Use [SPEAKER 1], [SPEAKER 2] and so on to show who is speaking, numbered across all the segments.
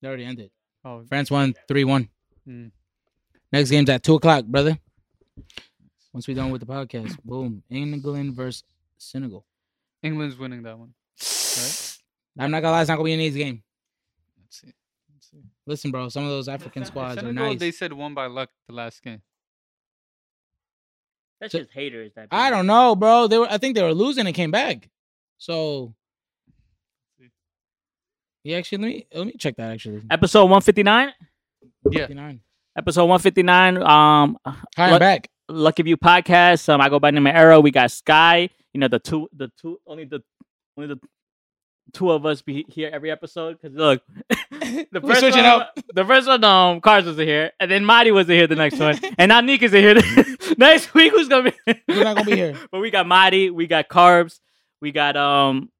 [SPEAKER 1] They already ended.
[SPEAKER 2] Oh,
[SPEAKER 1] France won three one.
[SPEAKER 2] Mm.
[SPEAKER 1] Next game's at two o'clock, brother. Once we're done with the podcast, boom. England versus Senegal.
[SPEAKER 2] England's winning that one.
[SPEAKER 1] I'm not gonna lie, it's not gonna be an easy game.
[SPEAKER 2] Let's see. Let's see.
[SPEAKER 1] Listen, bro, some of those African
[SPEAKER 3] Sen-
[SPEAKER 1] squads are
[SPEAKER 2] Senegal,
[SPEAKER 1] nice.
[SPEAKER 2] They said won by luck the last game.
[SPEAKER 3] That's
[SPEAKER 1] So-
[SPEAKER 3] just haters. That
[SPEAKER 1] I don't know, bro. They were I think they were losing and came back. So yeah, actually, let me let me check that actually.
[SPEAKER 3] Episode one fifty nine.
[SPEAKER 2] Yeah.
[SPEAKER 1] 59.
[SPEAKER 3] Episode one fifty nine. Um,
[SPEAKER 1] Hi, I'm
[SPEAKER 3] What-
[SPEAKER 1] back.
[SPEAKER 3] Lucky View podcast. Um, I go by the name of Arrow. We got Sky. You know the two, the two, only the, only the two of us be here every episode. Cause look, the
[SPEAKER 1] We switching
[SPEAKER 3] one,
[SPEAKER 1] up.
[SPEAKER 3] the first one, um, Cars was here, and then Marty was here the next one, and now Nick is here next week. Who's gonna be?
[SPEAKER 1] Who's not gonna be here?
[SPEAKER 3] but we got Marty, we got Carbs, we got um.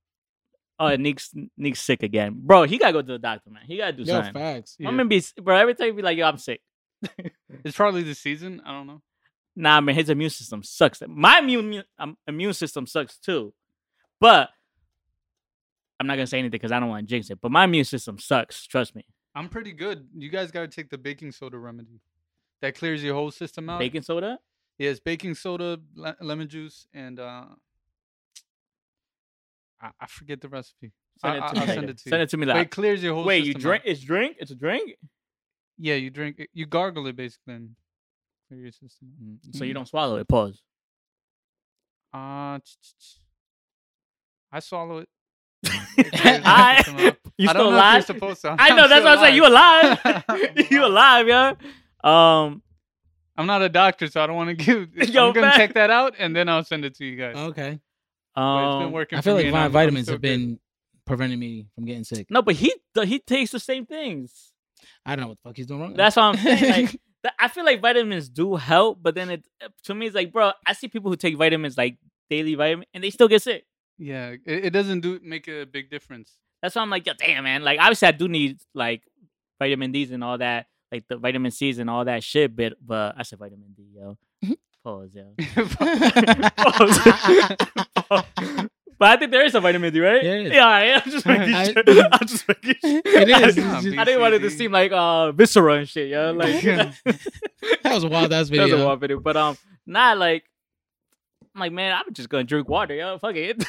[SPEAKER 3] Oh, and Nick's Nick's sick again, bro. He gotta go to the doctor, man. He gotta do
[SPEAKER 1] Yo,
[SPEAKER 3] something.
[SPEAKER 1] facts.
[SPEAKER 2] Yeah.
[SPEAKER 3] I'm gonna be, s- bro. Every time he be like, "Yo, I'm sick."
[SPEAKER 2] It's probably the season. I don't know.
[SPEAKER 3] Nah, man, his immune system sucks. My immune um, immune system sucks too, but I'm not gonna say anything because I don't want to jinx it. But my immune system sucks. Trust me.
[SPEAKER 2] I'm pretty good. You guys gotta take the baking soda remedy. That clears your whole system out.
[SPEAKER 3] Baking soda.
[SPEAKER 2] Yes, baking soda, le- lemon juice, and uh, I, I forget the recipe.
[SPEAKER 3] Send
[SPEAKER 2] I-
[SPEAKER 3] it to
[SPEAKER 2] I-
[SPEAKER 3] me.
[SPEAKER 2] I'll
[SPEAKER 3] later.
[SPEAKER 2] send it to you.
[SPEAKER 3] Send it to me.
[SPEAKER 2] But
[SPEAKER 3] Later.
[SPEAKER 2] it clears your whole.
[SPEAKER 3] Wait, you
[SPEAKER 2] system out.
[SPEAKER 3] drink? It's drink. It's a drink.
[SPEAKER 2] Yeah, you drink. it- You gargle it basically. And clear your system. out.
[SPEAKER 3] Mm, So you don't swallow it. Pause.
[SPEAKER 2] Uh, ch- ch- ch- I swallow it. Come
[SPEAKER 3] I,
[SPEAKER 2] on.
[SPEAKER 3] you
[SPEAKER 2] I
[SPEAKER 3] still
[SPEAKER 2] don't know
[SPEAKER 3] alive?
[SPEAKER 2] if you're supposed to.
[SPEAKER 3] I know.
[SPEAKER 2] I'm
[SPEAKER 3] That's
[SPEAKER 2] still
[SPEAKER 3] what I'm saying. You alive?
[SPEAKER 2] alive.
[SPEAKER 3] you alive, yo? Um,
[SPEAKER 2] I'm not a doctor, so I don't want to give.
[SPEAKER 3] Yo,
[SPEAKER 2] I'm gonna
[SPEAKER 3] man.
[SPEAKER 2] check that out and then I'll send it to you guys.
[SPEAKER 1] Oh, Okay.
[SPEAKER 2] But it's been
[SPEAKER 3] um
[SPEAKER 2] working.
[SPEAKER 1] I
[SPEAKER 2] for
[SPEAKER 1] feel
[SPEAKER 2] me
[SPEAKER 1] like
[SPEAKER 2] and
[SPEAKER 1] my
[SPEAKER 2] I'm- I'm
[SPEAKER 1] vitamins
[SPEAKER 2] still
[SPEAKER 1] have
[SPEAKER 2] good.
[SPEAKER 1] been preventing me from getting sick.
[SPEAKER 3] no, but he he takes the same things.
[SPEAKER 1] I don't know what the fuck he's doing
[SPEAKER 2] Mm.
[SPEAKER 1] wrong.
[SPEAKER 3] That's what I'm saying. Like, th- I feel like vitamins do help, but then it uh, to me it's like, bro, I see people who take vitamins like daily vitamin and they still get sick.
[SPEAKER 2] Yeah, it, it doesn't do make a big difference.
[SPEAKER 3] That's why I'm like, yo, damn, man. Like obviously I do need like vitamin D's and all that, like the vitamin C's and all that shit. But but I said vitamin D, yo. Pause, yo. Pause. but I think there is a vitamin D, right?
[SPEAKER 1] There is.
[SPEAKER 3] Yeah, all right. I'm just making
[SPEAKER 1] I-
[SPEAKER 3] sure. I'm just making sure.
[SPEAKER 1] It is.
[SPEAKER 3] I,
[SPEAKER 2] Nah,
[SPEAKER 1] it's just-
[SPEAKER 3] I didn't want it to
[SPEAKER 2] BCD.
[SPEAKER 3] seem like uh viscera and shit, yo.
[SPEAKER 2] Yeah.
[SPEAKER 3] Like
[SPEAKER 1] that was a wild ass video.
[SPEAKER 3] That was a wild video. But um, not like I'm like, man, I'm just gonna drink water, yo. Fuck it.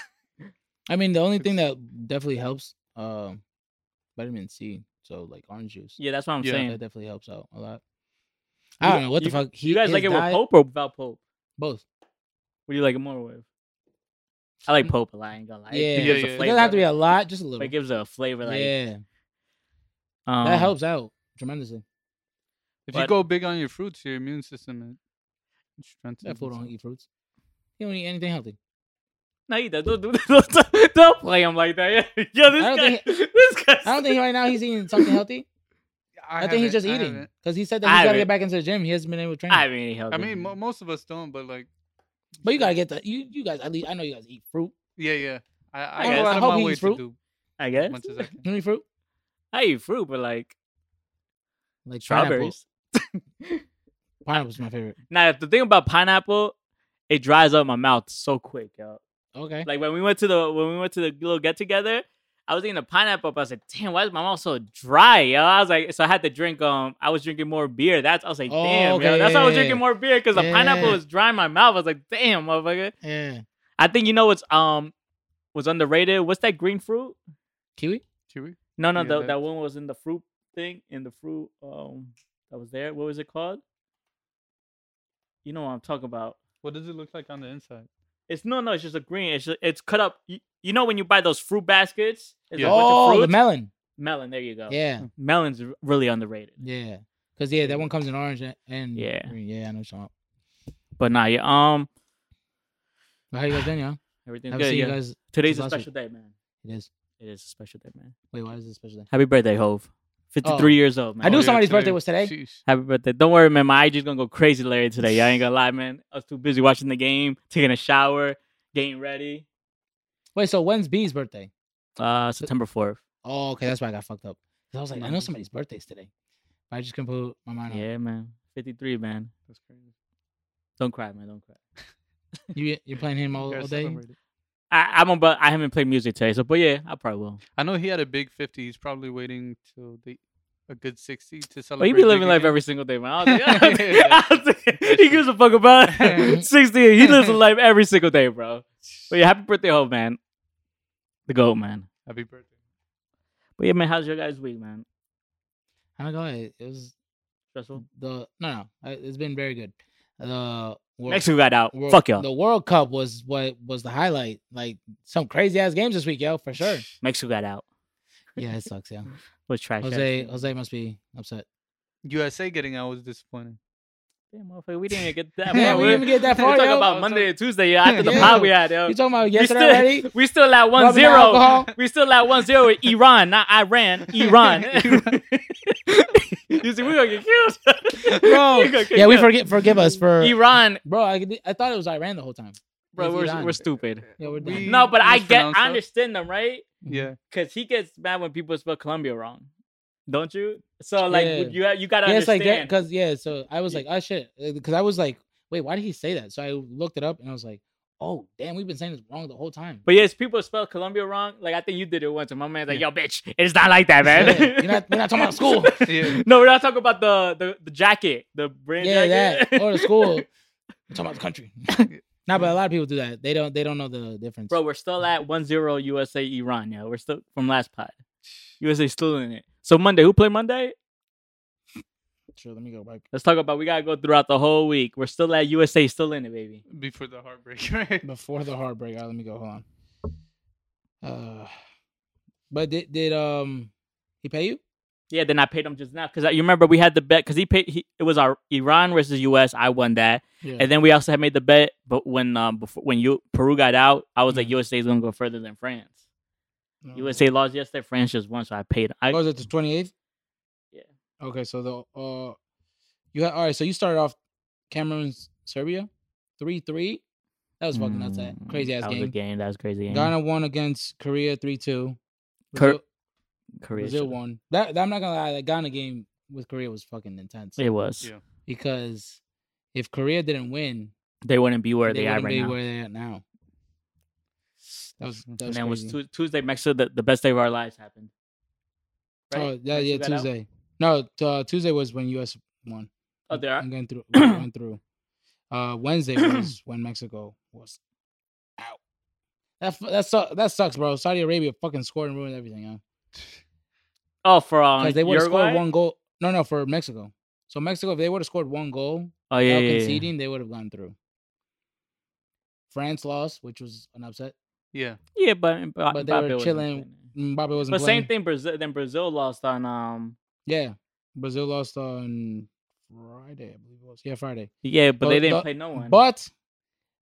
[SPEAKER 1] I mean, the only thing that definitely helps, um, vitamin C. So like orange juice.
[SPEAKER 3] yeah, that's what I'm
[SPEAKER 2] Yeah.
[SPEAKER 3] saying.
[SPEAKER 1] that definitely helps out a lot.
[SPEAKER 3] You
[SPEAKER 1] I don't
[SPEAKER 3] gu-
[SPEAKER 1] know what
[SPEAKER 3] you-
[SPEAKER 1] the fuck. He,
[SPEAKER 3] you guys
[SPEAKER 1] his
[SPEAKER 3] like it with
[SPEAKER 1] diet-
[SPEAKER 3] Pope or without Pope?
[SPEAKER 1] Both.
[SPEAKER 3] What do you like it more with? I like Pope a lot. I ain't gonna lie.
[SPEAKER 1] Yeah,
[SPEAKER 3] it
[SPEAKER 2] Yeah,
[SPEAKER 3] gives
[SPEAKER 2] yeah.
[SPEAKER 3] a
[SPEAKER 1] it
[SPEAKER 3] flavor.
[SPEAKER 1] doesn't have to be a lot, just a
[SPEAKER 3] but
[SPEAKER 1] little.
[SPEAKER 3] it gives it a flavor. Like
[SPEAKER 1] yeah,
[SPEAKER 3] um,
[SPEAKER 1] that helps out tremendously.
[SPEAKER 2] If you
[SPEAKER 3] But-
[SPEAKER 2] go big on your fruits, your immune system it strengthens.
[SPEAKER 1] That fool don't
[SPEAKER 2] itself.
[SPEAKER 1] eat fruits. He don't eat anything healthy.
[SPEAKER 3] No, you don't. Don't, don't, don't, don't play him like that. Yo, this
[SPEAKER 1] I don't
[SPEAKER 3] guy.
[SPEAKER 1] think
[SPEAKER 3] This guy.
[SPEAKER 1] I don't think right now he's eating something healthy. I, think he's
[SPEAKER 2] haven't-
[SPEAKER 1] just
[SPEAKER 2] I
[SPEAKER 1] eating
[SPEAKER 2] haven't.
[SPEAKER 1] because he said that
[SPEAKER 3] I
[SPEAKER 1] he's got to
[SPEAKER 3] haven't.
[SPEAKER 1] get back into the gym. He hasn't been able to train.
[SPEAKER 3] I mean, he
[SPEAKER 2] I
[SPEAKER 3] helped him.
[SPEAKER 2] mean, mo- most of us don't, but like,
[SPEAKER 1] But you gotta get the you you guys. At least I know you guys eat fruit.
[SPEAKER 2] yeah, yeah. I, I,
[SPEAKER 3] guess.
[SPEAKER 2] go out
[SPEAKER 1] I
[SPEAKER 2] of
[SPEAKER 1] hope
[SPEAKER 2] my
[SPEAKER 1] he
[SPEAKER 2] way
[SPEAKER 1] eats
[SPEAKER 2] to
[SPEAKER 1] fruit.
[SPEAKER 2] do
[SPEAKER 3] I
[SPEAKER 2] as
[SPEAKER 3] guess
[SPEAKER 2] much as I can.
[SPEAKER 1] You don't eat fruit
[SPEAKER 3] I eat fruit, but like
[SPEAKER 1] like pineapple.
[SPEAKER 3] strawberries.
[SPEAKER 1] Pineapple's my favorite.
[SPEAKER 3] Now, if the thing about pineapple, it dries up my mouth so quick, yo.
[SPEAKER 1] Okay.
[SPEAKER 3] Like when we went to the when we went to the little get together, I was eating a pineapple. But I was like, damn, why is my mouth so dry, yo? I was like, so I had to drink. Um, I was drinking more beer. That's I was like,
[SPEAKER 1] Oh,
[SPEAKER 3] damn, yo.
[SPEAKER 1] okay,
[SPEAKER 3] That's why I was
[SPEAKER 1] yeah,
[SPEAKER 3] drinking more beer because the pineapple
[SPEAKER 1] yeah.
[SPEAKER 3] was drying my mouth. I was like, damn, motherfucker.
[SPEAKER 1] yeah.
[SPEAKER 3] I think you know what's um was underrated. What's that green fruit?
[SPEAKER 1] Kiwi.
[SPEAKER 2] Chewy?
[SPEAKER 3] No, no,
[SPEAKER 2] Yeah,
[SPEAKER 3] the,
[SPEAKER 2] that-
[SPEAKER 3] that one was in the fruit thing in the fruit um that was there. What was it called? You know what I'm talking about.
[SPEAKER 2] What does it look like on the inside?
[SPEAKER 3] It's no, no. It's just a green. It's just, it's cut up. You, you know when you buy those fruit baskets? It's
[SPEAKER 2] Yeah.
[SPEAKER 3] a bunch of
[SPEAKER 1] Oh, the
[SPEAKER 3] fruits? Mm.
[SPEAKER 1] melon.
[SPEAKER 3] melon. There you go.
[SPEAKER 1] Yeah,
[SPEAKER 3] melon's r- really underrated.
[SPEAKER 1] yeah. Cause yeah, that one comes in orange and, and
[SPEAKER 3] Yeah.
[SPEAKER 1] green. yeah. I know what you're talking about.
[SPEAKER 3] But nah, yeah. Um,
[SPEAKER 1] But how you guys doing, y'all?
[SPEAKER 3] everything's
[SPEAKER 1] Haven't
[SPEAKER 3] good.
[SPEAKER 1] seen
[SPEAKER 3] Yeah.
[SPEAKER 1] you guys.
[SPEAKER 3] Today's
[SPEAKER 1] since
[SPEAKER 3] a
[SPEAKER 1] last
[SPEAKER 3] special day, man.
[SPEAKER 1] It is.
[SPEAKER 3] It is a special day, man.
[SPEAKER 1] Wait, why is this special? Day?
[SPEAKER 3] Happy birthday, Hove. Fifty-three years old,
[SPEAKER 1] Oh.
[SPEAKER 3] man. Oh,
[SPEAKER 1] I knew
[SPEAKER 2] Oh, yeah,
[SPEAKER 1] somebody's birthday
[SPEAKER 2] today-
[SPEAKER 1] was today.
[SPEAKER 2] Sheesh.
[SPEAKER 3] Happy birthday. Don't worry, man. My IG's gonna go crazy later today. Y'all ain't gonna lie, man. I was too busy watching the game, taking a shower, getting ready.
[SPEAKER 1] Wait, so when's B's birthday?
[SPEAKER 3] Uh, September fourth.
[SPEAKER 1] Oh, okay, that's why I got fucked up. 'Cause I was like, I know somebody's birthday's today, but I just couldn't put my mind on. it.
[SPEAKER 3] Yeah, man. Fifty-three, man.
[SPEAKER 2] That's crazy.
[SPEAKER 3] Don't cry, man. Don't cry.
[SPEAKER 1] You you're playing him all,
[SPEAKER 2] Gotta
[SPEAKER 1] all day.
[SPEAKER 2] celebrate it.
[SPEAKER 3] I, I'm about. I haven't played music today, so but yeah, I probably will.
[SPEAKER 2] I know he had a big 50. He's probably waiting till the a good sixty to
[SPEAKER 3] But
[SPEAKER 2] celebrate.
[SPEAKER 3] you be living
[SPEAKER 2] Big
[SPEAKER 3] life
[SPEAKER 2] Again.
[SPEAKER 3] every single day, man. I was like, I was like- I was like, he gives a fuck about it. 16. He lives a life every single day, bro. But yeah, happy birthday, Hope, man. The GOAT, man.
[SPEAKER 2] Happy birthday.
[SPEAKER 3] But yeah, man, how's your guys' week, man?
[SPEAKER 1] I'm not gonna lie, it was
[SPEAKER 3] Stressful?
[SPEAKER 1] the no no. I- It's been very good. The World,
[SPEAKER 3] Mexico got out.
[SPEAKER 1] World-
[SPEAKER 3] Fuck y'all.
[SPEAKER 1] The World Cup was what was the highlight. Like some crazy ass games this week, yo, for sure.
[SPEAKER 3] Mexico got out.
[SPEAKER 1] Yeah, it sucks, yeah.
[SPEAKER 3] Was trash.
[SPEAKER 1] Jose uh,
[SPEAKER 3] ass.
[SPEAKER 1] Jose must be upset.
[SPEAKER 2] USA getting out was disappointing.
[SPEAKER 3] Damn, motherfucker, we didn't even get
[SPEAKER 1] Yeah,
[SPEAKER 3] that far.
[SPEAKER 1] we
[SPEAKER 3] We're-
[SPEAKER 1] didn't even get that
[SPEAKER 3] we're
[SPEAKER 1] far,
[SPEAKER 3] talking
[SPEAKER 1] yo. Oh,
[SPEAKER 3] about Monday and Tuesday, yeah. After the
[SPEAKER 1] Yeah.
[SPEAKER 3] pod we had, yo.
[SPEAKER 1] You talking about
[SPEAKER 3] Uh, We
[SPEAKER 1] yesterday
[SPEAKER 3] still-
[SPEAKER 1] already?
[SPEAKER 3] We still at one
[SPEAKER 1] Rubbing
[SPEAKER 3] zero.
[SPEAKER 1] alcohol?
[SPEAKER 3] We still at one zero with Iran, not Iran. Iran. you see, we're gonna get
[SPEAKER 1] Bro.
[SPEAKER 3] killed. We're gonna get
[SPEAKER 1] Yeah, we
[SPEAKER 3] killed.
[SPEAKER 1] forget. Forgive us for
[SPEAKER 3] Iran,
[SPEAKER 1] bro. I, could- I thought it was Iran the whole time.
[SPEAKER 3] bro.
[SPEAKER 1] It's
[SPEAKER 3] We're,
[SPEAKER 1] Iran.
[SPEAKER 3] we're stupid.
[SPEAKER 1] Yeah, we're
[SPEAKER 2] We-
[SPEAKER 1] done.
[SPEAKER 3] No, but I get,
[SPEAKER 2] Mispronounce
[SPEAKER 3] I
[SPEAKER 2] stuff.
[SPEAKER 3] understand them, right?
[SPEAKER 2] Yeah.
[SPEAKER 3] Because he gets mad when people spell Colombia wrong, don't you? So like,
[SPEAKER 1] Yeah.
[SPEAKER 3] you you gotta
[SPEAKER 1] yeah, it's like that
[SPEAKER 3] understand.
[SPEAKER 1] because yeah. So I was
[SPEAKER 3] Yeah.
[SPEAKER 1] like, oh shit, because I was like, wait, why did he say that? So I looked it up and I was like, oh damn, we've been saying this wrong the whole time.
[SPEAKER 3] but yes, people spell Colombia wrong. Like I think you did it once, and my man's like, "Yo, bitch, it's not like that, man."
[SPEAKER 1] Yeah, you're not- we're not talking about school.
[SPEAKER 2] Yeah.
[SPEAKER 3] no, we're not talking about the the, the jacket, the brand
[SPEAKER 1] yeah,
[SPEAKER 3] jacket.
[SPEAKER 1] that or the school. I'm talking about the country. nah, but a lot of people do that. They don't. They don't know the difference.
[SPEAKER 3] Bro, we're still at 1-0 USA Iran. Yeah, we're still from last pod. USA still in it. So Monday, who play Monday?
[SPEAKER 1] Sure, let me go back.
[SPEAKER 3] Let's talk about. We gotta go throughout the whole week. We're still at USA, still in it, baby.
[SPEAKER 2] Before the heartbreak, right?
[SPEAKER 1] Before the heartbreak, all right, let me go. Hold on. Uh, but did did um he pay you?
[SPEAKER 3] Yeah, then I paid him just now because you remember we had the bet because he paid. He, it was our Iran versus US. I won that,
[SPEAKER 1] Yeah.
[SPEAKER 3] and then we also had made the bet. But when um before when you Peru got out, I was like
[SPEAKER 1] Mhm.
[SPEAKER 3] USA is gonna go further than France.
[SPEAKER 1] No.
[SPEAKER 3] USA lost yesterday. France just won, so I paid. I
[SPEAKER 1] Oh, is it the twenty eighth?
[SPEAKER 3] Yeah.
[SPEAKER 1] Okay, so the uh, you had all right. So you started off Cameron's Serbia, three three. That was fucking nuts. That
[SPEAKER 3] Mm,
[SPEAKER 1] crazy ass
[SPEAKER 3] that Was a
[SPEAKER 1] game.
[SPEAKER 3] game. That was a crazy game.
[SPEAKER 1] Ghana won against Korea three two.
[SPEAKER 3] Cor-
[SPEAKER 1] Brazil,
[SPEAKER 3] Korea.
[SPEAKER 1] Brazil
[SPEAKER 3] should-
[SPEAKER 1] won. That, that- I'm not gonna lie. That Ghana game with Korea was fucking intense
[SPEAKER 3] It was.
[SPEAKER 2] Yeah.
[SPEAKER 1] because if Korea didn't win,
[SPEAKER 3] They wouldn't be where they, are
[SPEAKER 1] wouldn't
[SPEAKER 3] right
[SPEAKER 1] be
[SPEAKER 3] now.
[SPEAKER 1] where they're at now. That was that
[SPEAKER 3] and
[SPEAKER 1] was,
[SPEAKER 3] then it was
[SPEAKER 1] crazy.
[SPEAKER 3] Tu- Tuesday, Mexico, the, the best day of our lives happened.
[SPEAKER 1] Oh, yeah, yeah,
[SPEAKER 3] Mexico got out?
[SPEAKER 1] Tuesday. No, t- uh, Tuesday was when U.S. won.
[SPEAKER 3] Oh, there are.
[SPEAKER 1] I'm going through. we went through. Uh, Wednesday was when Mexico was out. That fu- that su- that sucks, bro. Saudi Arabia fucking scored and ruined everything, huh?
[SPEAKER 3] Oh, for um,
[SPEAKER 1] Because they would have
[SPEAKER 3] Uruguay?
[SPEAKER 1] scored one goal. No, no, for Mexico. So Mexico, if they would have scored one goal
[SPEAKER 3] Oh,
[SPEAKER 1] without
[SPEAKER 3] yeah, yeah, yeah, yeah.
[SPEAKER 1] conceding, they would have gone through. France lost, which was an upset.
[SPEAKER 2] Yeah.
[SPEAKER 3] Yeah, but, but,
[SPEAKER 1] But they were chilling, Mbappe wasn't
[SPEAKER 3] But
[SPEAKER 1] playing.
[SPEAKER 3] same thing. Brazil. Then Brazil lost on um.
[SPEAKER 1] Yeah, Brazil lost on Friday, I believe it was. Yeah, Friday.
[SPEAKER 3] Yeah, but
[SPEAKER 1] But
[SPEAKER 3] they didn't
[SPEAKER 1] the-
[SPEAKER 3] play no one.
[SPEAKER 1] But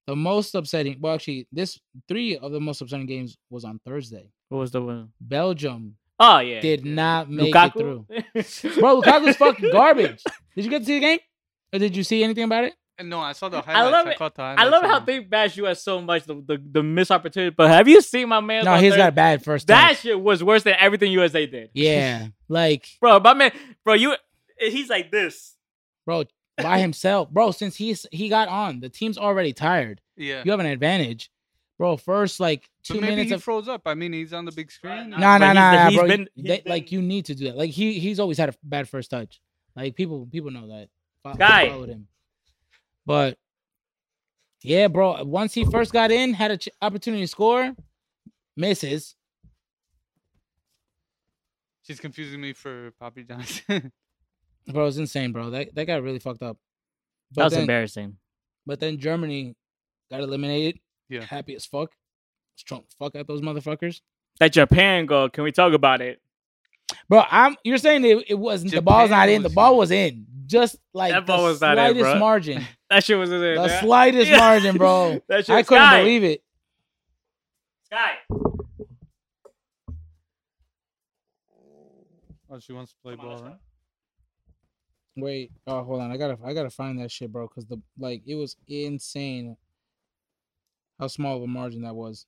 [SPEAKER 1] the most upsetting, well, actually, this three of the most upsetting games was on Thursday.
[SPEAKER 3] what was the one?
[SPEAKER 1] Belgium
[SPEAKER 3] Oh yeah.
[SPEAKER 1] did
[SPEAKER 2] yeah.
[SPEAKER 1] not make it through.
[SPEAKER 3] through.
[SPEAKER 1] Bro, Lukaku's fucking garbage. Did you get to see the game? Or did you see anything about it?
[SPEAKER 2] And no, I saw the
[SPEAKER 3] I
[SPEAKER 2] highlights.
[SPEAKER 3] love it.
[SPEAKER 2] caught the
[SPEAKER 3] I
[SPEAKER 2] highlights
[SPEAKER 3] love
[SPEAKER 2] of
[SPEAKER 3] how
[SPEAKER 2] it.
[SPEAKER 3] they bash US so much the the, the missed opportunity. But have you seen my man?
[SPEAKER 1] No, he's got a bad first touch.
[SPEAKER 3] that shit was worse than everything USA did.
[SPEAKER 1] Yeah, like
[SPEAKER 3] bro, my man, bro, you. He's like this.
[SPEAKER 1] bro by himself, bro. Since he's he got on, the team's already tired.
[SPEAKER 2] Yeah.
[SPEAKER 1] You have an advantage, bro. First like two
[SPEAKER 2] but maybe
[SPEAKER 1] minutes
[SPEAKER 2] he
[SPEAKER 1] of
[SPEAKER 2] froze up. I mean, he's on the big screen.
[SPEAKER 3] Nah,
[SPEAKER 1] No, no,
[SPEAKER 3] he's-
[SPEAKER 1] no,
[SPEAKER 3] he's
[SPEAKER 1] bro.
[SPEAKER 3] been-
[SPEAKER 1] you-
[SPEAKER 3] he's
[SPEAKER 1] that- Like
[SPEAKER 3] been-
[SPEAKER 1] you need to do that. Like he he's always had a bad first touch. Like people people know that. Fo-
[SPEAKER 3] Guy.
[SPEAKER 1] followed him. But yeah, bro. Once he first got in, had an ch- opportunity to score, misses.
[SPEAKER 2] She's confusing me for Poppy Johnson.
[SPEAKER 1] Bro, it's insane, bro. That that guy really fucked up.
[SPEAKER 3] That
[SPEAKER 1] But
[SPEAKER 3] was
[SPEAKER 1] then,
[SPEAKER 3] embarrassing.
[SPEAKER 1] but then Germany got eliminated.
[SPEAKER 2] Yeah.
[SPEAKER 1] Happy as fuck. Strong fuck at those motherfuckers.
[SPEAKER 3] That Japan goal. Can we talk about it?
[SPEAKER 1] Bro, I'm you're saying it, it wasn't the ball's
[SPEAKER 2] Japan
[SPEAKER 1] not in, the
[SPEAKER 2] was-
[SPEAKER 1] ball was in. Just like
[SPEAKER 3] That
[SPEAKER 1] the
[SPEAKER 3] ball was not in,
[SPEAKER 1] slightest
[SPEAKER 3] bro.
[SPEAKER 1] margin.
[SPEAKER 3] That shit was in there.
[SPEAKER 1] The
[SPEAKER 3] man.
[SPEAKER 1] slightest
[SPEAKER 3] Yeah.
[SPEAKER 1] margin, bro.
[SPEAKER 3] That shit
[SPEAKER 1] I
[SPEAKER 3] was-
[SPEAKER 1] couldn't
[SPEAKER 3] Sky,
[SPEAKER 1] believe it.
[SPEAKER 3] Sky.
[SPEAKER 2] oh, she wants to play
[SPEAKER 3] Come on,
[SPEAKER 2] ball.
[SPEAKER 3] let's
[SPEAKER 2] Right?
[SPEAKER 1] Wait, oh hold on, I gotta I gotta find that shit, bro, because the like it was insane how small of a margin that was.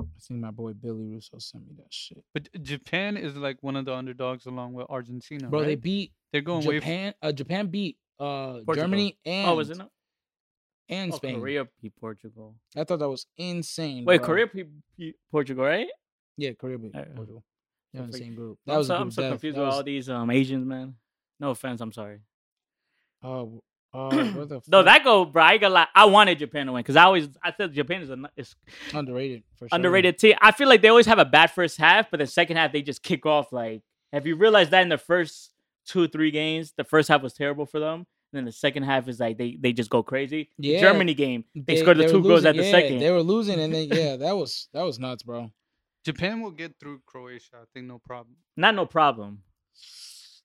[SPEAKER 1] I think my boy Billy Russo sent me that shit,
[SPEAKER 2] But J- Japan is like one of the underdogs along with Argentina.
[SPEAKER 1] bro. They
[SPEAKER 2] right?
[SPEAKER 1] beat
[SPEAKER 2] They, are going way. f-
[SPEAKER 1] Japan. Uh, Japan beat uh
[SPEAKER 3] Portugal.
[SPEAKER 1] Germany and
[SPEAKER 3] Oh, was it not?
[SPEAKER 1] and
[SPEAKER 3] Oh,
[SPEAKER 1] Spain.
[SPEAKER 3] Korea beat Portugal.
[SPEAKER 1] I thought that was insane.
[SPEAKER 3] Wait,
[SPEAKER 1] bro.
[SPEAKER 3] Korea beat, beat Portugal, right?
[SPEAKER 1] Yeah, Korea beat
[SPEAKER 3] Uh,
[SPEAKER 1] Portugal. They're in the
[SPEAKER 3] freak.
[SPEAKER 1] same group.
[SPEAKER 3] I'm so,
[SPEAKER 1] a
[SPEAKER 3] I'm
[SPEAKER 1] group
[SPEAKER 3] so
[SPEAKER 1] death.
[SPEAKER 3] confused
[SPEAKER 1] That
[SPEAKER 3] with
[SPEAKER 1] was-
[SPEAKER 3] all these um Asians, man. No offense, I'm sorry.
[SPEAKER 1] Oh, oh, what the
[SPEAKER 3] Though
[SPEAKER 1] fuck?
[SPEAKER 3] that go, bro, I ain't gonna lie. I wanted Japan to win because I always I said Japan is an is
[SPEAKER 1] underrated for sure.
[SPEAKER 3] underrated team. I feel like they always have a bad first half, but the second half they just kick off. Like, have you realized that in the first two three games, the first half was terrible for them, and then the second half is like they they just go crazy. The
[SPEAKER 1] Yeah.
[SPEAKER 3] Germany game, they, scored the
[SPEAKER 1] were
[SPEAKER 3] two goals
[SPEAKER 1] losing-
[SPEAKER 3] at the
[SPEAKER 1] yeah,
[SPEAKER 3] second.
[SPEAKER 1] They were losing, and then yeah, that was that was nuts, bro.
[SPEAKER 2] Japan will get through Croatia. I think no problem.
[SPEAKER 3] Not no problem.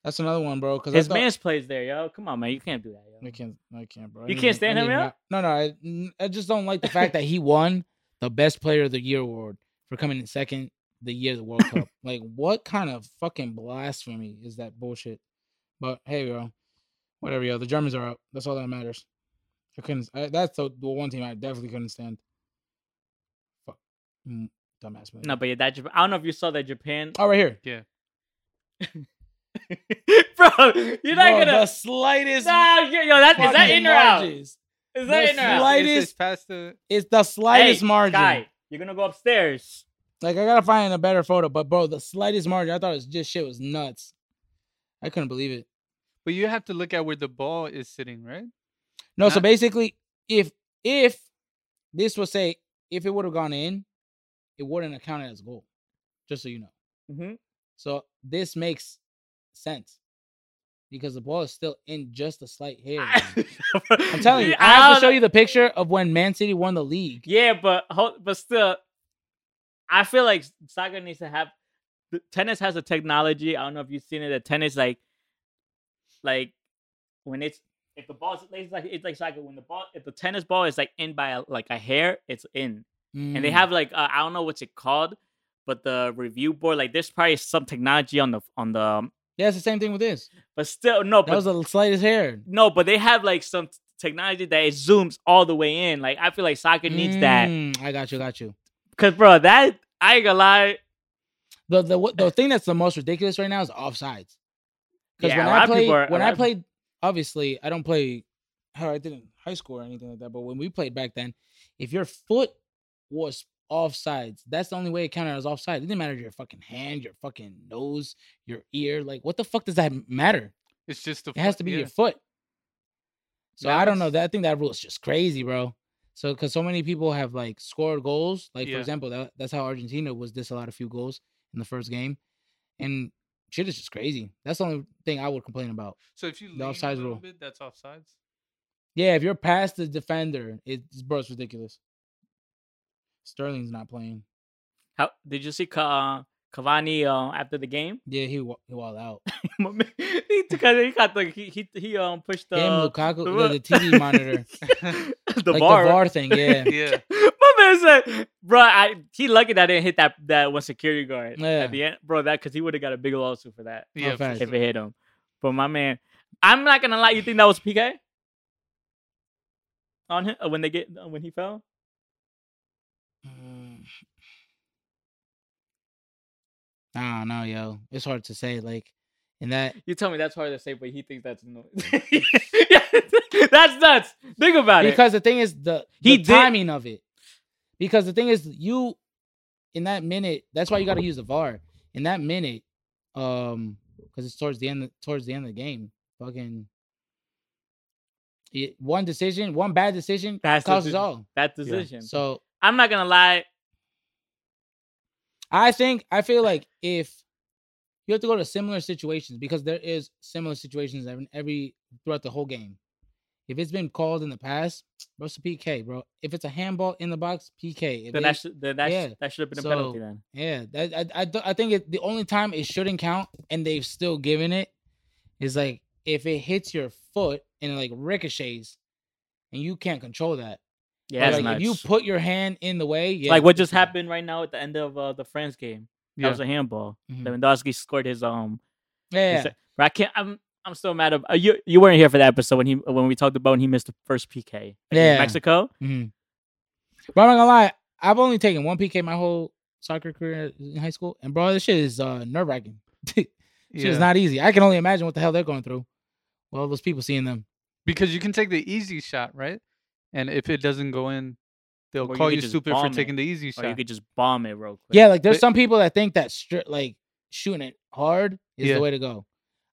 [SPEAKER 1] That's another one, bro. Because
[SPEAKER 3] His
[SPEAKER 1] I thought,
[SPEAKER 3] man's plays there, yo. Come on, man, you can't do that, yo.
[SPEAKER 1] I can't, I can't, bro. I
[SPEAKER 3] You can't
[SPEAKER 1] need- I
[SPEAKER 3] stand him
[SPEAKER 1] need
[SPEAKER 3] out?
[SPEAKER 1] No, no, I, n- I just don't like the fact that he won the best player of the year award for coming in second the year of the World Cup. Like, what kind of fucking blasphemy is that bullshit? But hey, bro, whatever, yo. The Germans are up. That's all that matters. I couldn't. I, that's the, the one team I definitely couldn't stand. Fuck, Mm, dumbass.
[SPEAKER 3] No, but yeah, that Japan, I don't know if you saw that Japan,
[SPEAKER 1] all right here.
[SPEAKER 3] bro. You're not
[SPEAKER 4] Bro, the
[SPEAKER 3] gonna.
[SPEAKER 4] slightest.
[SPEAKER 3] Nah, yo, yo, that is that
[SPEAKER 4] fucking
[SPEAKER 3] in or out?
[SPEAKER 4] margins.
[SPEAKER 3] Is that
[SPEAKER 4] The
[SPEAKER 3] in or out?
[SPEAKER 4] slight-
[SPEAKER 2] It's-
[SPEAKER 4] Lightest-
[SPEAKER 2] it's past the
[SPEAKER 1] It's the
[SPEAKER 3] Hey,
[SPEAKER 1] slightest margin.
[SPEAKER 3] Sky, you're gonna go upstairs.
[SPEAKER 1] Like I gotta find a better photo, but bro, the slightest margin, I thought it was just shit was nuts. I couldn't believe it.
[SPEAKER 2] But you have to look at where the ball is sitting, right?
[SPEAKER 1] No, so
[SPEAKER 2] Not-
[SPEAKER 1] basically, if if this was say if it would have gone in, it wouldn't have counted as a goal. Just so you know.
[SPEAKER 3] Mhm.
[SPEAKER 1] So this makes sense because the ball is still in just a slight hair. I'm telling you, I have to show you the picture of when Man City won the league.
[SPEAKER 3] Yeah, but ho- but still, I feel like soccer needs to have the- tennis has a technology. I don't know if you've seen it. That tennis like like when it's if the ball's it's like it's like soccer when the ball if the tennis ball is like in by a, like a hair, it's in. And they
[SPEAKER 1] Mm.
[SPEAKER 3] have like uh, I don't know what's it called, but the review board like there's probably some technology on the on the
[SPEAKER 1] yeah, it's the same thing with this.
[SPEAKER 3] but still no
[SPEAKER 1] That
[SPEAKER 3] but
[SPEAKER 1] was the slightest hair.
[SPEAKER 3] no but they have like some t- technology that it zooms all the way in. Like I feel like soccer needs that.
[SPEAKER 1] Mm, I got you, got you.
[SPEAKER 3] Cause bro, that I ain't gonna lie.
[SPEAKER 1] The the what- the thing that's the most ridiculous right now is offsides. Because
[SPEAKER 3] Yeah,
[SPEAKER 1] when
[SPEAKER 3] a
[SPEAKER 1] I
[SPEAKER 3] lot of
[SPEAKER 1] played,
[SPEAKER 3] people are- a
[SPEAKER 1] when
[SPEAKER 3] lot
[SPEAKER 1] I
[SPEAKER 3] of-
[SPEAKER 1] played, obviously I don't play. How I didn't high school or anything like that. But when we played back then, if your foot was offsides, that's the only way it counted as offside. It didn't matter your fucking hand, your fucking nose, your ear. Like what the fuck does that matter?
[SPEAKER 2] It's just the.
[SPEAKER 1] It has
[SPEAKER 2] foot,
[SPEAKER 1] to be
[SPEAKER 2] yeah.
[SPEAKER 1] your foot. So
[SPEAKER 2] That
[SPEAKER 1] I don't know.
[SPEAKER 2] was-
[SPEAKER 1] That I think that rule is just crazy, bro. So because so many people have like scored goals. Like for
[SPEAKER 2] Yeah.
[SPEAKER 1] example, that, that's how Argentina was disallowed a few goals in the first game, and shit is just crazy. That's the only thing I would complain about.
[SPEAKER 2] So if you
[SPEAKER 1] the
[SPEAKER 2] lean a
[SPEAKER 1] offsides
[SPEAKER 2] little
[SPEAKER 1] rule.
[SPEAKER 2] bit, that's offsides.
[SPEAKER 1] Yeah, if you're past the defender, it's bro, it's ridiculous. Sterling's not playing.
[SPEAKER 3] How did you see Ca- uh, Cavani uh, after the game?
[SPEAKER 1] Yeah, he wa- he walled out.
[SPEAKER 3] he took out- he got the he he, he um pushed the
[SPEAKER 1] Him, Lukaku, the,
[SPEAKER 3] wa-
[SPEAKER 1] the TV monitor,
[SPEAKER 3] the
[SPEAKER 1] like
[SPEAKER 3] bar.
[SPEAKER 1] the VAR thing. Yeah,
[SPEAKER 2] Yeah.
[SPEAKER 3] My man said, "Bro, I, he lucky that I didn't hit that that one security guard
[SPEAKER 1] Yeah.
[SPEAKER 3] at the end, bro. That because he would have got a big lawsuit for that
[SPEAKER 2] Yeah. for
[SPEAKER 1] facts.
[SPEAKER 3] if
[SPEAKER 2] sure.
[SPEAKER 3] it hit him. But my man, I'm not gonna lie. You think that was PK on him uh, when they get uh, when he fell?
[SPEAKER 1] Mm. I don't know, yo. It's hard to say. Like, in that,
[SPEAKER 3] You tell me that's hard to say, but he thinks that's no. yeah, that's nuts. Think about it.
[SPEAKER 1] because the thing is the,
[SPEAKER 3] He
[SPEAKER 1] he
[SPEAKER 3] did-
[SPEAKER 1] timing of it. Because the thing is, you in that minute. That's why you got to use the VAR in that minute, um, because it's towards the end, towards the end of the game. Fucking, it, one decision, one bad decision
[SPEAKER 3] That's the
[SPEAKER 1] causes
[SPEAKER 3] di-
[SPEAKER 1] all.
[SPEAKER 3] that
[SPEAKER 2] Yeah.
[SPEAKER 3] decision. So
[SPEAKER 1] So
[SPEAKER 3] I'm not gonna lie.
[SPEAKER 1] I think I feel like if you have to go to similar situations because there is similar situations every, every throughout the whole game. If it's been called in the past, bro, it's a PK, bro. If it's a handball in the box, PK. If
[SPEAKER 3] Then
[SPEAKER 1] it-
[SPEAKER 3] that should then that, sh-
[SPEAKER 1] yeah.
[SPEAKER 3] that should have been a
[SPEAKER 1] So-
[SPEAKER 3] penalty then.
[SPEAKER 1] yeah, that, I, I, don't- I think it, the only time it shouldn't count and they've still given it is like if it hits your foot and it like ricochets and you can't control that. But,
[SPEAKER 3] Yeah, that's
[SPEAKER 1] like, if
[SPEAKER 3] nuts.
[SPEAKER 1] you put your hand in the way, yeah,
[SPEAKER 3] like what just
[SPEAKER 1] PK.
[SPEAKER 3] happened right now at the end of uh, the France game. That
[SPEAKER 2] Yeah.
[SPEAKER 3] was a handball.
[SPEAKER 1] Mhm.
[SPEAKER 3] Lewandowski scored his um. his
[SPEAKER 1] Yeah,
[SPEAKER 3] se- But I can't. I'm I'm still mad about you. You weren't here for that episode when he when we talked about when he missed the first PK. against
[SPEAKER 1] Yeah.
[SPEAKER 3] Mexico.
[SPEAKER 1] Mhm. Bro, I'm not gonna lie. I've only taken one PK my whole soccer career in high school, and bro, this shit is uh, nerve wracking. shit
[SPEAKER 2] Yeah.
[SPEAKER 1] is not easy. I can only imagine what the hell they're going through. Well, those people seeing them.
[SPEAKER 2] because you can take the easy shot, right? And if it doesn't go in, they'll
[SPEAKER 3] Or you
[SPEAKER 2] call
[SPEAKER 3] could
[SPEAKER 2] you
[SPEAKER 3] just
[SPEAKER 2] stupid for
[SPEAKER 3] bomb it,
[SPEAKER 2] taking the easy shot.
[SPEAKER 3] Or you could just bomb it real quick.
[SPEAKER 1] Yeah, like there's
[SPEAKER 2] But-
[SPEAKER 1] some people that think that stri- like shooting it hard is
[SPEAKER 2] Yeah.
[SPEAKER 1] the way to go.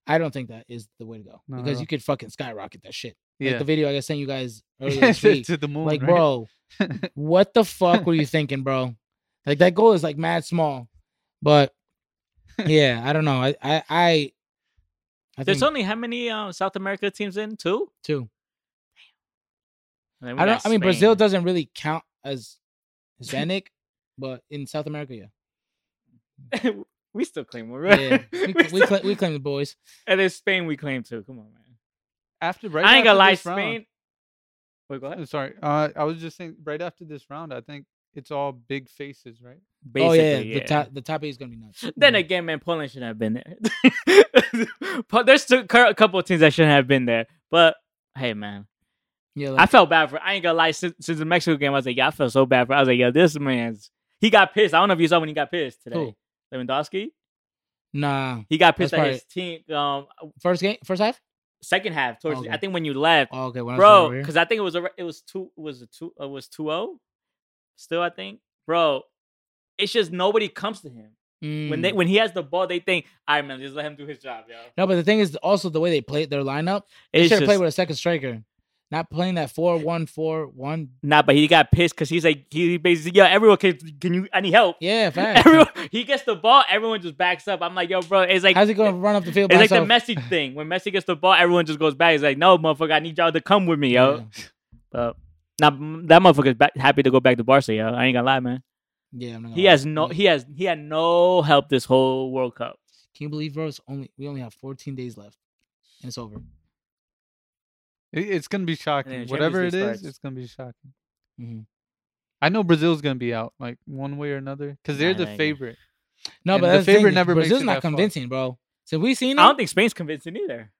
[SPEAKER 1] I don't think that is the way to go
[SPEAKER 2] No, no,
[SPEAKER 1] because
[SPEAKER 2] no.
[SPEAKER 1] you could fucking skyrocket that shit.
[SPEAKER 2] Yeah.
[SPEAKER 1] Like the video I got sent you guys earlier
[SPEAKER 2] Yeah,
[SPEAKER 1] this
[SPEAKER 2] to,
[SPEAKER 1] week.
[SPEAKER 2] to the moon.
[SPEAKER 1] like,
[SPEAKER 2] right?
[SPEAKER 1] bro, what the fuck were you thinking, bro? Like that goal is like mad small, but yeah, I don't know. I I I, I
[SPEAKER 3] There's
[SPEAKER 1] think
[SPEAKER 3] only how many um, South America teams in? Two.
[SPEAKER 1] too.
[SPEAKER 3] And then we
[SPEAKER 1] I
[SPEAKER 3] got
[SPEAKER 1] don't. I mean, Brazil
[SPEAKER 3] Spain.
[SPEAKER 1] doesn't really count as Hispanic, but in South America, yeah,
[SPEAKER 3] we still claim one, right?
[SPEAKER 1] yeah. We, we,
[SPEAKER 3] still-
[SPEAKER 1] cla- we claim the boys.
[SPEAKER 3] And then Spain, we claim too. Come on, man.
[SPEAKER 2] after right
[SPEAKER 3] I ain't
[SPEAKER 2] after
[SPEAKER 3] gonna lie,
[SPEAKER 2] this round-
[SPEAKER 3] Spain. Wait, go
[SPEAKER 2] I'm
[SPEAKER 1] Oh,
[SPEAKER 3] ahead.
[SPEAKER 2] sorry. Uh, I was just saying, right after this round, I think it's all big faces, right?
[SPEAKER 1] Oh
[SPEAKER 3] Basically,
[SPEAKER 1] yeah, yeah, the top the top eight is gonna be nuts.
[SPEAKER 3] Then
[SPEAKER 1] Yeah.
[SPEAKER 3] again, man, Poland shouldn't have been there. Po- There's two, cur- a couple of teams that shouldn't have been there, but hey, man,
[SPEAKER 1] yeah,
[SPEAKER 3] I
[SPEAKER 1] like,
[SPEAKER 3] felt bad for. I ain't gonna lie. Since, since the Mexico game, I was like, yeah, I felt so bad for. I was like, yo, this man's. He got pissed. I don't know if you saw when he got pissed today.
[SPEAKER 1] Who?
[SPEAKER 3] Lewandowski.
[SPEAKER 1] nah.
[SPEAKER 3] He got pissed
[SPEAKER 1] That's
[SPEAKER 3] at his team. Um,
[SPEAKER 1] First game, first half.
[SPEAKER 3] second half towards.
[SPEAKER 1] Okay.
[SPEAKER 3] I think when you left,
[SPEAKER 1] Oh, okay, when I was
[SPEAKER 3] bro,
[SPEAKER 1] over here.
[SPEAKER 3] because I think it was a, it was two it was a two it was two zero. Still, I think, bro, it's just nobody comes to him when they
[SPEAKER 1] Mm.
[SPEAKER 3] when he has the ball. They think, all right, man, just let him do his job, yo.
[SPEAKER 1] No, but the thing is also the way they played their lineup. They
[SPEAKER 3] It's
[SPEAKER 1] should have played
[SPEAKER 3] just,
[SPEAKER 1] with a second striker, not playing that four one four one.
[SPEAKER 3] nah, but he got pissed because he's like he basically, yo, everyone can can you I need help.
[SPEAKER 1] Yeah, facts.
[SPEAKER 3] Everyone, he gets the ball, everyone just backs up. I'm like, yo, bro, it's like
[SPEAKER 1] How's he gonna run up the field?
[SPEAKER 3] It's
[SPEAKER 1] by
[SPEAKER 3] like the
[SPEAKER 1] himself?
[SPEAKER 3] Messi thing. When Messi gets the ball, everyone just goes back. He's like, no, motherfucker, I need y'all to come with me, yo. But now that motherfucker's back, happy to go back to Barca, yo. I ain't gonna lie, man.
[SPEAKER 1] Yeah, I'm not
[SPEAKER 3] He
[SPEAKER 1] gonna lie.
[SPEAKER 3] has no,
[SPEAKER 1] Yeah.
[SPEAKER 3] he has, he had no help this whole World Cup.
[SPEAKER 1] Can you believe, bro? It's only we only have 14 days left, and it's over.
[SPEAKER 2] It, it's gonna be shocking.
[SPEAKER 3] the
[SPEAKER 2] Whatever it is,
[SPEAKER 3] Champions League starts. Mm-hmm.
[SPEAKER 2] it's gonna be shocking.
[SPEAKER 1] Mhm.
[SPEAKER 2] I know Brazil's gonna be out, like one way or another, because they're
[SPEAKER 3] Nah,
[SPEAKER 2] the
[SPEAKER 3] they ain't gonna-
[SPEAKER 2] favorite.
[SPEAKER 1] No,
[SPEAKER 2] And
[SPEAKER 1] but
[SPEAKER 2] the
[SPEAKER 1] that's the
[SPEAKER 2] favorite
[SPEAKER 1] thing.
[SPEAKER 2] never makes
[SPEAKER 1] Brazil's
[SPEAKER 2] it
[SPEAKER 1] not
[SPEAKER 2] that far.
[SPEAKER 1] convincing, bro. So we seen
[SPEAKER 3] I don't
[SPEAKER 1] it.
[SPEAKER 3] think Spain's convincing either.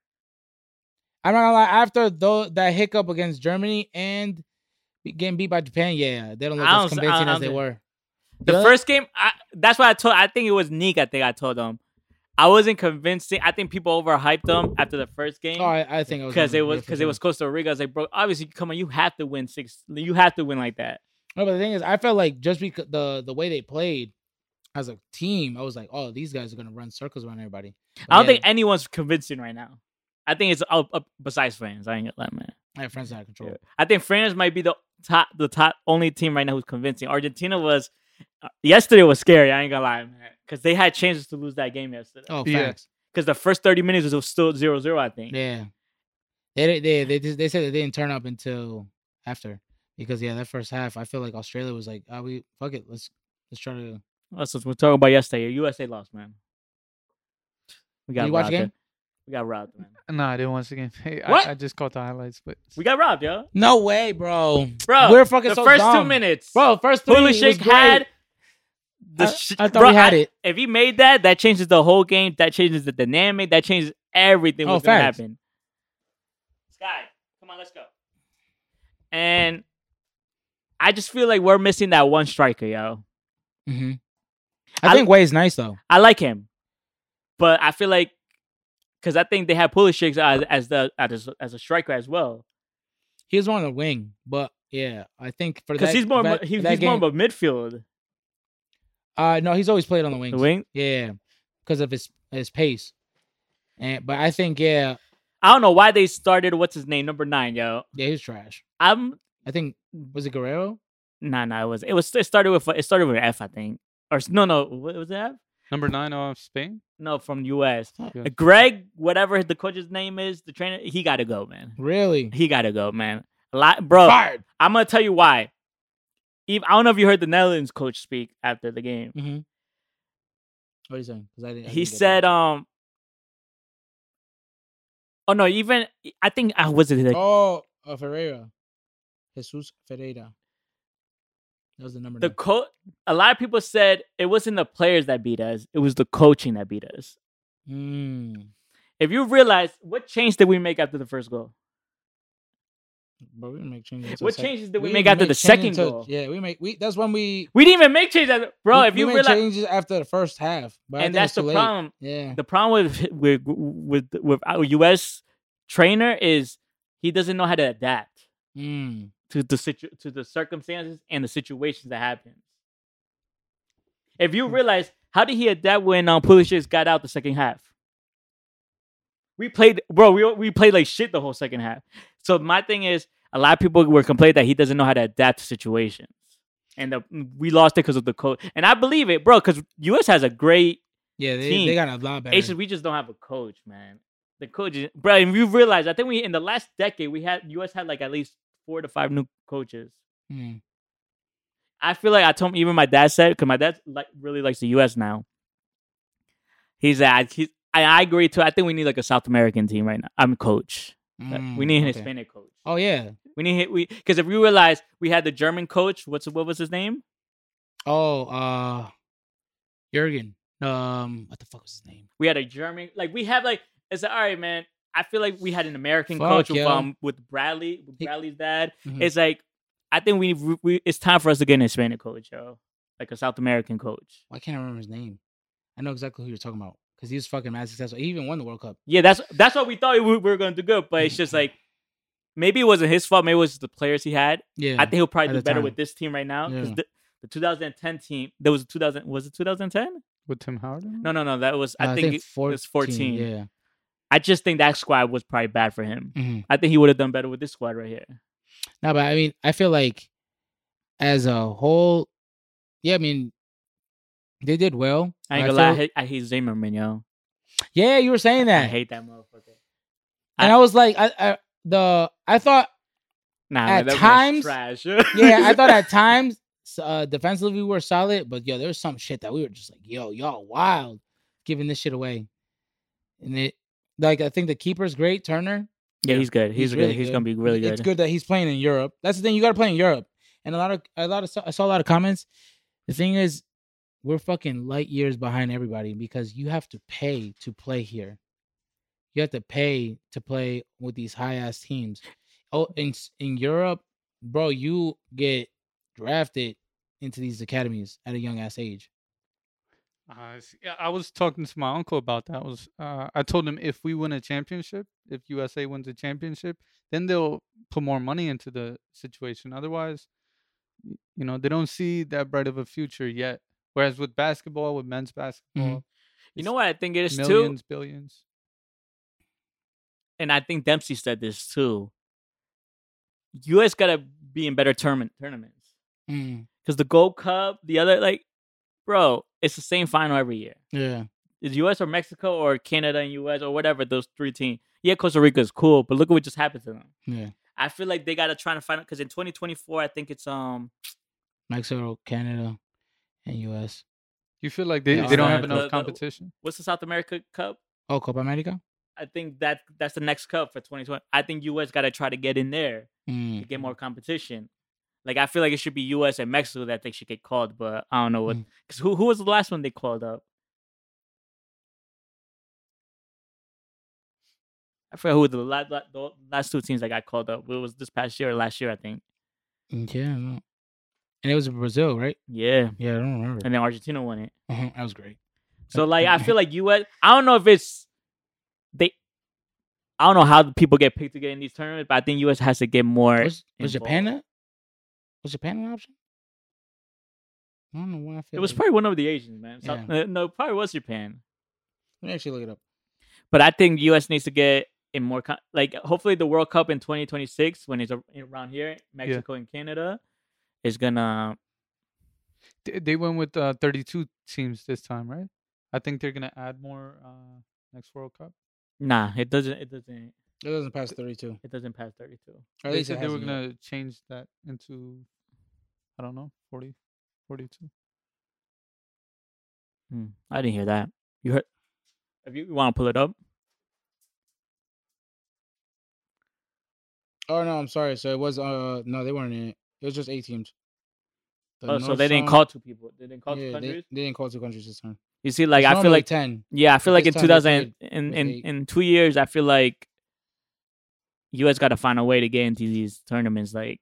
[SPEAKER 1] I'm not gonna lie. After tho- that hiccup against Germany and be- getting beat by Japan, yeah, they don't look
[SPEAKER 3] I
[SPEAKER 1] as
[SPEAKER 3] don't s- I-
[SPEAKER 1] convincing
[SPEAKER 3] I
[SPEAKER 1] as they
[SPEAKER 3] don't-
[SPEAKER 1] were.
[SPEAKER 3] The
[SPEAKER 1] Yeah.
[SPEAKER 3] first game, I, that's why I told. I think it was Nick. I think I told him. I wasn't convincing. I think people overhyped them after the first game
[SPEAKER 1] Oh, I, I think
[SPEAKER 3] because
[SPEAKER 1] gonna
[SPEAKER 3] it
[SPEAKER 1] be
[SPEAKER 3] was
[SPEAKER 1] here for
[SPEAKER 3] because it
[SPEAKER 1] sure.
[SPEAKER 3] was Costa Rica. I was like, bro, obviously, come on, you have to win six. You have to win like that.
[SPEAKER 1] No, but the thing is, I felt like just because the the way they played as a team, I was like, oh, these guys are gonna run circles around everybody. But
[SPEAKER 3] I don't
[SPEAKER 1] yeah,
[SPEAKER 3] think anyone's convincing right now. I think it's up, up besides France. I ain't gonna lie, man.
[SPEAKER 1] I have friends out of control.
[SPEAKER 3] I think France might be the top, the top only team right now who's convincing. Argentina was uh, yesterday was scary. I ain't gonna lie, man, because they had chances to lose that game yesterday.
[SPEAKER 1] Oh,
[SPEAKER 2] Yeah.
[SPEAKER 1] facts.
[SPEAKER 3] Because the first thirty minutes was still 0-0, I think.
[SPEAKER 1] Yeah. They di- they they just- they said that they didn't turn up until after because yeah that first half I feel like Australia was like ah we fuck it let's let's try to
[SPEAKER 3] That's what we're talking about yesterday. USA lost, man. We got
[SPEAKER 1] you watch
[SPEAKER 3] robbed.
[SPEAKER 1] the game?
[SPEAKER 3] yo. We got robbed, man.
[SPEAKER 2] No, I didn't watch the game. Hey,
[SPEAKER 3] What?
[SPEAKER 2] I, I just caught the highlights, but
[SPEAKER 3] We got robbed, yo.
[SPEAKER 1] no way bro
[SPEAKER 3] Bro,
[SPEAKER 1] we're fucking
[SPEAKER 3] the
[SPEAKER 1] so
[SPEAKER 3] first two
[SPEAKER 1] dumb.
[SPEAKER 3] minutes,
[SPEAKER 1] bro first three was
[SPEAKER 3] Pulisic
[SPEAKER 1] great.
[SPEAKER 3] had the.
[SPEAKER 1] I,
[SPEAKER 3] sh-
[SPEAKER 1] I thought
[SPEAKER 3] bro,
[SPEAKER 1] we had
[SPEAKER 3] I-
[SPEAKER 1] it
[SPEAKER 3] If he made that, that changes the whole game. That changes the dynamic. That changes everything.
[SPEAKER 1] Oh,
[SPEAKER 3] What's gonna
[SPEAKER 1] facts.
[SPEAKER 3] happen? Sky, come on, let's go. And I just feel like we're missing that one striker, yo.
[SPEAKER 1] hmm I,
[SPEAKER 3] I-
[SPEAKER 1] think Way's nice though
[SPEAKER 3] I like him, but I feel like because I think they have Pulisic as, as the as a, as a striker as well.
[SPEAKER 1] he was on the wing but yeah I think for
[SPEAKER 3] Because
[SPEAKER 1] that
[SPEAKER 3] he's more of a-
[SPEAKER 1] that,
[SPEAKER 3] he-
[SPEAKER 1] for
[SPEAKER 3] he's,
[SPEAKER 1] that
[SPEAKER 3] more
[SPEAKER 1] game,
[SPEAKER 3] of a midfield
[SPEAKER 1] uh no he's always played on the wing
[SPEAKER 3] the wing.
[SPEAKER 1] yeah because of his his pace and but I think yeah
[SPEAKER 3] I don't know why they started what's his name number nine, yo.
[SPEAKER 1] yeah he was trash
[SPEAKER 3] I'm
[SPEAKER 1] I think was it Guerrero
[SPEAKER 3] nah nah it was it was it started with it started with an F I think or s- no no what was that
[SPEAKER 2] number nine of Spain.
[SPEAKER 3] no from U.S.
[SPEAKER 2] Yeah.
[SPEAKER 3] Greg whatever the coach's name is the trainer he got to go man
[SPEAKER 1] Really?
[SPEAKER 3] he got to go man a lot bro
[SPEAKER 1] Fired.
[SPEAKER 3] I'm gonna tell you why. Eve, I don't know if you heard the Netherlands coach speak after the game.
[SPEAKER 1] Mm-hmm. What are you saying? 'Cause I didn't, I
[SPEAKER 3] he
[SPEAKER 1] didn't get
[SPEAKER 3] said,
[SPEAKER 1] that.
[SPEAKER 3] um, oh no, even I think I was it. The,
[SPEAKER 1] "Oh, uh, Ferreira, Jesus Ferreira." That was the number.
[SPEAKER 3] the
[SPEAKER 1] nine.
[SPEAKER 3] coach. A lot of people said it wasn't the players that beat us; it was the coaching that beat us.
[SPEAKER 1] Mm.
[SPEAKER 3] If you realize what change did we make after the first goal?
[SPEAKER 1] But we didn't make changes. until
[SPEAKER 3] What
[SPEAKER 1] sec-
[SPEAKER 3] changes did we
[SPEAKER 1] didn't
[SPEAKER 3] make
[SPEAKER 1] even
[SPEAKER 3] after the
[SPEAKER 1] changes
[SPEAKER 3] second
[SPEAKER 1] until-
[SPEAKER 3] goal?
[SPEAKER 1] Yeah, we make we. That's when we.
[SPEAKER 3] We didn't even make changes, after- bro.
[SPEAKER 1] we-
[SPEAKER 3] if
[SPEAKER 1] we
[SPEAKER 3] you
[SPEAKER 1] made
[SPEAKER 3] realize,
[SPEAKER 1] changes after the first half, but I
[SPEAKER 3] and
[SPEAKER 1] think it
[SPEAKER 3] that's
[SPEAKER 1] was
[SPEAKER 3] the
[SPEAKER 1] too late.
[SPEAKER 3] problem.
[SPEAKER 1] Yeah,
[SPEAKER 3] The problem with with with with our U.S. trainer is he doesn't know how to adapt.
[SPEAKER 1] mm.
[SPEAKER 3] to the situ- to the circumstances and the situations that happen. If you realize How did he adapt when um, Pulisic got out the second half? We played, bro. We we played like shit the whole second half. So my thing is, a lot of people were complaining that he doesn't know how to adapt to situations, and the, mm, we lost it because of the coach. And I believe it, bro, because U.S. has a great
[SPEAKER 1] Yeah, they,
[SPEAKER 3] Team.
[SPEAKER 1] they got a lot better.
[SPEAKER 3] Asians, we just don't have a coach, man. The coach, is, bro, and you realize I think we in the last decade we had U.S. had like at least four to five new coaches.
[SPEAKER 1] Hmm.
[SPEAKER 3] I feel like I told even my dad said because my dad like really likes the U.S. now. He's at he's, I, I agree too. I think we need like a South American team right now. I'm coach. Like, we
[SPEAKER 1] Mm,
[SPEAKER 3] need an
[SPEAKER 1] okay.
[SPEAKER 3] Hispanic coach.
[SPEAKER 1] Oh yeah.
[SPEAKER 3] We need we because if we realize we had the German coach, what's what was his name?
[SPEAKER 1] Oh, uh, Jurgen. Um, what the fuck was his name?
[SPEAKER 3] We had a German like we have like it's like, all right, man. I feel like we had an American
[SPEAKER 1] Fuck,
[SPEAKER 3] coach with,
[SPEAKER 1] yo.
[SPEAKER 3] um, with Bradley, with
[SPEAKER 1] He-
[SPEAKER 3] Bradley's dad.
[SPEAKER 1] Mhm.
[SPEAKER 3] It's like I think we, we, we it's time for us to get an Hispanic coach, yo, like a South American coach.
[SPEAKER 1] Why can't I remember his name? I know exactly who you're talking about because he was fucking mad successful. He even won the World Cup.
[SPEAKER 3] Yeah, that's that's what we thought we, we were going to do good, but it's just like maybe it wasn't his fault. Maybe it was just the players he had.
[SPEAKER 1] Yeah. Uh,
[SPEAKER 3] I think he'll probably
[SPEAKER 1] at
[SPEAKER 3] do
[SPEAKER 1] the
[SPEAKER 3] better
[SPEAKER 1] time.
[SPEAKER 3] with this team right now because
[SPEAKER 1] Yeah.
[SPEAKER 3] the, the 2010 team. There was a 2000. Was it 2010?
[SPEAKER 2] With Tim Howard? in it?
[SPEAKER 3] No, no, no. That was I,
[SPEAKER 1] Uh,
[SPEAKER 3] think, it- it was 14.
[SPEAKER 1] Yeah.
[SPEAKER 3] I just think that squad was probably bad for him.
[SPEAKER 1] Mhm.
[SPEAKER 3] I think he would have done better with this squad right here.
[SPEAKER 1] No, but I mean, I feel like as a whole, yeah. I mean, they did well.
[SPEAKER 3] I
[SPEAKER 1] but
[SPEAKER 3] ain't gonna lie. I
[SPEAKER 1] feel-
[SPEAKER 3] hate, I hate Zimmerman, yo.
[SPEAKER 1] yeah, you were saying that,
[SPEAKER 3] I hate that motherfucker.
[SPEAKER 1] and I, was like, I, I the I thought,
[SPEAKER 3] Nah,
[SPEAKER 1] At
[SPEAKER 3] man, that man's
[SPEAKER 1] times-
[SPEAKER 3] trash.
[SPEAKER 1] yeah, I thought at times s- uh, defensively we were solid, but yo, there was some shit that we were just like, yo, y'all wild, giving this shit away, and it like I think the keeper's great, Turner.
[SPEAKER 3] Yeah, he's good. He's, really, he's
[SPEAKER 1] good.
[SPEAKER 3] gonna be really good.
[SPEAKER 1] It's good that he's playing in Europe. That's the thing. You got to play in Europe. And a lot of a lot of I saw a lot of comments. The thing is, we're fucking light years behind everybody because you have to pay to play here. You have to pay to play with these high ass teams. Oh, in s- in Europe, bro, you get drafted into these academies at a young ass age.
[SPEAKER 2] Uh, see, yeah, I was talking to my uncle about that. Was uh, I told him if we win a championship, if USA wins a championship, then they'll put more money into the situation. Otherwise, y- you know, they don't see that bright of a future yet. Whereas with basketball, with men's
[SPEAKER 3] Mm-hmm.
[SPEAKER 2] basketball,
[SPEAKER 3] You know what I think it is too?
[SPEAKER 2] millions, billions.
[SPEAKER 3] and I think Dempsey said this too. U.S. gotta be in better tournament tournaments
[SPEAKER 1] Mm,
[SPEAKER 3] because the Gold Cup, the other like, bro, it's the same final every year.
[SPEAKER 1] yeah,
[SPEAKER 3] It's U.S. or Mexico or Canada and U.S. or whatever those three teams. Yeah, Costa Rica is cool, but look at what just happened to them.
[SPEAKER 1] yeah.
[SPEAKER 3] I feel like they gotta try to find out because in 2024, I think it's um
[SPEAKER 1] Mexico, Canada, and U.S.
[SPEAKER 2] You feel like they,
[SPEAKER 1] Yeah,
[SPEAKER 2] they don't have
[SPEAKER 3] exactly. The-
[SPEAKER 2] enough
[SPEAKER 3] the-
[SPEAKER 2] competition.
[SPEAKER 3] what's the South America Cup?
[SPEAKER 1] Oh, Copa America.
[SPEAKER 3] I think that that's the next cup for 2020. I think U.S. gotta try to get in there.
[SPEAKER 1] Mm.
[SPEAKER 3] to get more competition. Like I feel like it should be U.S. and Mexico that they should get called, but I don't know what.
[SPEAKER 1] Mm.
[SPEAKER 3] Because who who was the last one they called up? I forgot who the last the last two teams that got called up. It was this past year or last year, I think.
[SPEAKER 1] Yeah, no. and it was in Brazil, right?
[SPEAKER 3] Yeah,
[SPEAKER 1] Yeah, I don't remember.
[SPEAKER 3] and then Argentina won it.
[SPEAKER 1] Mhm, That was great.
[SPEAKER 3] So like I feel like U.S. I don't know if it's they. I don't know how the people get picked to get in these tournaments, but I think U.S. has to get more.
[SPEAKER 1] was, was Japan a,
[SPEAKER 3] involved.
[SPEAKER 1] was Japan an option? I don't know why I feel.
[SPEAKER 3] It was
[SPEAKER 1] like-
[SPEAKER 3] probably one of the Asians, man. So, uh, no, it probably was Japan.
[SPEAKER 1] Let me actually look it up.
[SPEAKER 3] But I think U.S. needs to get in more co- like hopefully the World Cup in 2026 when it's a- around here, Mexico and Canada is gonna.
[SPEAKER 2] They, they went with uh, 32 teams this time, right? I think they're gonna add more uh, next World Cup.
[SPEAKER 3] Nah, it doesn't. It doesn't.
[SPEAKER 1] It doesn't pass thirty-two.
[SPEAKER 3] It doesn't pass 32.
[SPEAKER 1] Or at
[SPEAKER 2] they
[SPEAKER 1] least it
[SPEAKER 2] said they were
[SPEAKER 1] hasn't yet.
[SPEAKER 2] gonna change that into, I don't know, 40, 42.
[SPEAKER 3] Hmm, I didn't hear that. You heard? If you, want to pull it up,
[SPEAKER 1] Oh no, I'm sorry. So it was. Uh, no, they weren't in it. It was just eight teams. The
[SPEAKER 3] oh, so
[SPEAKER 1] North
[SPEAKER 3] they didn't
[SPEAKER 1] Zone-
[SPEAKER 3] call two people. They didn't call two
[SPEAKER 1] Yeah, they,
[SPEAKER 3] countries.
[SPEAKER 1] they didn't call two countries this time.
[SPEAKER 3] you see, like
[SPEAKER 1] It's
[SPEAKER 3] I feel
[SPEAKER 1] normally
[SPEAKER 3] like
[SPEAKER 1] ten.
[SPEAKER 3] yeah, I feel
[SPEAKER 1] but
[SPEAKER 3] like in
[SPEAKER 1] this time
[SPEAKER 3] 2000
[SPEAKER 1] they
[SPEAKER 3] in
[SPEAKER 1] with
[SPEAKER 3] in,
[SPEAKER 1] eight.
[SPEAKER 3] in two years, I feel like U.S. got to find a way to get into these tournaments. Like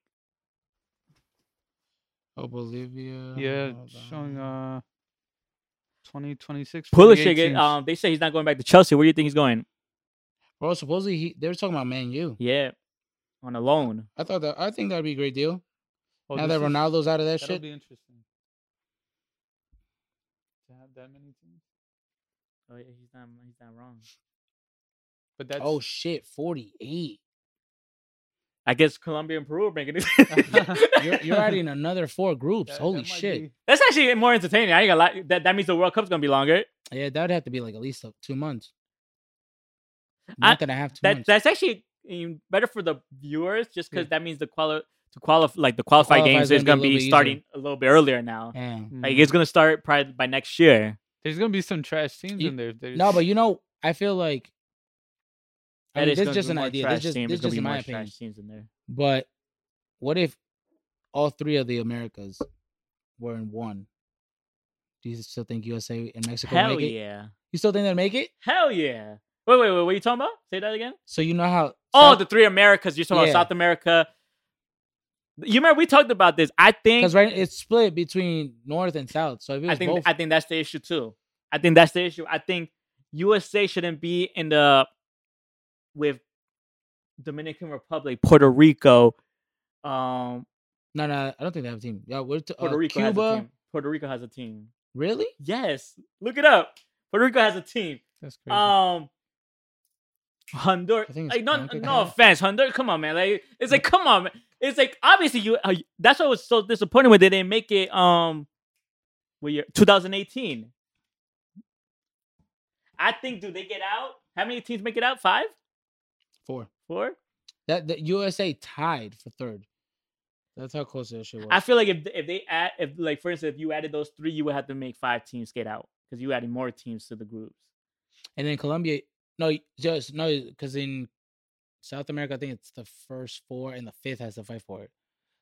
[SPEAKER 1] Oh, Bolivia.
[SPEAKER 2] Yeah,
[SPEAKER 1] hold
[SPEAKER 2] showing
[SPEAKER 1] on.
[SPEAKER 2] uh 2026.
[SPEAKER 3] Pulisic, is- um, they say he's not going back to Chelsea. Where do you think he's going?
[SPEAKER 1] Well, supposedly he, they were talking about Man U.
[SPEAKER 3] Yeah, on a loan.
[SPEAKER 1] I thought that I think that'd be a great deal.
[SPEAKER 2] Oh,
[SPEAKER 3] Oh,
[SPEAKER 1] now that Ronaldo's out of that
[SPEAKER 2] that'll
[SPEAKER 1] shit,
[SPEAKER 2] be interesting. To have that many teams.
[SPEAKER 3] Oh yeah, he's not he's not wrong.
[SPEAKER 2] But that's
[SPEAKER 1] oh shit, forty eight.
[SPEAKER 3] I guess Colombia and Peru are making
[SPEAKER 1] You're,
[SPEAKER 3] it.
[SPEAKER 1] you're adding another four groups.
[SPEAKER 2] that-
[SPEAKER 1] Holy
[SPEAKER 2] that might
[SPEAKER 1] shit!
[SPEAKER 2] be-
[SPEAKER 3] That's actually more entertaining. I ain't gonna lie. That that means the World Cup's gonna be longer.
[SPEAKER 1] Yeah, that would have to be like at least like two months. Not that I have two
[SPEAKER 3] That
[SPEAKER 1] months.
[SPEAKER 3] that's actually even better for the viewers, just because
[SPEAKER 2] Yeah.
[SPEAKER 3] that means the quali to qualify like the qualified
[SPEAKER 1] qualify's
[SPEAKER 3] games is
[SPEAKER 1] gonna
[SPEAKER 3] gonna
[SPEAKER 1] be a little
[SPEAKER 3] be,
[SPEAKER 1] bit Mm-hmm.
[SPEAKER 3] starting a little bit earlier now.
[SPEAKER 1] Damn.
[SPEAKER 3] Like
[SPEAKER 2] Mm.
[SPEAKER 3] it's gonna start probably by next year.
[SPEAKER 2] There's gonna be some trash teams
[SPEAKER 1] You-
[SPEAKER 2] in there. if there's-
[SPEAKER 1] No, but you know, I feel like I
[SPEAKER 3] That
[SPEAKER 1] mean,
[SPEAKER 3] is
[SPEAKER 1] this is
[SPEAKER 3] gonna
[SPEAKER 1] just
[SPEAKER 3] be
[SPEAKER 1] an
[SPEAKER 3] more
[SPEAKER 1] idea.
[SPEAKER 3] trash
[SPEAKER 1] This just
[SPEAKER 3] teams.
[SPEAKER 1] this
[SPEAKER 3] There's gonna
[SPEAKER 1] just
[SPEAKER 3] be
[SPEAKER 1] in my
[SPEAKER 3] more
[SPEAKER 1] opinion.
[SPEAKER 3] trash teams in there.
[SPEAKER 1] But what if all three of the Americas were in one? Do you still think USA and Mexico would
[SPEAKER 3] Hell
[SPEAKER 1] make it?
[SPEAKER 3] yeah!
[SPEAKER 1] You still think they'll make it?
[SPEAKER 3] Hell yeah! Wait, wait, wait. What are you talking about? Say that again.
[SPEAKER 1] So you know how?
[SPEAKER 3] Oh, the three Americas. You're talking
[SPEAKER 1] Yeah.
[SPEAKER 3] about South America. You remember we talked about this. I think
[SPEAKER 1] because right, it's split between North and South. So if it
[SPEAKER 3] I
[SPEAKER 1] was
[SPEAKER 3] think
[SPEAKER 1] both,
[SPEAKER 3] I think that's the issue too. I think that's the issue. I think USA shouldn't be in the with Dominican Republic, Puerto Rico, um,
[SPEAKER 1] no, no, I don't think they have a team. Yeah, we're to,
[SPEAKER 3] Puerto
[SPEAKER 1] uh,
[SPEAKER 3] Rico has a
[SPEAKER 1] Cuba.
[SPEAKER 3] team. Puerto Rico has a team.
[SPEAKER 1] Really?
[SPEAKER 3] Yes, look it up. Puerto Rico has a team.
[SPEAKER 2] that's crazy.
[SPEAKER 3] Um, Honduras.
[SPEAKER 1] I think it's
[SPEAKER 3] Like, no,
[SPEAKER 1] Connecticut,
[SPEAKER 3] no
[SPEAKER 1] huh?
[SPEAKER 3] offense, Honduras. Come on, man. Like, it's like, come on. Man. It's like obviously you. Uh, that's what was so disappointing when they didn't make it. Um, what year? 2018. I think, do they get out? How many teams make it out? Five,
[SPEAKER 1] Four.
[SPEAKER 3] four.
[SPEAKER 1] That the USA tied for third. That's how close that shit was.
[SPEAKER 3] I feel like if if they add, if like for instance, if you added those three, you would have to make five teams get out because you added more teams to the groups.
[SPEAKER 1] and then Colombia, no, just no, because in South America, I think it's the first four and the fifth has to fight for it.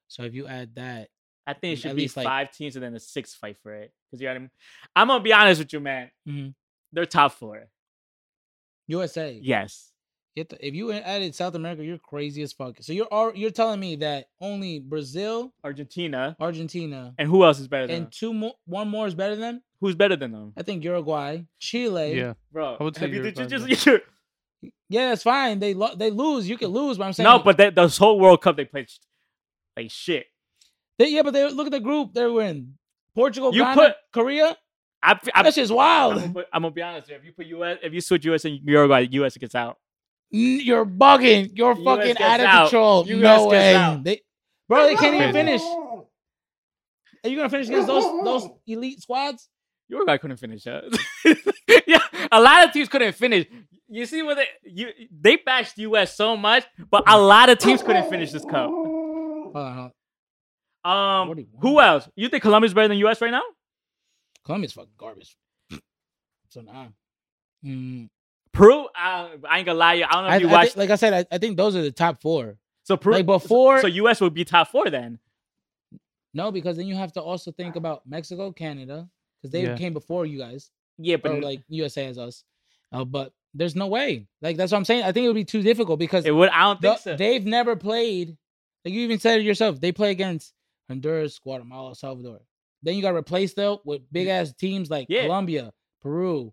[SPEAKER 1] So if you add that,
[SPEAKER 3] I
[SPEAKER 1] Mm,
[SPEAKER 3] think it should
[SPEAKER 1] at
[SPEAKER 3] be
[SPEAKER 1] least, like-
[SPEAKER 3] five teams and then the six fight for it. Because you know what I mean? I'm gonna be honest with you, man. They're top four.
[SPEAKER 1] USA,
[SPEAKER 3] Yes.
[SPEAKER 1] Get the, if you added South America, you're crazy as fuck. So you're al- you're telling me that only Brazil,
[SPEAKER 3] Argentina.
[SPEAKER 1] Argentina,
[SPEAKER 3] And who else is better than
[SPEAKER 1] and
[SPEAKER 3] them?
[SPEAKER 1] two more, one more is better than them.
[SPEAKER 3] Who's better than them?
[SPEAKER 1] I think Uruguay, Chile.
[SPEAKER 2] yeah,
[SPEAKER 3] Bro.
[SPEAKER 2] I would say
[SPEAKER 3] have you- did you
[SPEAKER 2] Uruguay,
[SPEAKER 3] just-
[SPEAKER 1] yeah, that's fine. They lo- they lose. You can lose, but I'm saying
[SPEAKER 3] No, but that this whole World Cup they played sh- like shit.
[SPEAKER 1] they, yeah, but they look at the group they were in. Portugal,
[SPEAKER 3] You
[SPEAKER 1] Ghana,
[SPEAKER 3] put-
[SPEAKER 1] Korea.
[SPEAKER 3] I, I,
[SPEAKER 1] That's just
[SPEAKER 3] I'm,
[SPEAKER 1] wild.
[SPEAKER 3] gonna put- I'm gonna be honest. with you. If you put US, if you switch US and Uruguay, US gets out.
[SPEAKER 1] N- You're bugging. You're
[SPEAKER 3] US
[SPEAKER 1] fucking
[SPEAKER 3] gets
[SPEAKER 1] out of
[SPEAKER 3] out.
[SPEAKER 1] control.
[SPEAKER 3] US
[SPEAKER 1] no
[SPEAKER 3] gets
[SPEAKER 1] way.
[SPEAKER 3] out.
[SPEAKER 1] They, bro, they can't even
[SPEAKER 2] Crazy.
[SPEAKER 1] finish. Are you gonna finish against those those elite squads?
[SPEAKER 3] Uruguay couldn't finish. Huh? yeah, a lot of teams couldn't finish. You see, what they you they bashed US so much, but a lot of teams couldn't finish this cup.
[SPEAKER 1] Hold on, hold on. What do
[SPEAKER 3] Um,
[SPEAKER 1] you
[SPEAKER 3] who
[SPEAKER 1] want?
[SPEAKER 3] else? You think Colombia's better than US right now?
[SPEAKER 1] Colombia's fucking garbage. so nah. Mm,
[SPEAKER 3] Peru, uh, I, I ain't gonna lie, to you. I don't know if
[SPEAKER 1] I,
[SPEAKER 3] you
[SPEAKER 1] I
[SPEAKER 3] watched.
[SPEAKER 1] think- like I said, I, I think those are the top four.
[SPEAKER 3] so Peru,
[SPEAKER 1] like before-
[SPEAKER 3] so US would be top four then.
[SPEAKER 1] No, because then you have to also think about Mexico, Canada, because they
[SPEAKER 2] Yeah.
[SPEAKER 1] came before you guys,
[SPEAKER 3] Yeah,
[SPEAKER 1] or
[SPEAKER 3] but
[SPEAKER 1] like USA as us. Uh, but there's no way. Like that's what I'm saying. I think it would be too difficult because
[SPEAKER 3] it would. I don't think
[SPEAKER 1] the-
[SPEAKER 3] so.
[SPEAKER 1] they've never played. Like you even said it yourself, they play against Honduras, Guatemala, Salvador. Then you got replaced though with big ass teams like
[SPEAKER 3] Yeah.
[SPEAKER 1] Colombia, Peru,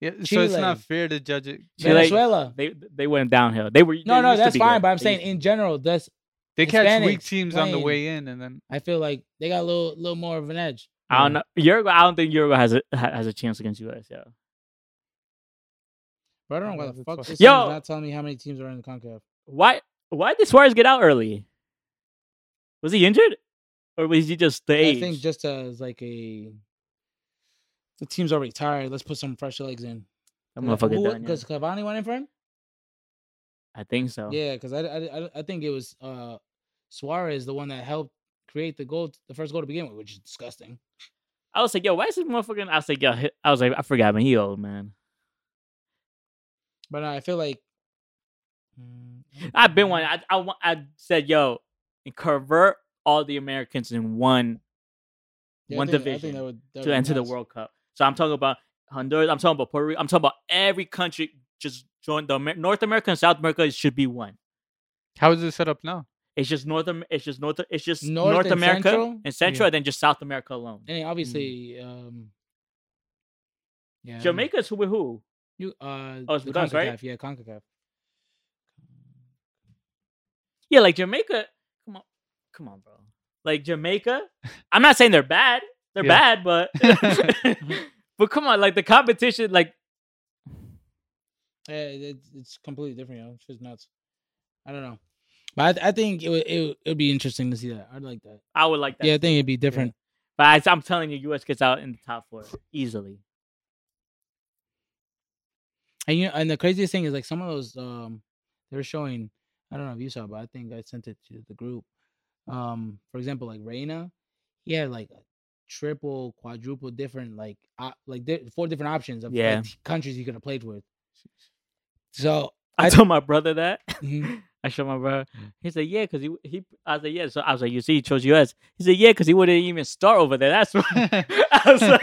[SPEAKER 2] yeah. So it's not
[SPEAKER 1] Chile.
[SPEAKER 2] fair to judge it.
[SPEAKER 3] Chile-
[SPEAKER 1] Venezuela.
[SPEAKER 3] they they went downhill. They were
[SPEAKER 1] No,
[SPEAKER 3] they
[SPEAKER 1] no,
[SPEAKER 3] used to
[SPEAKER 1] that's
[SPEAKER 3] be
[SPEAKER 1] fine.
[SPEAKER 3] good.
[SPEAKER 1] But I'm
[SPEAKER 3] They
[SPEAKER 1] saying
[SPEAKER 3] used-
[SPEAKER 1] in general, that's
[SPEAKER 2] They catch weak
[SPEAKER 1] Hispanics
[SPEAKER 2] teams on the
[SPEAKER 1] playing.
[SPEAKER 2] way in, and then
[SPEAKER 1] I feel like they got a little, little more of an edge.
[SPEAKER 3] I don't know. Uruguay, I don't think Uruguay has a ha- has a chance against US. Yeah,
[SPEAKER 1] But I don't know why
[SPEAKER 2] Oh, Yeah,
[SPEAKER 1] the
[SPEAKER 2] that's
[SPEAKER 1] fuck this
[SPEAKER 2] what-
[SPEAKER 1] team is
[SPEAKER 3] Yo!
[SPEAKER 1] not telling me how many teams are in the Concacaf.
[SPEAKER 3] why why did Suarez get out early? Was he injured, or was he just the age?
[SPEAKER 1] I think just as like a the team's already tired. Let's put some fresh legs in.
[SPEAKER 3] that motherfucker done, yeah.
[SPEAKER 1] Because Cavani went in for him.
[SPEAKER 3] I think so.
[SPEAKER 1] Yeah, because I, I, I- I think it was uh, Suarez the one that helped create the goal, the first goal to begin with, which is disgusting.
[SPEAKER 3] I was like, yo, why is this motherfucker? I was like, yo, hi- I was like, I forgot, man. He old man.
[SPEAKER 1] But I feel like Mm, I don't
[SPEAKER 3] I've been
[SPEAKER 1] know.
[SPEAKER 3] one. I, I wa- I said, yo, convert all the Americans in one
[SPEAKER 1] Yeah, I
[SPEAKER 3] one
[SPEAKER 1] think- I think
[SPEAKER 3] division
[SPEAKER 1] that would- that
[SPEAKER 3] to
[SPEAKER 1] would be
[SPEAKER 3] enter the
[SPEAKER 1] nice.
[SPEAKER 3] World Cup. So I'm talking about Honduras. I'm talking about Puerto Rico. I'm talking about every country. Just join the Amer- North America and South America. It should be one.
[SPEAKER 2] how is it set up now?
[SPEAKER 3] It's just North. Am- It's just North. It's just
[SPEAKER 1] North
[SPEAKER 3] North,
[SPEAKER 1] and
[SPEAKER 3] America
[SPEAKER 1] Central?
[SPEAKER 3] and Central,
[SPEAKER 2] Yeah.
[SPEAKER 3] and then just South America alone.
[SPEAKER 1] And then obviously,
[SPEAKER 3] Mm.
[SPEAKER 1] um, yeah, I don't know.
[SPEAKER 3] Jamaica's who with who?
[SPEAKER 1] You uh,
[SPEAKER 3] Oh, it's
[SPEAKER 1] the
[SPEAKER 3] with us, right?
[SPEAKER 1] CONCACAF, Yeah, Concacaf.
[SPEAKER 3] Yeah, like Jamaica. Come on, come on, bro. Like Jamaica. I'm not saying they're bad. They're
[SPEAKER 2] Yeah.
[SPEAKER 3] bad, but But come on, like the competition, like
[SPEAKER 1] Yeah, it, it's- it's completely different, yo. It's just nuts. I don't know, but I, th- I think it would it would it'd be interesting to see that. I'd like that.
[SPEAKER 3] I would like that.
[SPEAKER 1] Yeah, I think it'd be different.
[SPEAKER 3] But I, I'm telling you, US gets out in the top four easily.
[SPEAKER 1] And you know, and the craziest thing is like some of those um they were showing I don't know if you saw, but I think I sent it to the group. Um, for example, like Reina, he had like a triple, quadruple different like op- like di- four different options of like,
[SPEAKER 3] Yeah.
[SPEAKER 1] countries he could have played with. So
[SPEAKER 3] I,
[SPEAKER 1] I-
[SPEAKER 3] told my brother that.
[SPEAKER 1] Mhm.
[SPEAKER 3] I showed my brother. He said, "Yeah, because he he." I was like, "Yeah." So I was like, "You see, he chose U.S." He said, "Yeah, because he wouldn't even start over there." That's why. I was like,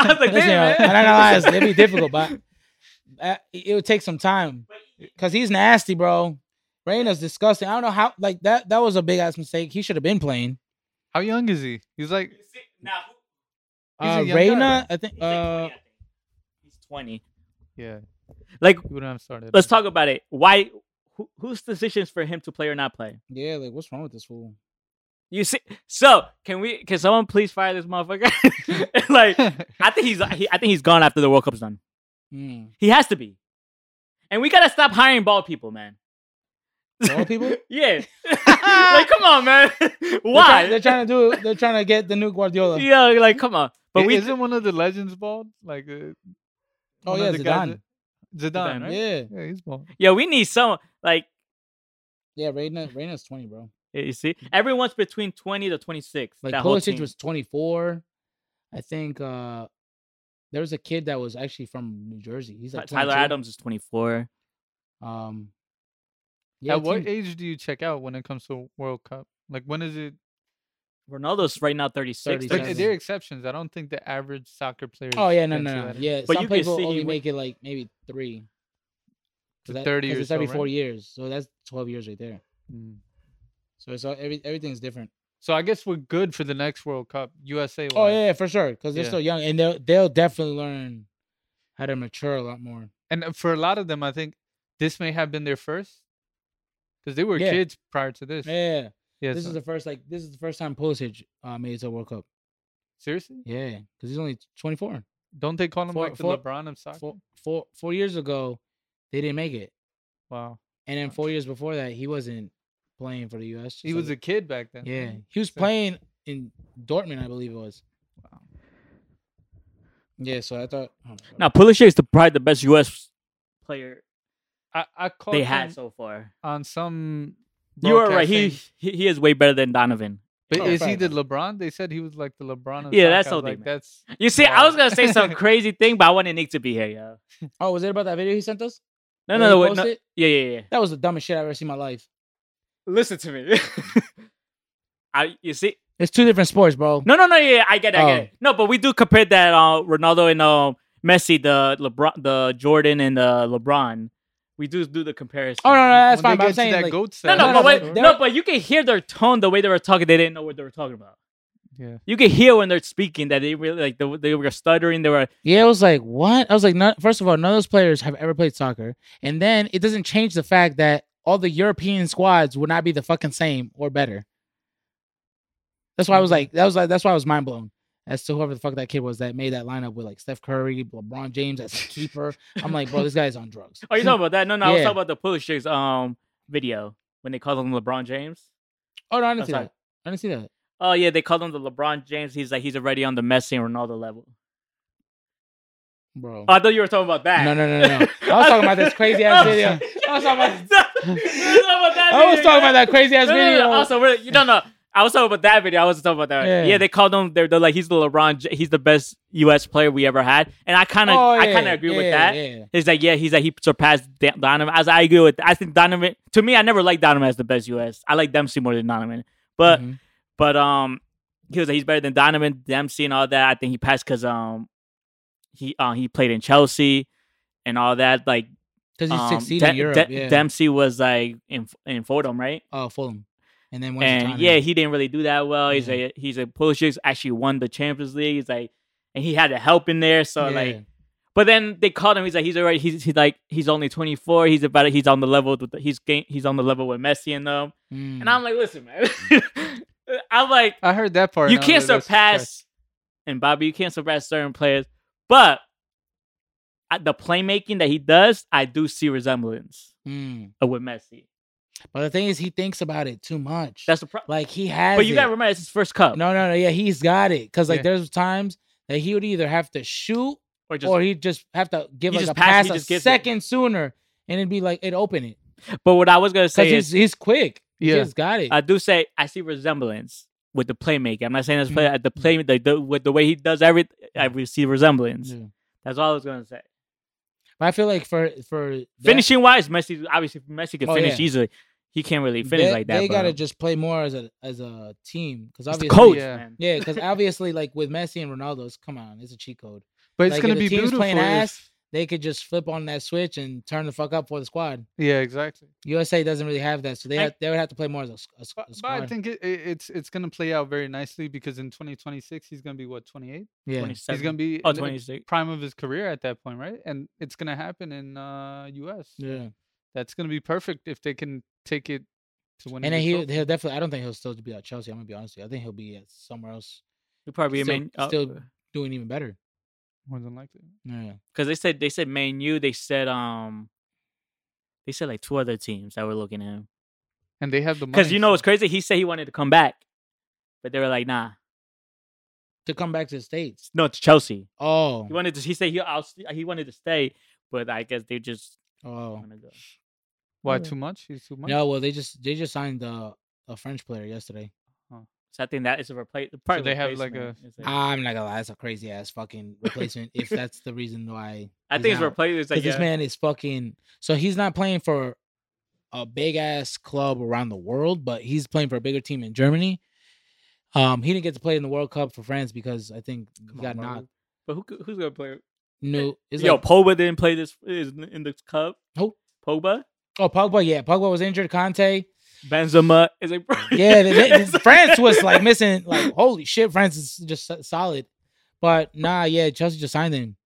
[SPEAKER 3] I was like,
[SPEAKER 1] listen, yo,
[SPEAKER 3] "Damn,
[SPEAKER 1] I'm not
[SPEAKER 3] man."
[SPEAKER 1] gonna lie, it's- it'd be difficult, but uh, it it would take some time because he's nasty, bro. Reina's disgusting. I don't know how like that. That was a big ass mistake. He should have been playing.
[SPEAKER 2] How young is he? He's like
[SPEAKER 3] You see- Nah, who-
[SPEAKER 2] He's a
[SPEAKER 1] Uh,
[SPEAKER 2] young guy,
[SPEAKER 1] Reina, I think.
[SPEAKER 3] he's like 20,
[SPEAKER 1] Uh,
[SPEAKER 3] I think. he's twenty.
[SPEAKER 2] yeah.
[SPEAKER 3] Like,
[SPEAKER 2] He wouldn't have started.
[SPEAKER 3] let's talk about it. Why? Who, whose decisions for him to play or not play?
[SPEAKER 1] yeah, like what's wrong with this fool?
[SPEAKER 3] You see, so can we? Can someone please fire this motherfucker? like, I think he's. He, I think he's gone after the World Cup's done.
[SPEAKER 1] Mm.
[SPEAKER 3] He has to be. And we gotta stop hiring bald people, man.
[SPEAKER 1] Bald people?
[SPEAKER 3] yeah. like, come on, man. Why?
[SPEAKER 1] They're trying, they're trying to do. They're trying to get the new Guardiola.
[SPEAKER 3] yeah, like, come on. But
[SPEAKER 2] I-
[SPEAKER 3] we.
[SPEAKER 2] isn't one of the legends bald? Like uh,
[SPEAKER 1] Oh
[SPEAKER 2] one
[SPEAKER 1] yeah,
[SPEAKER 2] of the guys
[SPEAKER 1] Zidane.
[SPEAKER 2] that- Zidane,
[SPEAKER 3] Zidane,
[SPEAKER 2] right?
[SPEAKER 1] Yeah,
[SPEAKER 2] yeah, he's bald.
[SPEAKER 3] Yeah, we need someone. Like,
[SPEAKER 1] yeah. Reina, Reina's twenty, bro.
[SPEAKER 3] you see, everyone's between twenty to twenty-six.
[SPEAKER 1] Like
[SPEAKER 3] that whole
[SPEAKER 1] Pulisic
[SPEAKER 3] team.
[SPEAKER 1] was twenty four. I think uh there was a kid that was actually from New Jersey. He's like
[SPEAKER 3] Tyler
[SPEAKER 1] 22.
[SPEAKER 3] Adams is twenty-four.
[SPEAKER 1] Um, yeah,
[SPEAKER 2] At what
[SPEAKER 1] team-
[SPEAKER 2] age do you check out when it comes to World Cup? Like when is it?
[SPEAKER 3] Ronaldo's right now thirty-six.
[SPEAKER 2] Like
[SPEAKER 1] Exactly.
[SPEAKER 2] there are exceptions. I don't think the average soccer player.
[SPEAKER 1] Oh yeah, no,
[SPEAKER 2] gets to
[SPEAKER 1] no, no.
[SPEAKER 2] that.
[SPEAKER 1] yeah.
[SPEAKER 3] But
[SPEAKER 1] some
[SPEAKER 3] you can
[SPEAKER 1] people
[SPEAKER 3] see he
[SPEAKER 1] only
[SPEAKER 3] went-
[SPEAKER 1] make it like maybe three.
[SPEAKER 2] To
[SPEAKER 1] 'Cause that-
[SPEAKER 2] 30
[SPEAKER 1] 'cause
[SPEAKER 2] or
[SPEAKER 1] it's every
[SPEAKER 2] so, right?
[SPEAKER 1] four years, so that's twelve years right there.
[SPEAKER 2] Mm.
[SPEAKER 1] So it's all, every everything's different.
[SPEAKER 2] So I guess we're good for the next World Cup. USA.
[SPEAKER 1] Oh
[SPEAKER 2] wise.
[SPEAKER 1] yeah, yeah, for sure, because they're
[SPEAKER 2] Yeah.
[SPEAKER 1] still young, and they'll they'll definitely learn how to mature a lot more.
[SPEAKER 2] and uh, for a lot of them, I think this may have been their first, because they were
[SPEAKER 1] Yeah.
[SPEAKER 2] kids prior to this. Yeah,
[SPEAKER 1] Yeah, this
[SPEAKER 2] so-
[SPEAKER 1] is the first like this is the first time Pulisic uh, made it to World Cup.
[SPEAKER 2] seriously.
[SPEAKER 1] Yeah, because he's only twenty four.
[SPEAKER 2] Don't they call him
[SPEAKER 1] Four-
[SPEAKER 2] like the
[SPEAKER 1] four-
[SPEAKER 2] LeBron of soccer?
[SPEAKER 1] Four, four four years ago, they didn't make it,
[SPEAKER 2] Wow,
[SPEAKER 1] and then four years before that, he wasn't playing for the U.S.
[SPEAKER 2] he was a kid back then.
[SPEAKER 1] yeah, he was
[SPEAKER 2] so-
[SPEAKER 1] playing in Dortmund, I believe it was.
[SPEAKER 2] Wow.
[SPEAKER 1] Yeah, so I thought oh, my God.
[SPEAKER 3] Now, Pulisic is the, probably the best U.S. player
[SPEAKER 2] I, I caught
[SPEAKER 3] they
[SPEAKER 2] him
[SPEAKER 3] had so far.
[SPEAKER 2] on some.
[SPEAKER 3] You are right. He,
[SPEAKER 2] broadcasting-
[SPEAKER 3] he he is way better than Donovan.
[SPEAKER 2] but
[SPEAKER 1] Oh,
[SPEAKER 2] is he
[SPEAKER 1] fact.
[SPEAKER 2] the LeBron? They said he was like the LeBron. Of
[SPEAKER 3] Yeah,
[SPEAKER 2] soccer.
[SPEAKER 3] that's
[SPEAKER 2] I
[SPEAKER 3] how
[SPEAKER 2] was
[SPEAKER 3] they
[SPEAKER 2] like
[SPEAKER 3] meant.
[SPEAKER 2] that's
[SPEAKER 3] You see, I was
[SPEAKER 2] Wow.
[SPEAKER 3] gonna say some crazy thing, but I wanted Nick to be here, yo.
[SPEAKER 1] oh, was it about that video he sent us?
[SPEAKER 3] No,
[SPEAKER 1] Where
[SPEAKER 3] no,
[SPEAKER 1] he
[SPEAKER 3] no, wait, no.
[SPEAKER 1] posted?
[SPEAKER 3] Yeah, yeah, yeah.
[SPEAKER 1] That was the dumbest shit I've ever seen in my life.
[SPEAKER 3] Listen to me. I, you see?
[SPEAKER 1] It's two different sports, bro.
[SPEAKER 3] No, no, no. Yeah, yeah, I get, it, I get
[SPEAKER 1] Oh.
[SPEAKER 3] it. No, but we do compare that uh, Ronaldo and uh, Messi, the LeBron, the Jordan and the LeBron. We do do the comparison.
[SPEAKER 1] Oh no, no, that's
[SPEAKER 2] when
[SPEAKER 1] fine.
[SPEAKER 2] they
[SPEAKER 1] But I'm
[SPEAKER 2] get to
[SPEAKER 1] saying
[SPEAKER 2] that
[SPEAKER 1] like,
[SPEAKER 2] goat
[SPEAKER 3] No,
[SPEAKER 2] set.
[SPEAKER 3] no,
[SPEAKER 1] No,
[SPEAKER 3] but
[SPEAKER 1] no,
[SPEAKER 3] wait,
[SPEAKER 1] they-
[SPEAKER 3] no, but you can hear their tone, the way they were talking. They didn't know what they were talking about.
[SPEAKER 2] Yeah.
[SPEAKER 3] You can hear when they're speaking that they really like they, they were stuttering. They were
[SPEAKER 1] yeah, I was like, what? I was like, none, first of all, none of those players have ever played soccer, and then it doesn't change the fact that all the European squads would not be the fucking same or better. That's why I was
[SPEAKER 2] Mhm.
[SPEAKER 1] like, that was like, that's why I was mind blown as to whoever the fuck that kid was that made that lineup with like Steph Curry, LeBron James as a keeper. I'm like, bro, this guy's on drugs.
[SPEAKER 3] Oh, you talking about that? No, no, I was
[SPEAKER 1] Yeah.
[SPEAKER 3] talking about the Pulisic's um video when they called him LeBron James.
[SPEAKER 1] Oh no, I didn't
[SPEAKER 3] I'm
[SPEAKER 1] see
[SPEAKER 3] sorry.
[SPEAKER 1] that. I didn't see that.
[SPEAKER 3] Oh yeah, they called him the LeBron James. He's like he's already on the Messi and Ronaldo level.
[SPEAKER 1] Bro.
[SPEAKER 3] Oh, I thought you were talking about that.
[SPEAKER 1] No, no, no, no, no. I was talking about this crazy ass video. I was talking about-
[SPEAKER 3] that.
[SPEAKER 1] I was talking
[SPEAKER 3] video,
[SPEAKER 1] about
[SPEAKER 3] yeah.
[SPEAKER 1] that crazy ass
[SPEAKER 3] No, no, no,
[SPEAKER 1] video.
[SPEAKER 3] Also, we're, you don't know. I was talking about that video. I wasn't talking about that.
[SPEAKER 1] Yeah.
[SPEAKER 3] Yeah, they called him. They're, they're like, he's the LeBron. J- He's the best U.S. player we ever had, and I kind of,
[SPEAKER 1] Oh,
[SPEAKER 3] I
[SPEAKER 1] yeah,
[SPEAKER 3] kind of agree with
[SPEAKER 1] yeah,
[SPEAKER 3] that.
[SPEAKER 1] yeah.
[SPEAKER 3] He's like, yeah, he's like he surpassed Da- Donovan. As I agree with, I think Donovan. To me, I never liked Donovan as the best U.S. I like Dempsey more than Donovan, but
[SPEAKER 1] Mhm.
[SPEAKER 3] but um, he was like, he's better than Donovan Dempsey and all that. I think he passed because um, he uh, he played in Chelsea and all that. Like,
[SPEAKER 1] Because he
[SPEAKER 3] um,
[SPEAKER 1] succeeded in
[SPEAKER 3] De-
[SPEAKER 1] Europe.
[SPEAKER 3] De-
[SPEAKER 1] yeah.
[SPEAKER 3] Dempsey was like in in Fordham, right?
[SPEAKER 1] Oh, Fulham. And then went to
[SPEAKER 3] and
[SPEAKER 1] Tottenham.
[SPEAKER 3] yeah, he didn't really do that well. He's
[SPEAKER 1] Yeah.
[SPEAKER 3] a he's a Pulisic actually won the Champions League. He's like, and he had the help in there. So like, but then they called him. He's like, he's already. He's, he's like, he's only twenty four. He's about. He's on the level with. The, he's game, He's on the level with Messi and them. And
[SPEAKER 1] Mm.
[SPEAKER 3] I'm like, listen, man. I'm like,
[SPEAKER 2] I heard that part.
[SPEAKER 3] you
[SPEAKER 2] and I
[SPEAKER 3] can't
[SPEAKER 2] was like, that's
[SPEAKER 3] surpass. And Bobby, you can't surpass certain players. But uh, the playmaking that he does, I do see resemblance
[SPEAKER 1] Mm.
[SPEAKER 3] uh, with Messi.
[SPEAKER 1] But the thing is, he thinks about it too much.
[SPEAKER 3] That's the problem.
[SPEAKER 1] like he has.
[SPEAKER 3] But you
[SPEAKER 1] it.
[SPEAKER 3] got to remember, it's his first cup.
[SPEAKER 1] No, no, no. Yeah, he's got it. Cause like
[SPEAKER 2] Yeah.
[SPEAKER 1] there's times that he would either have to shoot
[SPEAKER 3] or just,
[SPEAKER 1] or he'd just have to give
[SPEAKER 3] He
[SPEAKER 1] like
[SPEAKER 3] just
[SPEAKER 1] a pass,
[SPEAKER 3] pass- he just
[SPEAKER 1] a
[SPEAKER 3] gives it.
[SPEAKER 1] second sooner, and it'd be like it'd open it.
[SPEAKER 3] but what I was gonna
[SPEAKER 1] Cause
[SPEAKER 3] say
[SPEAKER 1] he's
[SPEAKER 3] is,
[SPEAKER 1] he's quick. He
[SPEAKER 2] Yeah.
[SPEAKER 1] just got it.
[SPEAKER 3] I do say I see resemblance with the playmaking. I'm not saying that's play,
[SPEAKER 1] Mm-hmm.
[SPEAKER 3] at the play the, the with the way he does everything. I re- see resemblance.
[SPEAKER 1] Yeah.
[SPEAKER 3] That's all I was gonna say.
[SPEAKER 1] But I feel like for for that-
[SPEAKER 3] Finishing wise, Messi obviously Messi can
[SPEAKER 1] Oh,
[SPEAKER 3] finish
[SPEAKER 1] yeah.
[SPEAKER 3] easily. He can't really finish
[SPEAKER 1] they-
[SPEAKER 3] like that.
[SPEAKER 1] They
[SPEAKER 3] bro.
[SPEAKER 1] gotta just play more as a as a team. Cause
[SPEAKER 3] It's the
[SPEAKER 1] obviously,
[SPEAKER 3] coach,
[SPEAKER 2] Yeah.
[SPEAKER 3] man.
[SPEAKER 1] yeah, because obviously, like with Messi and Ronaldo, it's, come on, it's a cheat code.
[SPEAKER 2] But it's
[SPEAKER 1] Like, if
[SPEAKER 2] gonna
[SPEAKER 1] the
[SPEAKER 2] be
[SPEAKER 1] team's
[SPEAKER 2] beautiful.
[SPEAKER 1] playing ass-
[SPEAKER 2] if-
[SPEAKER 1] They could just flip on that switch and turn the fuck up for the squad.
[SPEAKER 2] yeah, exactly.
[SPEAKER 1] USA doesn't really have that, so they
[SPEAKER 3] I-
[SPEAKER 1] have, they would have to play more as a, s- a s-
[SPEAKER 2] But,
[SPEAKER 1] a
[SPEAKER 2] but
[SPEAKER 1] squad.
[SPEAKER 2] I think it, it, it's it's gonna play out very nicely because in 2026 he's gonna be what 28.
[SPEAKER 1] yeah,
[SPEAKER 3] 27.
[SPEAKER 2] He's gonna be
[SPEAKER 3] oh,
[SPEAKER 2] in the
[SPEAKER 3] 26.
[SPEAKER 2] prime of his career at that point, right? And it's gonna happen in uh U.S.
[SPEAKER 1] yeah.
[SPEAKER 2] That's gonna be perfect if they can take it to win.
[SPEAKER 1] And then he he'll definitely. I don't think he'll still be at Chelsea. I'm gonna be honest with you. I think he'll be at somewhere else,
[SPEAKER 3] He'll probably oh.
[SPEAKER 1] still-
[SPEAKER 3] be Man.
[SPEAKER 1] still- doing even better.
[SPEAKER 2] more than likely.
[SPEAKER 1] Yeah.
[SPEAKER 3] because they said they said Man U. They said um, they said like two other teams that were looking at him.
[SPEAKER 2] And they have the money.
[SPEAKER 3] Because you know
[SPEAKER 2] so-
[SPEAKER 3] what's crazy? He said he wanted to come back, but they were like, nah,
[SPEAKER 1] To come back to the states.
[SPEAKER 3] no, to Chelsea.
[SPEAKER 1] Oh.
[SPEAKER 3] He wanted to. He said he I'll, st- he wanted to stay, but I guess they just
[SPEAKER 1] Oh.
[SPEAKER 3] want to go.
[SPEAKER 2] why
[SPEAKER 3] Yeah.
[SPEAKER 2] too much? He's too much.
[SPEAKER 1] No. Well, they just they just signed uh, a French player yesterday.
[SPEAKER 3] So I think that is a replace. Part of
[SPEAKER 2] they have, like,
[SPEAKER 3] replacement. It's like-
[SPEAKER 1] I'm not gonna lie. That's a crazy ass fucking replacement. if that's the reason why.
[SPEAKER 3] I
[SPEAKER 1] he's
[SPEAKER 3] think it's
[SPEAKER 1] out.
[SPEAKER 3] replacement. It's like
[SPEAKER 1] Because
[SPEAKER 3] yeah.
[SPEAKER 1] this man is fucking. So he's not playing for a big ass club around the world, but he's playing for a bigger team in Germany. Um, he didn't get to play in the World Cup for France because I think
[SPEAKER 2] Come
[SPEAKER 1] he got
[SPEAKER 2] on, bro.
[SPEAKER 1] knocked.
[SPEAKER 3] But who, who's gonna play?
[SPEAKER 1] No, it's
[SPEAKER 3] Yo,
[SPEAKER 1] like-
[SPEAKER 3] Pogba didn't play this is in the cup.
[SPEAKER 1] Who?
[SPEAKER 3] Pogba,
[SPEAKER 1] oh Pogba, yeah, Pogba was injured. Conte,
[SPEAKER 3] Benzema is like. bro,
[SPEAKER 1] yeah, they- they-
[SPEAKER 3] it's
[SPEAKER 1] France was like missing. Like holy shit, France is just so- solid. But nah, yeah, Chelsea just signed him,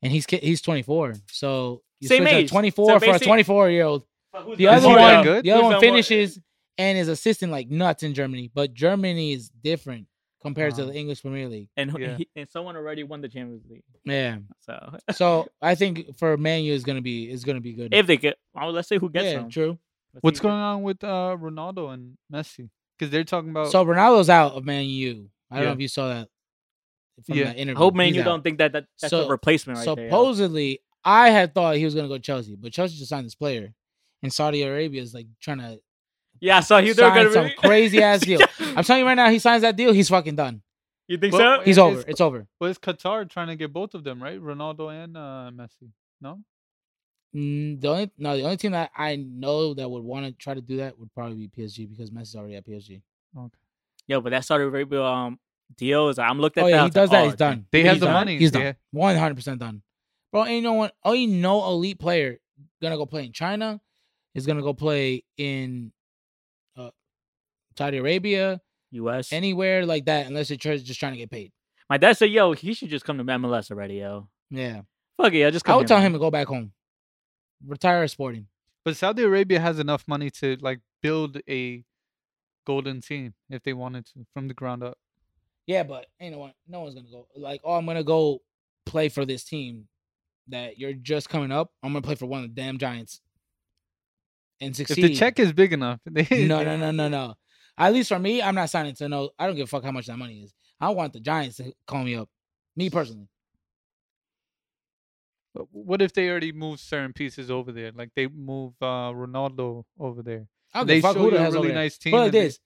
[SPEAKER 1] and he's ki- he's 24. So you
[SPEAKER 3] Same
[SPEAKER 1] switch a
[SPEAKER 3] age. So
[SPEAKER 1] 24 for a
[SPEAKER 3] basic-
[SPEAKER 1] 24 year old.
[SPEAKER 3] But who's
[SPEAKER 1] The
[SPEAKER 3] gonna
[SPEAKER 2] Is
[SPEAKER 1] other
[SPEAKER 2] he
[SPEAKER 3] play
[SPEAKER 2] that
[SPEAKER 1] one,
[SPEAKER 3] him?
[SPEAKER 2] good?
[SPEAKER 1] the other
[SPEAKER 3] Who's
[SPEAKER 1] one
[SPEAKER 3] gonna-
[SPEAKER 1] finishes and is assisting like nuts in Germany. But Germany is different compared to
[SPEAKER 2] Wow.
[SPEAKER 1] the English Premier League.
[SPEAKER 3] and who-
[SPEAKER 2] Yeah.
[SPEAKER 3] he, and someone already won the Champions League.
[SPEAKER 1] Yeah.
[SPEAKER 3] So
[SPEAKER 1] So I think for Man U is gonna be is gonna be good.
[SPEAKER 3] if they get, well, let's say who gets
[SPEAKER 1] yeah,
[SPEAKER 3] them.
[SPEAKER 1] true.
[SPEAKER 3] Let's
[SPEAKER 2] What's
[SPEAKER 3] see
[SPEAKER 2] going on with uh, Ronaldo and Messi? Because they're talking about.
[SPEAKER 1] So Ronaldo's out of Man U. I don't know
[SPEAKER 2] Oh. Yeah.
[SPEAKER 1] if you saw that. From
[SPEAKER 2] Yeah.
[SPEAKER 1] that
[SPEAKER 3] who-
[SPEAKER 1] interview.
[SPEAKER 3] I hope Man
[SPEAKER 1] He's
[SPEAKER 3] U
[SPEAKER 1] out.
[SPEAKER 3] don't think that, that that's
[SPEAKER 1] So-
[SPEAKER 3] a replacement right there. yo.
[SPEAKER 1] Supposedly, I had thought he was gonna go to Chelsea, but Chelsea just signed this player, and Saudi Arabia is like trying to
[SPEAKER 3] Yeah, so he they're
[SPEAKER 1] sign
[SPEAKER 3] gonna
[SPEAKER 1] some
[SPEAKER 3] be-
[SPEAKER 1] crazy ass deal.
[SPEAKER 3] Yeah.
[SPEAKER 1] I'm telling you right now, he signs that deal, he's fucking done.
[SPEAKER 3] You think
[SPEAKER 2] Well,
[SPEAKER 3] so?
[SPEAKER 1] He's
[SPEAKER 2] It-
[SPEAKER 1] over.
[SPEAKER 2] it's-
[SPEAKER 1] It's over.
[SPEAKER 2] Was Qatar trying to get both of them, right? Ronaldo and uh, Messi. No?
[SPEAKER 1] Mm, the only no, the only team that I know that would want to try to do that would probably be PSG because Messi's already at PSG.
[SPEAKER 3] Yo, but that Saudi Arabia um deal is I'm looked at
[SPEAKER 1] oh
[SPEAKER 3] that. I
[SPEAKER 1] yeah, he
[SPEAKER 3] was like,
[SPEAKER 1] does that.
[SPEAKER 3] oh,
[SPEAKER 1] He's
[SPEAKER 3] damn.
[SPEAKER 1] done.
[SPEAKER 2] They
[SPEAKER 1] He's
[SPEAKER 2] have the
[SPEAKER 1] done.
[SPEAKER 2] money.
[SPEAKER 1] He's
[SPEAKER 2] They
[SPEAKER 1] done.
[SPEAKER 2] ha-
[SPEAKER 1] One hundred percent done, bro. Ain't no one. Only no elite player gonna go play in China. Is gonna go play in uh, Saudi Arabia.
[SPEAKER 3] US.
[SPEAKER 1] anywhere like that unless the church is just trying to get paid.
[SPEAKER 3] My dad said, "Yo, he should just come to MLS already, yo.
[SPEAKER 1] Yeah.
[SPEAKER 3] Fuck it, yo, just come."
[SPEAKER 1] I would
[SPEAKER 3] here,
[SPEAKER 1] tell
[SPEAKER 3] man.
[SPEAKER 1] him to go back home. Retire as sporting.
[SPEAKER 2] But Saudi Arabia has enough money to like build a golden team if they wanted to from the ground up.
[SPEAKER 1] Yeah, but ain't no one no one's gonna go like, oh I'm gonna go play for this team that you're just coming up. I'm gonna play for one of the damn giants. And
[SPEAKER 2] If
[SPEAKER 1] succeed.
[SPEAKER 2] the check is big enough, they,
[SPEAKER 1] no, no, no, no, no. At least for me, I'm not signing to no I don't give a fuck how much that money is. I want the Giants to call me up. Me personally.
[SPEAKER 2] But What if they already move certain pieces over there? Like they move uh, Ronaldo over there.
[SPEAKER 1] I don't
[SPEAKER 2] They
[SPEAKER 1] give a fuck
[SPEAKER 2] show
[SPEAKER 1] who
[SPEAKER 2] you
[SPEAKER 1] the
[SPEAKER 2] a
[SPEAKER 1] hell's
[SPEAKER 2] really
[SPEAKER 1] over there.
[SPEAKER 2] nice team.
[SPEAKER 1] But like
[SPEAKER 2] and they-
[SPEAKER 1] this.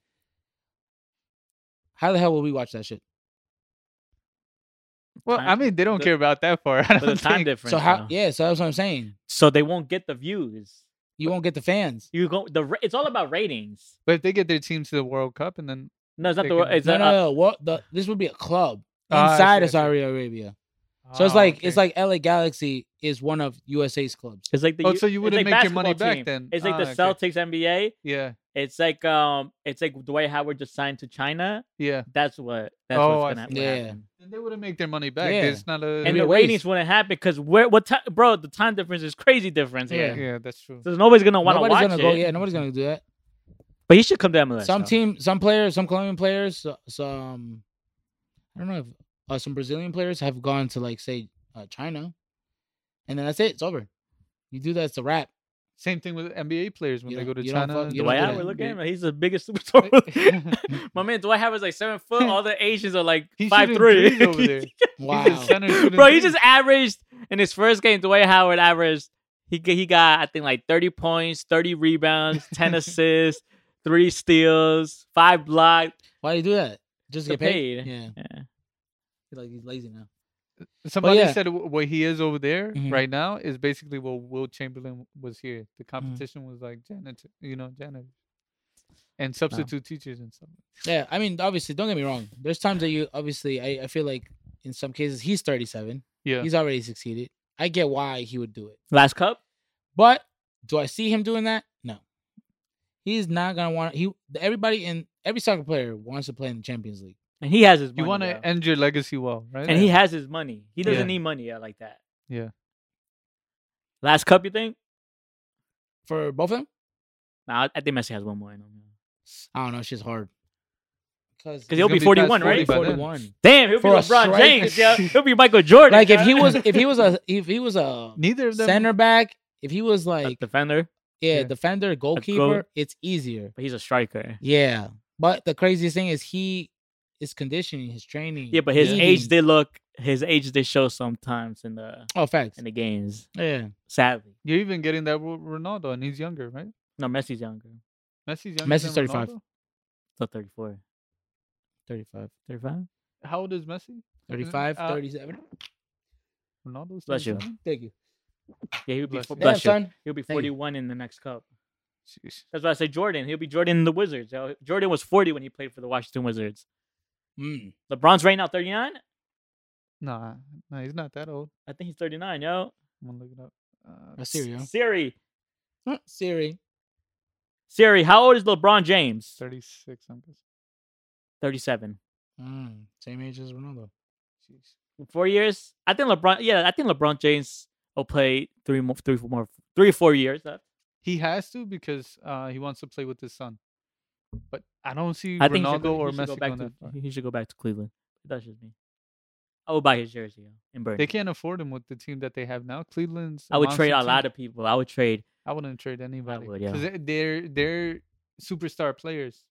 [SPEAKER 1] How the hell will we watch that shit?
[SPEAKER 2] well, I
[SPEAKER 3] Time-
[SPEAKER 2] mean, they don't
[SPEAKER 3] the-
[SPEAKER 2] care about that far. I
[SPEAKER 3] But the
[SPEAKER 2] don't
[SPEAKER 3] time
[SPEAKER 2] think.
[SPEAKER 3] difference.
[SPEAKER 1] So how?
[SPEAKER 3] though.
[SPEAKER 1] Yeah, so that's what I'm saying.
[SPEAKER 3] So they won't get the views.
[SPEAKER 1] You won't get the fans.
[SPEAKER 3] You go the ra- it's all about ratings.
[SPEAKER 2] But if they get their team to the World Cup and then
[SPEAKER 3] No, it's not
[SPEAKER 2] They
[SPEAKER 3] the ra-
[SPEAKER 2] can-
[SPEAKER 3] it's
[SPEAKER 1] No,
[SPEAKER 3] not, uh,
[SPEAKER 1] no, no. What the? This would be a club
[SPEAKER 2] Ah, I
[SPEAKER 1] inside
[SPEAKER 2] see, I
[SPEAKER 1] of
[SPEAKER 2] see.
[SPEAKER 1] Saudi Arabia. So
[SPEAKER 3] Oh,
[SPEAKER 1] it's
[SPEAKER 2] Ah,
[SPEAKER 1] like
[SPEAKER 2] okay.
[SPEAKER 1] it's like LA Galaxy is one of USA's clubs.
[SPEAKER 3] it's like the
[SPEAKER 2] Oh,
[SPEAKER 3] U-
[SPEAKER 2] so you
[SPEAKER 3] it's
[SPEAKER 2] wouldn't
[SPEAKER 3] like
[SPEAKER 2] make your money
[SPEAKER 3] basketball
[SPEAKER 2] back
[SPEAKER 3] team.
[SPEAKER 2] then.
[SPEAKER 3] It's like the
[SPEAKER 2] Ah, okay.
[SPEAKER 3] Celtics NBA.
[SPEAKER 2] Yeah,
[SPEAKER 3] It's like um it's like Dwight Howard just signed to China.
[SPEAKER 2] yeah.
[SPEAKER 3] That's what that's
[SPEAKER 2] Oh, I
[SPEAKER 3] what's gonna
[SPEAKER 2] see.
[SPEAKER 3] happen.
[SPEAKER 1] Yeah.
[SPEAKER 2] Then they wouldn't make their money back.
[SPEAKER 1] Yeah.
[SPEAKER 2] It's not a.
[SPEAKER 1] It'd
[SPEAKER 3] And
[SPEAKER 1] be
[SPEAKER 3] the
[SPEAKER 1] a waste.
[SPEAKER 3] ratings wouldn't happen because where what time bro, the time difference is crazy difference
[SPEAKER 1] Yeah.
[SPEAKER 3] here.
[SPEAKER 2] yeah, that's true.
[SPEAKER 3] So nobody's gonna want to
[SPEAKER 1] Nobody's
[SPEAKER 3] watch
[SPEAKER 1] gonna go.
[SPEAKER 3] it.
[SPEAKER 1] Yeah, nobody's gonna do that.
[SPEAKER 3] But he should come to MLS.
[SPEAKER 1] some
[SPEAKER 3] though.
[SPEAKER 1] team, some players, um, some Colombian players, so- some I don't know if uh, some Brazilian players have gone to like say uh, China, and then that's it. It's over. You do that, it's a wrap.
[SPEAKER 2] Same thing with NBA players when
[SPEAKER 1] You
[SPEAKER 2] they go
[SPEAKER 1] don't-
[SPEAKER 2] to
[SPEAKER 1] you don't
[SPEAKER 2] China.
[SPEAKER 1] fuck-
[SPEAKER 2] they
[SPEAKER 1] you
[SPEAKER 2] go
[SPEAKER 1] don't
[SPEAKER 3] Dwight
[SPEAKER 1] do
[SPEAKER 2] to
[SPEAKER 1] that.
[SPEAKER 3] Howard, look at
[SPEAKER 2] NBA.
[SPEAKER 3] him. He's the biggest superstar. My man, Dwight Howard's like seven foot. All the Asians are like
[SPEAKER 2] He's
[SPEAKER 3] five
[SPEAKER 2] shooting
[SPEAKER 3] three.
[SPEAKER 2] threes over there.
[SPEAKER 1] Wow.
[SPEAKER 2] center shooting
[SPEAKER 3] Bro, he
[SPEAKER 2] threes.
[SPEAKER 3] just averaged in his first game. Dwight Howard averaged. He g- he got I think like thirty points, thirty rebounds, ten assists, three steals, five blocks.
[SPEAKER 1] Why do you do that? Just to
[SPEAKER 3] Get
[SPEAKER 1] get paid?
[SPEAKER 3] paid.
[SPEAKER 1] Yeah.
[SPEAKER 3] Yeah.
[SPEAKER 1] He's Like he's lazy now.
[SPEAKER 2] Somebody
[SPEAKER 1] yeah.
[SPEAKER 2] said wh- what he is over there
[SPEAKER 1] Mhm.
[SPEAKER 2] right now is basically what Will Chamberlain was here.
[SPEAKER 1] Mm-hmm.
[SPEAKER 2] The competition was like janitor, you know, janitor, and substitute teachers and stuff.
[SPEAKER 1] Yeah, I mean, obviously, don't get me wrong. There's times that you obviously, I, I feel like in some cases he's 37.
[SPEAKER 2] Yeah,
[SPEAKER 1] He's already succeeded. I get why he would do it,
[SPEAKER 3] Last cup.
[SPEAKER 1] but do I see him doing that? No. He's not gonna want he. Everybody in every soccer player wants to play in the Champions League.
[SPEAKER 3] And he has his money.
[SPEAKER 2] you want
[SPEAKER 3] bro.
[SPEAKER 2] to end your legacy well, right?
[SPEAKER 3] and he has his money. He doesn't
[SPEAKER 2] Yeah.
[SPEAKER 3] need money yeah, like that.
[SPEAKER 2] Yeah.
[SPEAKER 3] Last cup, you think?
[SPEAKER 1] For both of them,
[SPEAKER 3] Nah, I- I think Messi has one more in him.
[SPEAKER 1] I don't know. She's hard. Because
[SPEAKER 3] Because he'll
[SPEAKER 2] gonna
[SPEAKER 3] be
[SPEAKER 2] be past
[SPEAKER 3] forty one,
[SPEAKER 2] 40
[SPEAKER 3] right?
[SPEAKER 2] by then.
[SPEAKER 1] forty-one.
[SPEAKER 3] Damn, he'll
[SPEAKER 1] For a
[SPEAKER 3] be LeBron
[SPEAKER 1] striker.
[SPEAKER 3] James. Yeah, he'll be Michael Jordan.
[SPEAKER 1] Like if
[SPEAKER 3] yeah.
[SPEAKER 1] he was, if he was a, if he was a
[SPEAKER 2] neither of them.
[SPEAKER 1] center back, if he was
[SPEAKER 3] a
[SPEAKER 1] like,
[SPEAKER 3] defender,
[SPEAKER 1] yeah,
[SPEAKER 2] yeah.
[SPEAKER 1] defender, goalkeeper, it's easier.
[SPEAKER 3] but he's a striker.
[SPEAKER 1] Yeah, but the craziest thing is he is conditioning his training.
[SPEAKER 3] Yeah, but his
[SPEAKER 1] eating.
[SPEAKER 3] age did look. His age did show sometimes in the
[SPEAKER 1] Oh, facts.
[SPEAKER 3] in the games.
[SPEAKER 1] Yeah,
[SPEAKER 3] Sadly,
[SPEAKER 2] You're even getting that with Ronaldo, and he's younger, right?
[SPEAKER 3] no, Messi's younger.
[SPEAKER 2] Messi's younger.
[SPEAKER 1] Messi's
[SPEAKER 2] than
[SPEAKER 1] 35.
[SPEAKER 2] Ronaldo?
[SPEAKER 3] So 34,
[SPEAKER 1] thirty-five.
[SPEAKER 3] 35.
[SPEAKER 2] How old is Messi?
[SPEAKER 1] 35,
[SPEAKER 2] Uh,
[SPEAKER 1] 37.
[SPEAKER 2] Ronaldo's
[SPEAKER 3] Bless you.
[SPEAKER 2] 37?
[SPEAKER 1] Thank you.
[SPEAKER 3] Yeah, he'll be
[SPEAKER 2] Bless
[SPEAKER 3] fo-
[SPEAKER 2] you.
[SPEAKER 1] Damn,
[SPEAKER 3] bless you.
[SPEAKER 1] son.
[SPEAKER 3] He'll be
[SPEAKER 1] Thank you.
[SPEAKER 3] 41 in the next cup.
[SPEAKER 2] Sheesh.
[SPEAKER 3] That's why I say Jordan. He'll be Jordan in the Wizards. yo. Jordan was 40 when he played for the Washington Wizards.
[SPEAKER 1] Mm.
[SPEAKER 3] LeBron's right now 39.
[SPEAKER 2] Nah, nah, he's not that old.
[SPEAKER 3] I think he's 39, yo.
[SPEAKER 2] I'm gonna look it up. Uh,
[SPEAKER 1] I see you.
[SPEAKER 3] Siri,
[SPEAKER 1] Huh, Siri.
[SPEAKER 3] Siri, how old is LeBron James?
[SPEAKER 2] 36. I'm guessing.
[SPEAKER 3] 37.
[SPEAKER 1] Mm, Same age as Ronaldo.
[SPEAKER 2] Jeez.
[SPEAKER 3] Four years? I think LeBron. Yeah, I think LeBron James will play three more, three more, three or four years. left.
[SPEAKER 2] He has to because uh, he wants to play with his son. But I don't see
[SPEAKER 3] I think he should
[SPEAKER 2] Ronaldo
[SPEAKER 3] go-
[SPEAKER 2] or
[SPEAKER 3] he should go
[SPEAKER 2] Messi
[SPEAKER 3] back
[SPEAKER 2] going that far.
[SPEAKER 3] to, He should go back to Cleveland. That's just me. I would buy his jersey yo, and burn.
[SPEAKER 2] They
[SPEAKER 3] it.
[SPEAKER 2] can't afford him with the team that they have now. Cleveland's.
[SPEAKER 3] I would
[SPEAKER 2] amongst
[SPEAKER 3] trade
[SPEAKER 2] the
[SPEAKER 3] a lot
[SPEAKER 2] teams-
[SPEAKER 3] of people. I would trade.
[SPEAKER 2] I wouldn't trade anybody.
[SPEAKER 3] would, yeah.
[SPEAKER 2] 'cause they- They're they're superstar players.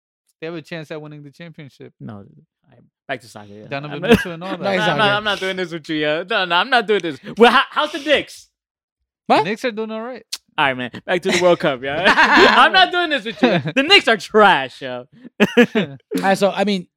[SPEAKER 2] They have a chance at winning the championship.
[SPEAKER 3] No, I, back to soccer. Yeah.
[SPEAKER 2] Donovan
[SPEAKER 3] I'm,
[SPEAKER 2] Mitchell and all
[SPEAKER 3] I'm
[SPEAKER 2] that.
[SPEAKER 1] Nice
[SPEAKER 3] not, I'm not-
[SPEAKER 1] idea.
[SPEAKER 3] I'm not doing this with you. Yo. No, no, I'm not doing this. Well, how, how's the Knicks?
[SPEAKER 2] The
[SPEAKER 1] What?
[SPEAKER 2] Knicks are doing all right.
[SPEAKER 3] All right, man. Back to the World Cup, yeah. I'm not doing this with you. The Knicks are trash, yo.
[SPEAKER 1] All right, so, I mean,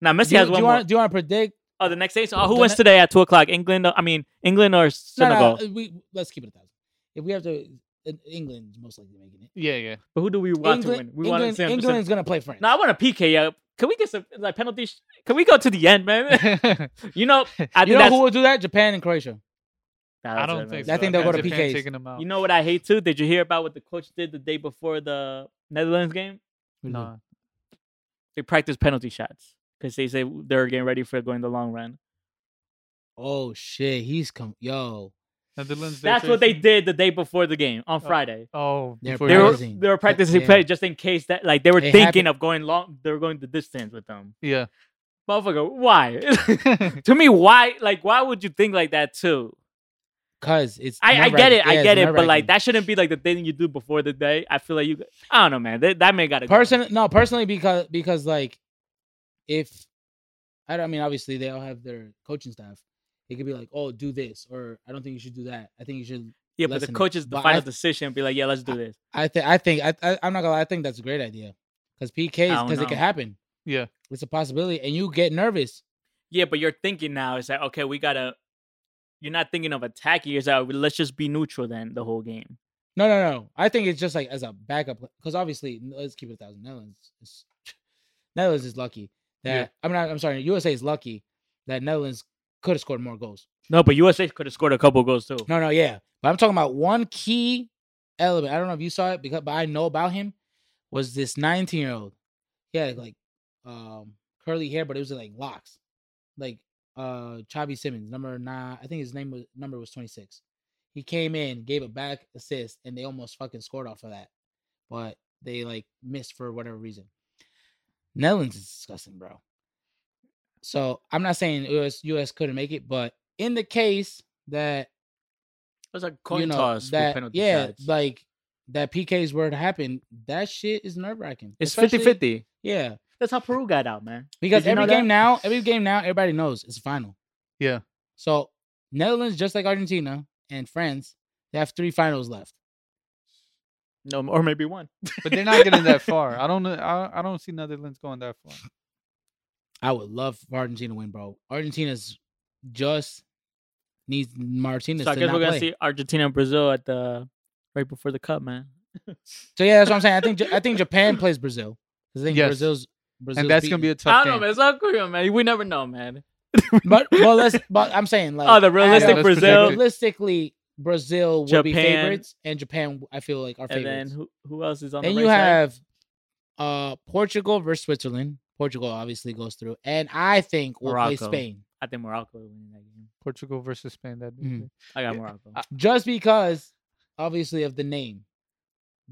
[SPEAKER 3] Now Messi
[SPEAKER 1] do, you-
[SPEAKER 3] has
[SPEAKER 1] do
[SPEAKER 3] one
[SPEAKER 1] you
[SPEAKER 3] more.
[SPEAKER 1] wanna, do you want to predict?
[SPEAKER 3] Oh, the next day. So, oh,
[SPEAKER 1] The
[SPEAKER 3] who wins
[SPEAKER 1] ne- uh,
[SPEAKER 3] today at two o'clock? England. I mean, England or
[SPEAKER 1] No, no,
[SPEAKER 3] Senegal.
[SPEAKER 1] we, let's keep it a thousand. If we have to, En- England's most likely making it.
[SPEAKER 2] yeah, yeah.
[SPEAKER 3] But who do we want
[SPEAKER 1] England,
[SPEAKER 3] to win? We want
[SPEAKER 1] England,
[SPEAKER 3] Sam.
[SPEAKER 1] England's going to play France.
[SPEAKER 3] No, I want a PK. Yeah. Can we get some like penalty? Sh- Can we go to the end, man? you know, I think
[SPEAKER 1] you know
[SPEAKER 3] that's.
[SPEAKER 1] who will do that? Japan and Croatia.
[SPEAKER 3] Nah,
[SPEAKER 2] I
[SPEAKER 3] that's
[SPEAKER 2] don't
[SPEAKER 3] it,
[SPEAKER 2] think.
[SPEAKER 3] man.
[SPEAKER 1] I
[SPEAKER 2] so.
[SPEAKER 1] think they'll go
[SPEAKER 2] got
[SPEAKER 1] to
[SPEAKER 2] Japan
[SPEAKER 1] PKs.
[SPEAKER 2] Taking them out.
[SPEAKER 3] You know what I hate too? Did you hear about what the coach did the day before the Netherlands game?
[SPEAKER 2] Nah.
[SPEAKER 3] They practiced penalty shots because they say they're getting ready for going the long run.
[SPEAKER 1] Oh, shit. He's come. Yo.
[SPEAKER 2] Netherlands. they're
[SPEAKER 3] That's what they
[SPEAKER 2] facing-
[SPEAKER 3] did the day before the game on Friday.
[SPEAKER 2] Oh,
[SPEAKER 1] They're
[SPEAKER 2] before
[SPEAKER 3] They were
[SPEAKER 1] practicing.
[SPEAKER 3] they were practicing
[SPEAKER 1] Yeah.
[SPEAKER 3] play just in case that like they were
[SPEAKER 1] It
[SPEAKER 3] thinking
[SPEAKER 1] happened.
[SPEAKER 3] of going long. They were going the distance with them.
[SPEAKER 2] yeah.
[SPEAKER 3] Motherfucker, why? to me, why? Like, why would you think like that too?
[SPEAKER 1] Because it's.
[SPEAKER 3] I, I get
[SPEAKER 1] nerve-wracking.
[SPEAKER 3] it, I
[SPEAKER 1] Yeah, it's
[SPEAKER 3] get it, but
[SPEAKER 1] nerve-wracking.
[SPEAKER 3] like that shouldn't be like the thing you do before the day. I feel like you. I don't know, man. That, that man got to
[SPEAKER 1] Person, no, personally, because because like, if I don't I mean, obviously they all have their coaching staff. It could be like, oh, do this, or I don't think you should do that. I think you should.
[SPEAKER 3] Yeah, but the
[SPEAKER 1] lesson.
[SPEAKER 3] coach is the
[SPEAKER 1] But
[SPEAKER 3] final
[SPEAKER 1] I-
[SPEAKER 3] decision. Be like, yeah, let's do this.
[SPEAKER 1] I think I think I, I I'm not gonna. lie, I think that's a great idea because
[SPEAKER 3] I
[SPEAKER 1] PKs
[SPEAKER 3] don't
[SPEAKER 1] because it
[SPEAKER 3] know.
[SPEAKER 1] could happen.
[SPEAKER 2] Yeah.
[SPEAKER 1] It's a possibility, and you get nervous.
[SPEAKER 3] Yeah, but you're thinking now. It's like, okay, we gotta. You're not thinking of attacking. You're like, let's just be neutral then the whole game.
[SPEAKER 1] No, no, no. I think it's just like as a backup because obviously n- let's keep it a thousand. Netherlands, is, Netherlands is lucky that
[SPEAKER 2] Yeah.
[SPEAKER 1] I'm not. I'm sorry. USA is lucky that Netherlands could have scored more goals.
[SPEAKER 3] No, but USA could have scored a couple goals too.
[SPEAKER 1] No, no, yeah. But I'm talking about one key element. I don't know if you saw it because but I know about him was this 19 year old. He had like um curly hair, but it was like locks. Like uh Chavi Simmons, number nine. I think his name was number was 26. He came in, gave a back assist, and they almost fucking scored off of that. But they like missed for whatever reason. Netherlands is disgusting, bro. So I'm not saying US US couldn't make it, but in the case that
[SPEAKER 3] That's a coin
[SPEAKER 1] you know,
[SPEAKER 3] toss. with
[SPEAKER 1] that
[SPEAKER 3] penalty
[SPEAKER 1] yeah,
[SPEAKER 3] shots.
[SPEAKER 1] like that PKs were to happen, that shit is nerve wracking.
[SPEAKER 3] it's 50 50.
[SPEAKER 1] Yeah,
[SPEAKER 3] That's how Peru got out, man.
[SPEAKER 1] because
[SPEAKER 3] Did you know
[SPEAKER 1] every
[SPEAKER 3] that?
[SPEAKER 1] game now, every game now, everybody knows it's final.
[SPEAKER 2] Yeah.
[SPEAKER 1] So Netherlands, just like Argentina and France, they have three finals left.
[SPEAKER 3] No, or maybe one.
[SPEAKER 2] But they're not getting that far. I don't know. I, I don't see Netherlands going that far.
[SPEAKER 1] I would love for Argentina to win, bro. Argentina's just needs Martinez
[SPEAKER 3] So I
[SPEAKER 1] to
[SPEAKER 3] guess
[SPEAKER 1] not
[SPEAKER 3] we're gonna
[SPEAKER 1] play.
[SPEAKER 3] see Argentina and Brazil at the right before the cup, man.
[SPEAKER 1] So yeah, that's what I'm saying. I think Ja- I think Japan plays Brazil. 'Cause I think
[SPEAKER 2] Yes.
[SPEAKER 1] Brazil's Brazil's
[SPEAKER 2] and that's gonna be
[SPEAKER 1] beaten.
[SPEAKER 2] a tough game.
[SPEAKER 3] It's South Korea, man. We never know, man.
[SPEAKER 1] but well, let's. But I'm saying like
[SPEAKER 3] Oh, the
[SPEAKER 2] Yeah,
[SPEAKER 3] realistic
[SPEAKER 1] as-
[SPEAKER 2] let's
[SPEAKER 3] Brazil,
[SPEAKER 2] predict
[SPEAKER 1] Realistically, Brazil will be
[SPEAKER 3] Japan.
[SPEAKER 1] favorites, and Japan, I feel like are
[SPEAKER 3] and
[SPEAKER 1] favorites.
[SPEAKER 3] then who, who else is on
[SPEAKER 1] then
[SPEAKER 3] the
[SPEAKER 1] you
[SPEAKER 3] right side?
[SPEAKER 1] have uh Portugal versus Switzerland. Portugal obviously goes through, and I think will play
[SPEAKER 3] Morocco.
[SPEAKER 1] Spain
[SPEAKER 3] I think Morocco will win that game.
[SPEAKER 2] Portugal versus Spain. That'd be
[SPEAKER 1] Mhm.
[SPEAKER 2] good.
[SPEAKER 3] I got
[SPEAKER 2] Yeah.
[SPEAKER 3] Morocco.
[SPEAKER 2] I-
[SPEAKER 1] Uh, just because, obviously, of the name.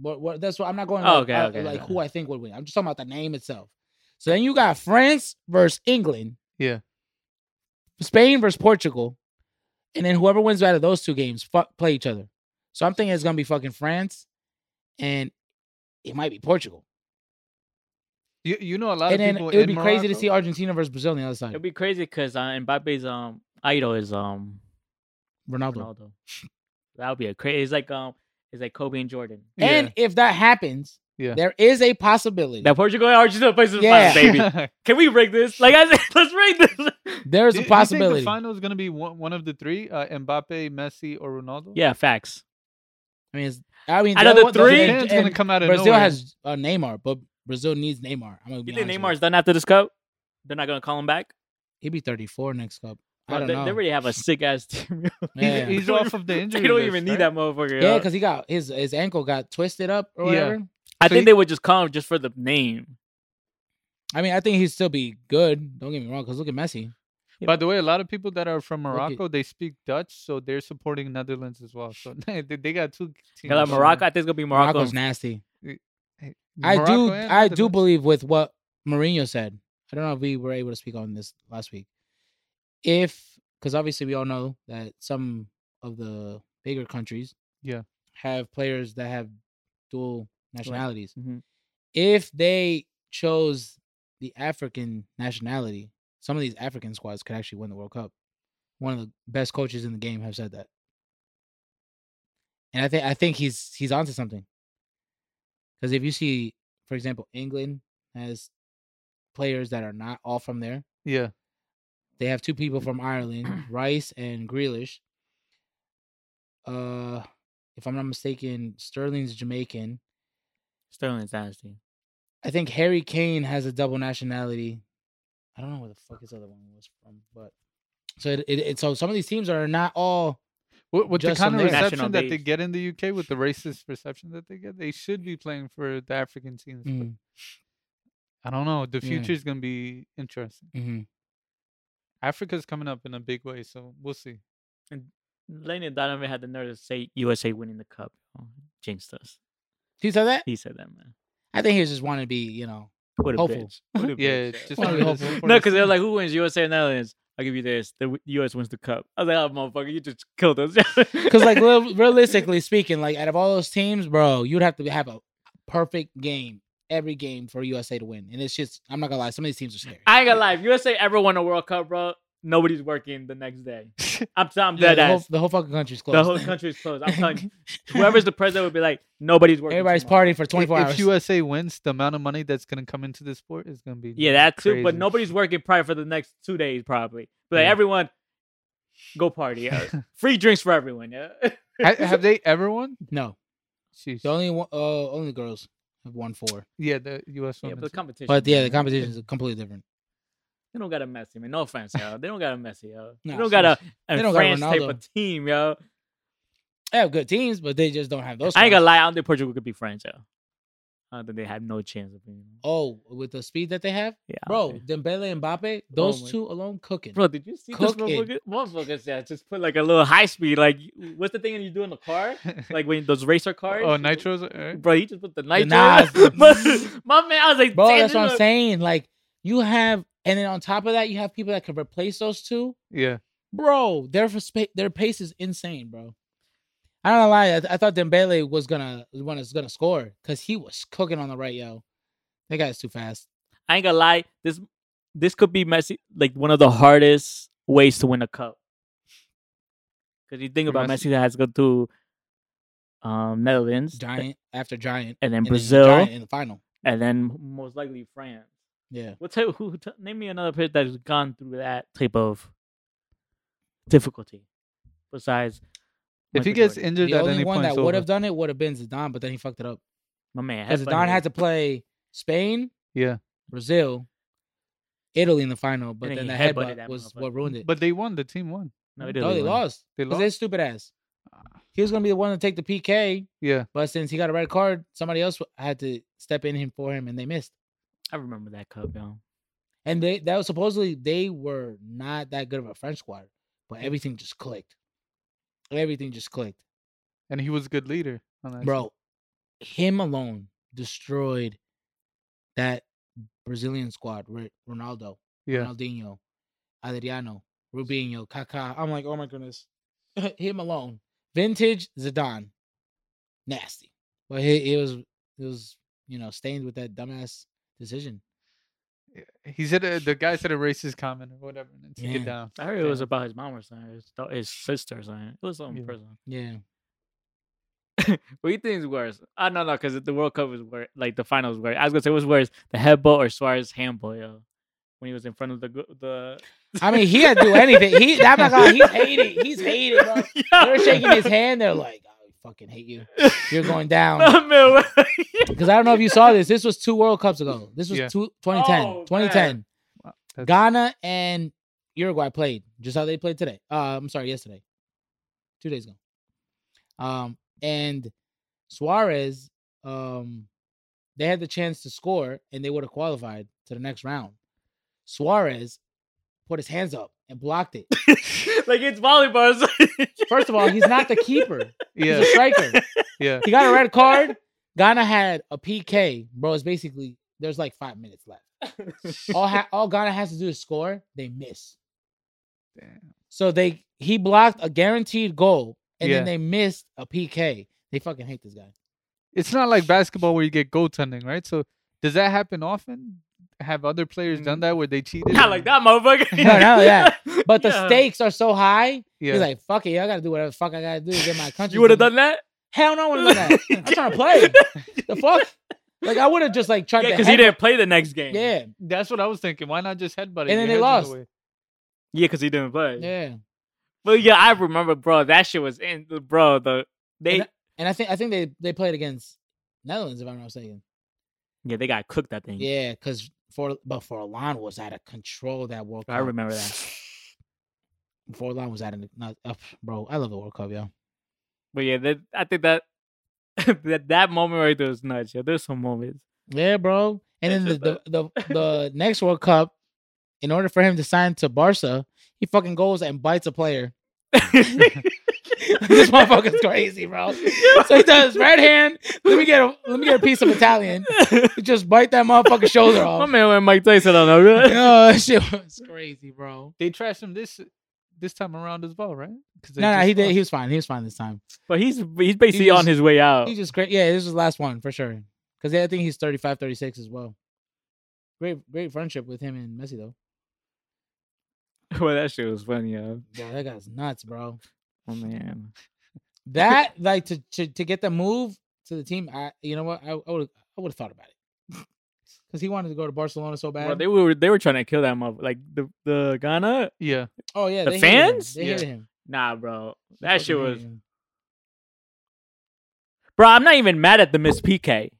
[SPEAKER 1] What, what that's what I'm not going
[SPEAKER 3] Oh,
[SPEAKER 1] like,
[SPEAKER 3] okay,
[SPEAKER 1] uh,
[SPEAKER 3] okay,
[SPEAKER 1] like
[SPEAKER 3] okay.
[SPEAKER 1] who I think would win. I'm just talking about the name itself. So then you got France versus England.
[SPEAKER 2] Yeah.
[SPEAKER 1] Spain versus Portugal, and then whoever wins out of those two games fuck, play each other. So I'm thinking it's gonna be fucking France, and it might be Portugal.
[SPEAKER 2] You you know a lot
[SPEAKER 1] And
[SPEAKER 2] of
[SPEAKER 1] then
[SPEAKER 2] people.
[SPEAKER 1] it would be
[SPEAKER 2] in
[SPEAKER 1] crazy to
[SPEAKER 2] Morocco-
[SPEAKER 1] see Argentina versus Brazil on the other side.
[SPEAKER 3] It'll be crazy because uh, Mbappe's um idol is um
[SPEAKER 1] Ronaldo.
[SPEAKER 3] Ronaldo. That would be a crazy. It's like um, it's like Kobe and Jordan.
[SPEAKER 1] And if that happens,
[SPEAKER 2] Yeah.
[SPEAKER 1] there is a possibility.
[SPEAKER 3] That Portugal and Argentina plays in the
[SPEAKER 1] Yeah.
[SPEAKER 3] finals, baby. Can we rig this? Like I said, let's rig this.
[SPEAKER 1] There's
[SPEAKER 2] Do-
[SPEAKER 1] a
[SPEAKER 2] do you think
[SPEAKER 1] possibility.
[SPEAKER 2] the final is gonna be one, one of the three: uh, Mbappe, Messi, or Ronaldo.
[SPEAKER 3] yeah, facts.
[SPEAKER 1] I mean, it's, I mean,
[SPEAKER 3] Out
[SPEAKER 1] the
[SPEAKER 3] of the
[SPEAKER 1] other one-
[SPEAKER 2] Three
[SPEAKER 3] three-
[SPEAKER 1] and-
[SPEAKER 2] Japan's gonna
[SPEAKER 1] and
[SPEAKER 2] come out of
[SPEAKER 1] Brazil
[SPEAKER 2] nowhere.
[SPEAKER 1] has uh, Neymar, but Brazil needs Neymar. I'm gonna be
[SPEAKER 3] You think
[SPEAKER 1] honest with
[SPEAKER 3] Neymar's done after this cup? They're not gonna call him back.
[SPEAKER 1] He'd be 34 next cup. I
[SPEAKER 3] Bro,
[SPEAKER 1] don't
[SPEAKER 3] they,
[SPEAKER 1] know.
[SPEAKER 3] they already have a sick ass team. yo.
[SPEAKER 1] yeah,
[SPEAKER 2] He's, he's off of the injury.
[SPEAKER 3] they don't
[SPEAKER 2] list,
[SPEAKER 3] even
[SPEAKER 2] right?
[SPEAKER 3] need that motherfucker.
[SPEAKER 1] yeah,
[SPEAKER 3] yo.
[SPEAKER 1] because he got his his ankle got twisted up or
[SPEAKER 2] Yeah.
[SPEAKER 1] whatever.
[SPEAKER 3] I
[SPEAKER 2] So
[SPEAKER 3] think
[SPEAKER 2] you-
[SPEAKER 3] they would just call him just for the name.
[SPEAKER 1] I mean, I think he'd still be good. Don't get me wrong, because look at Messi.
[SPEAKER 2] By the way, a lot of people that are from
[SPEAKER 1] at-
[SPEAKER 2] Morocco, they speak Dutch, so they're supporting Netherlands as well. So they, they got two teams.
[SPEAKER 3] Yeah, like
[SPEAKER 2] going
[SPEAKER 3] Morocco, I
[SPEAKER 2] on.
[SPEAKER 3] think it's gonna be Morocco.
[SPEAKER 1] Morocco's nasty. I
[SPEAKER 2] Morocco
[SPEAKER 1] do,
[SPEAKER 2] and
[SPEAKER 1] I do
[SPEAKER 2] Netherlands.
[SPEAKER 1] believe with what Mourinho said. I don't know if we were able to speak on this last week. If, because obviously we all know that some of the bigger countries,
[SPEAKER 2] Yeah.
[SPEAKER 1] have players that have dual nationalities.
[SPEAKER 3] Mhm.
[SPEAKER 1] If they chose the African nationality, some of these African squads could actually win the World Cup. One of the best coaches in the game have said that, and I think I think he's he's onto something. Because if you see, for example, England has players that are not all from there.
[SPEAKER 2] Yeah,
[SPEAKER 1] They have two people from Ireland, Rice and Grealish. Uh, if I'm not mistaken, Sterling's Jamaican.
[SPEAKER 3] Sterling's nasty.
[SPEAKER 1] I think Harry Kane has a double nationality. I don't know where the fuck his other one was from, but so it, it, it so some of these teams are not all
[SPEAKER 2] with, with the
[SPEAKER 1] Just on
[SPEAKER 2] kind of
[SPEAKER 1] their
[SPEAKER 2] reception
[SPEAKER 3] national
[SPEAKER 2] that they
[SPEAKER 3] base.
[SPEAKER 2] get in the UK, with the racist reception that they get, they should be playing for the African teams. but
[SPEAKER 1] Mhm,
[SPEAKER 2] I don't know. The
[SPEAKER 1] Yeah.
[SPEAKER 2] future is gonna be interesting.
[SPEAKER 1] mhm.
[SPEAKER 2] Africa's coming up in a big way, so we'll see.
[SPEAKER 3] Lenny Donovan had the nerve to say USA winning the cup. Oh, jinxed us.
[SPEAKER 1] He said that.
[SPEAKER 3] He said that, man.
[SPEAKER 1] I think he just wanted to be, you know,
[SPEAKER 3] What a
[SPEAKER 1] Hopeful.
[SPEAKER 3] bitch. What a
[SPEAKER 2] Yeah,
[SPEAKER 3] bitch,
[SPEAKER 2] it's
[SPEAKER 3] yo.
[SPEAKER 2] just
[SPEAKER 1] Well,
[SPEAKER 2] under
[SPEAKER 1] we
[SPEAKER 2] the
[SPEAKER 1] hope-
[SPEAKER 2] support
[SPEAKER 3] No,
[SPEAKER 2] of
[SPEAKER 3] because they're
[SPEAKER 2] Spain.
[SPEAKER 3] like, who wins USA and Netherlands? I'll give you this. The w- US wins the cup. I was like, oh, motherfucker, you just killed us.
[SPEAKER 1] because like real, realistically speaking, like out of all those teams, bro, you'd have to have a perfect game every game for USA to win, and it's just I'm not gonna lie, some of these teams are scary.
[SPEAKER 3] I ain't gonna lie. If USA ever won a World Cup, bro, nobody's working the next day. I'm, t- I'm
[SPEAKER 1] Yeah,
[SPEAKER 3] dead
[SPEAKER 1] the, whole,
[SPEAKER 3] ass.
[SPEAKER 1] the whole fucking country's closed.
[SPEAKER 3] The whole country's closed. I'm telling you. Whoever's the president would be like, nobody's working.
[SPEAKER 1] Everybody's
[SPEAKER 3] tomorrow.
[SPEAKER 1] partying for 24
[SPEAKER 2] if,
[SPEAKER 1] hours.
[SPEAKER 2] If USA wins, the amount of money that's gonna come into the sport is gonna be
[SPEAKER 3] Yeah, that too. But
[SPEAKER 2] Crazy.
[SPEAKER 3] nobody's working probably for the next two days, probably. But like,
[SPEAKER 2] Yeah.
[SPEAKER 3] everyone, go party. yeah. Free drinks for everyone. Yeah.
[SPEAKER 2] Ha- have they ever won?
[SPEAKER 1] no,
[SPEAKER 2] Sheesh.
[SPEAKER 1] the only one, uh, only girls have won four,
[SPEAKER 2] Yeah, the U.S.
[SPEAKER 3] yeah, but
[SPEAKER 2] women's.
[SPEAKER 3] the competition.
[SPEAKER 1] but yeah, the
[SPEAKER 3] man.
[SPEAKER 1] competition is completely different.
[SPEAKER 3] They don't got a Messi, man. No offense, yo. They don't got a Messi, yo.
[SPEAKER 1] Nah,
[SPEAKER 3] they don't got a, a
[SPEAKER 1] They don't got
[SPEAKER 3] France type
[SPEAKER 1] Ronaldo.
[SPEAKER 3] of team, yo.
[SPEAKER 1] They have good teams, but they just don't have those.
[SPEAKER 3] I ain't
[SPEAKER 1] squads.
[SPEAKER 3] gonna lie. I don't think Portugal could be France, yo. I don't think they have no chance of being.
[SPEAKER 1] Oh, with the speed that they have,
[SPEAKER 3] Yeah, I don't
[SPEAKER 1] bro,
[SPEAKER 3] think-
[SPEAKER 1] Dembele and Mbappe, those
[SPEAKER 2] my-
[SPEAKER 1] two alone cooking.
[SPEAKER 3] Bro, did you see this
[SPEAKER 1] Cooking.
[SPEAKER 3] motherfucker? Motherfuckers, yeah, just put like a little high speed. Like, what's the thing that you do in the car? Like when those racer cars.
[SPEAKER 2] oh, nitros. uh,
[SPEAKER 3] Bro, he just put the nitro.
[SPEAKER 1] Nas.
[SPEAKER 3] But my man, I was like,
[SPEAKER 1] bro.
[SPEAKER 3] damn,
[SPEAKER 1] that's
[SPEAKER 3] this
[SPEAKER 1] what
[SPEAKER 3] look-
[SPEAKER 1] I'm saying. Like you have, and then on top of that, you have people that can replace those two.
[SPEAKER 2] Yeah,
[SPEAKER 1] bro. Their for spa- their pace is insane, bro. I don't lie. I, th- I thought Dembele was gonna when it's gonna score because he was cooking on the right, yo. That guy's too fast.
[SPEAKER 3] I ain't gonna lie. This this could be Messi like one of the hardest ways to win a cup. Because you think
[SPEAKER 2] For
[SPEAKER 3] about
[SPEAKER 2] Messi?
[SPEAKER 3] Messi, that has to go through um, Netherlands, th-
[SPEAKER 1] Giant after giant,
[SPEAKER 3] and then
[SPEAKER 1] and then
[SPEAKER 3] Brazil,
[SPEAKER 1] giant in the final.
[SPEAKER 3] and then most likely France.
[SPEAKER 1] Yeah,
[SPEAKER 3] What's who, who, t- name me another player that's gone through that type of difficulty besides
[SPEAKER 2] If he
[SPEAKER 3] Michael
[SPEAKER 2] gets
[SPEAKER 3] Jordan.
[SPEAKER 2] injured
[SPEAKER 1] the
[SPEAKER 2] at
[SPEAKER 1] only
[SPEAKER 2] any
[SPEAKER 1] one
[SPEAKER 2] point,
[SPEAKER 1] that would have done it would have been Zidane, but then he fucked it up
[SPEAKER 3] my man
[SPEAKER 1] because Zidane had to play Spain,
[SPEAKER 2] yeah.
[SPEAKER 1] Brazil, Italy in the final, but
[SPEAKER 3] And
[SPEAKER 1] then
[SPEAKER 3] then
[SPEAKER 1] the
[SPEAKER 3] he headbutted
[SPEAKER 1] headbutt
[SPEAKER 3] that
[SPEAKER 1] was
[SPEAKER 3] motherfucker.
[SPEAKER 1] what ruined it.
[SPEAKER 2] But they won. The team won.
[SPEAKER 3] no,
[SPEAKER 2] No,
[SPEAKER 3] Italy
[SPEAKER 1] no, they
[SPEAKER 3] won.
[SPEAKER 1] lost
[SPEAKER 2] They
[SPEAKER 1] because
[SPEAKER 2] lost.
[SPEAKER 1] they're stupid ass. He was gonna be the one to take the PK,
[SPEAKER 2] yeah.
[SPEAKER 1] but since he got a red card, somebody else had to step in him for him, and they missed.
[SPEAKER 3] I remember that cup, yo.
[SPEAKER 1] And they that was supposedly they were not that good of a French squad, but everything just clicked. Everything just clicked,
[SPEAKER 2] And he was a good leader. on that team.
[SPEAKER 1] bro. Him alone destroyed that Brazilian squad. Ri- Ronaldo,
[SPEAKER 2] Yeah.
[SPEAKER 1] Ronaldinho, Adriano, Rubinho, Kaká. I'm like, oh my goodness, him alone. Vintage Zidane, nasty. But he, it was it was you know stained with that dumbass decision.
[SPEAKER 2] He said uh, the guy said a racist comment or whatever. And took
[SPEAKER 1] Yeah.
[SPEAKER 2] it down.
[SPEAKER 3] I heard it was
[SPEAKER 2] Yeah.
[SPEAKER 3] about his mom or something, his, th- his sister or something. It was some
[SPEAKER 2] Yeah.
[SPEAKER 3] person.
[SPEAKER 1] Yeah,
[SPEAKER 3] What do you think is worse? Ah, I don't know because the World Cup was worse. Like the finals worse. I was gonna say what's worse, the headbutt or Suarez handball, yo, when he was in front of the go- the.
[SPEAKER 1] I mean he had to do anything. He I'm not gonna, he's hated. He's hated, bro. They're shaking his hand. They're like, I fucking hate you. You're going down.
[SPEAKER 3] No, man, what-
[SPEAKER 1] Because I don't know if you saw this. This was two World Cups ago. This was
[SPEAKER 2] Yeah.
[SPEAKER 1] two, 2010.
[SPEAKER 3] Oh,
[SPEAKER 1] 2010.
[SPEAKER 2] Wow, that's-
[SPEAKER 1] Ghana and Uruguay played just how they played today. Uh, I'm sorry, yesterday, two days ago. Um, and Suarez, um, they had the chance to score and they would have qualified to the next round. Suarez put his hands up and blocked it.
[SPEAKER 3] like it's volleyball. it's like-
[SPEAKER 1] First of all, he's not the keeper; he's
[SPEAKER 2] Yeah.
[SPEAKER 1] a striker.
[SPEAKER 2] Yeah.
[SPEAKER 1] He got a red card. Ghana had a PK, bro. It's basically there's like five minutes left. All ha- all Ghana has to do is score. They miss.
[SPEAKER 2] Damn.
[SPEAKER 1] So they he blocked a guaranteed goal, and
[SPEAKER 2] Yeah.
[SPEAKER 1] then they missed a PK. They fucking hate this guy.
[SPEAKER 2] It's not like basketball where you get goaltending, right? So does that happen often? Have other players
[SPEAKER 1] Mm.
[SPEAKER 2] done that where they cheated?
[SPEAKER 3] Not
[SPEAKER 2] and-
[SPEAKER 3] like that, motherfucker.
[SPEAKER 1] No, no, yeah. But the
[SPEAKER 3] Yeah.
[SPEAKER 1] stakes are so high.
[SPEAKER 2] Yeah.
[SPEAKER 1] He's like, fuck it, I gotta do whatever the fuck I gotta do to get my country.
[SPEAKER 3] You would have
[SPEAKER 1] some-"
[SPEAKER 3] done that.
[SPEAKER 1] Hell no, I would have done that. I'm trying to play. The fuck? Like I would have just like tried
[SPEAKER 3] Yeah,
[SPEAKER 1] to.
[SPEAKER 3] because he
[SPEAKER 1] head-
[SPEAKER 3] didn't play the next game.
[SPEAKER 1] Yeah,
[SPEAKER 2] That's what I was thinking. Why not just headbutt
[SPEAKER 1] And
[SPEAKER 2] it? Your
[SPEAKER 1] then they
[SPEAKER 2] head's in the
[SPEAKER 1] lost.
[SPEAKER 2] way.
[SPEAKER 3] yeah, because he didn't play.
[SPEAKER 1] yeah.
[SPEAKER 3] But yeah, I remember, bro. That shit was in, bro. The they
[SPEAKER 1] And And I think I think they they played against Netherlands if I'm not mistaken.
[SPEAKER 3] yeah they got cooked. That thing.
[SPEAKER 1] Yeah, because for but Forlan was out of control that World Cup.
[SPEAKER 3] I remember that.
[SPEAKER 1] Forlan was out of not up, bro. I love the World Cup, yo.
[SPEAKER 3] But yeah, that, I think that that that moment right there was nuts. Yeah, there's some moments.
[SPEAKER 1] Yeah, bro. And then
[SPEAKER 3] It's
[SPEAKER 1] the the,
[SPEAKER 3] just
[SPEAKER 1] the the next World Cup, in order for him to sign to Barca, he fucking goes and bites a player. this motherfucker's crazy, bro. So he does right hand. Let me get a let me get a piece of Italian. He Just bite that motherfucker's shoulder
[SPEAKER 3] My
[SPEAKER 1] off.
[SPEAKER 3] man went Mike Tyson on that.
[SPEAKER 1] Oh, that shit was crazy, bro.
[SPEAKER 2] They trashed him this this time around as well, right? 'Cause they
[SPEAKER 1] No, no,
[SPEAKER 2] just
[SPEAKER 1] he did.
[SPEAKER 2] lost.
[SPEAKER 1] He was fine. He was fine this time.
[SPEAKER 3] But he's he's basically
[SPEAKER 1] just-
[SPEAKER 3] on his way out.
[SPEAKER 1] He's just great. Yeah, this is his last one for sure. Because I think he's 35, 36 as well. Great, great friendship with him and Messi though.
[SPEAKER 3] well, that shit was funny, yo.
[SPEAKER 1] Bro, that guy's nuts, bro.
[SPEAKER 3] Oh man,
[SPEAKER 1] That like to, to to get the move to the team. I you know what I would I would have thought about it because he wanted to go to Barcelona so bad.
[SPEAKER 3] bro, they were they were trying to kill that mother. Like the the Ghana,
[SPEAKER 2] Yeah.
[SPEAKER 1] oh yeah,
[SPEAKER 3] the
[SPEAKER 1] they hated him.
[SPEAKER 3] fans?
[SPEAKER 1] They
[SPEAKER 2] Yeah.
[SPEAKER 1] hated him.
[SPEAKER 3] nah, bro.
[SPEAKER 1] They
[SPEAKER 3] That shit
[SPEAKER 1] fucking hated
[SPEAKER 3] was,
[SPEAKER 1] him.
[SPEAKER 3] bro. I'm not even mad at the Miss PK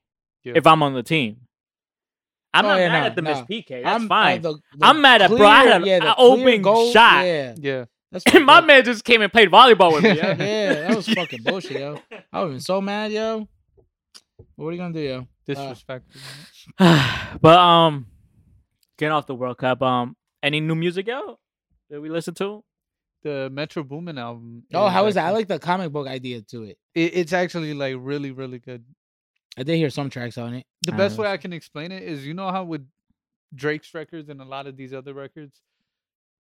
[SPEAKER 2] Yeah.
[SPEAKER 3] if I'm on the team. I'm
[SPEAKER 1] Oh,
[SPEAKER 3] not
[SPEAKER 1] yeah,
[SPEAKER 3] mad
[SPEAKER 1] nah,
[SPEAKER 3] at the Miss
[SPEAKER 1] nah.
[SPEAKER 3] PK. That's
[SPEAKER 1] uh,
[SPEAKER 3] fine.
[SPEAKER 1] the- the
[SPEAKER 3] I'm mad at- bro, I had a-
[SPEAKER 1] the clear
[SPEAKER 3] a open shot.
[SPEAKER 1] Yeah,
[SPEAKER 2] Yeah.
[SPEAKER 1] that's fucked
[SPEAKER 3] My
[SPEAKER 1] up.
[SPEAKER 3] man just came and played volleyball with me. yo.
[SPEAKER 1] Yeah, that was fucking bullshit, yo. I would have been so mad, yo. What are you gonna do, yo?
[SPEAKER 2] Uh, Disrespectful.
[SPEAKER 3] but um, getting off the World Cup. Um, any new music out that we listen to?
[SPEAKER 2] the Metro Boomin album.
[SPEAKER 1] Oh, how is that? I
[SPEAKER 2] actually-
[SPEAKER 1] like the comic book idea to it.
[SPEAKER 2] it, it's actually like really, really good.
[SPEAKER 1] I did hear some tracks on it.
[SPEAKER 2] The
[SPEAKER 3] I
[SPEAKER 2] best
[SPEAKER 3] don't
[SPEAKER 2] way I can explain it is you know how with Drake's records and a lot of these other records,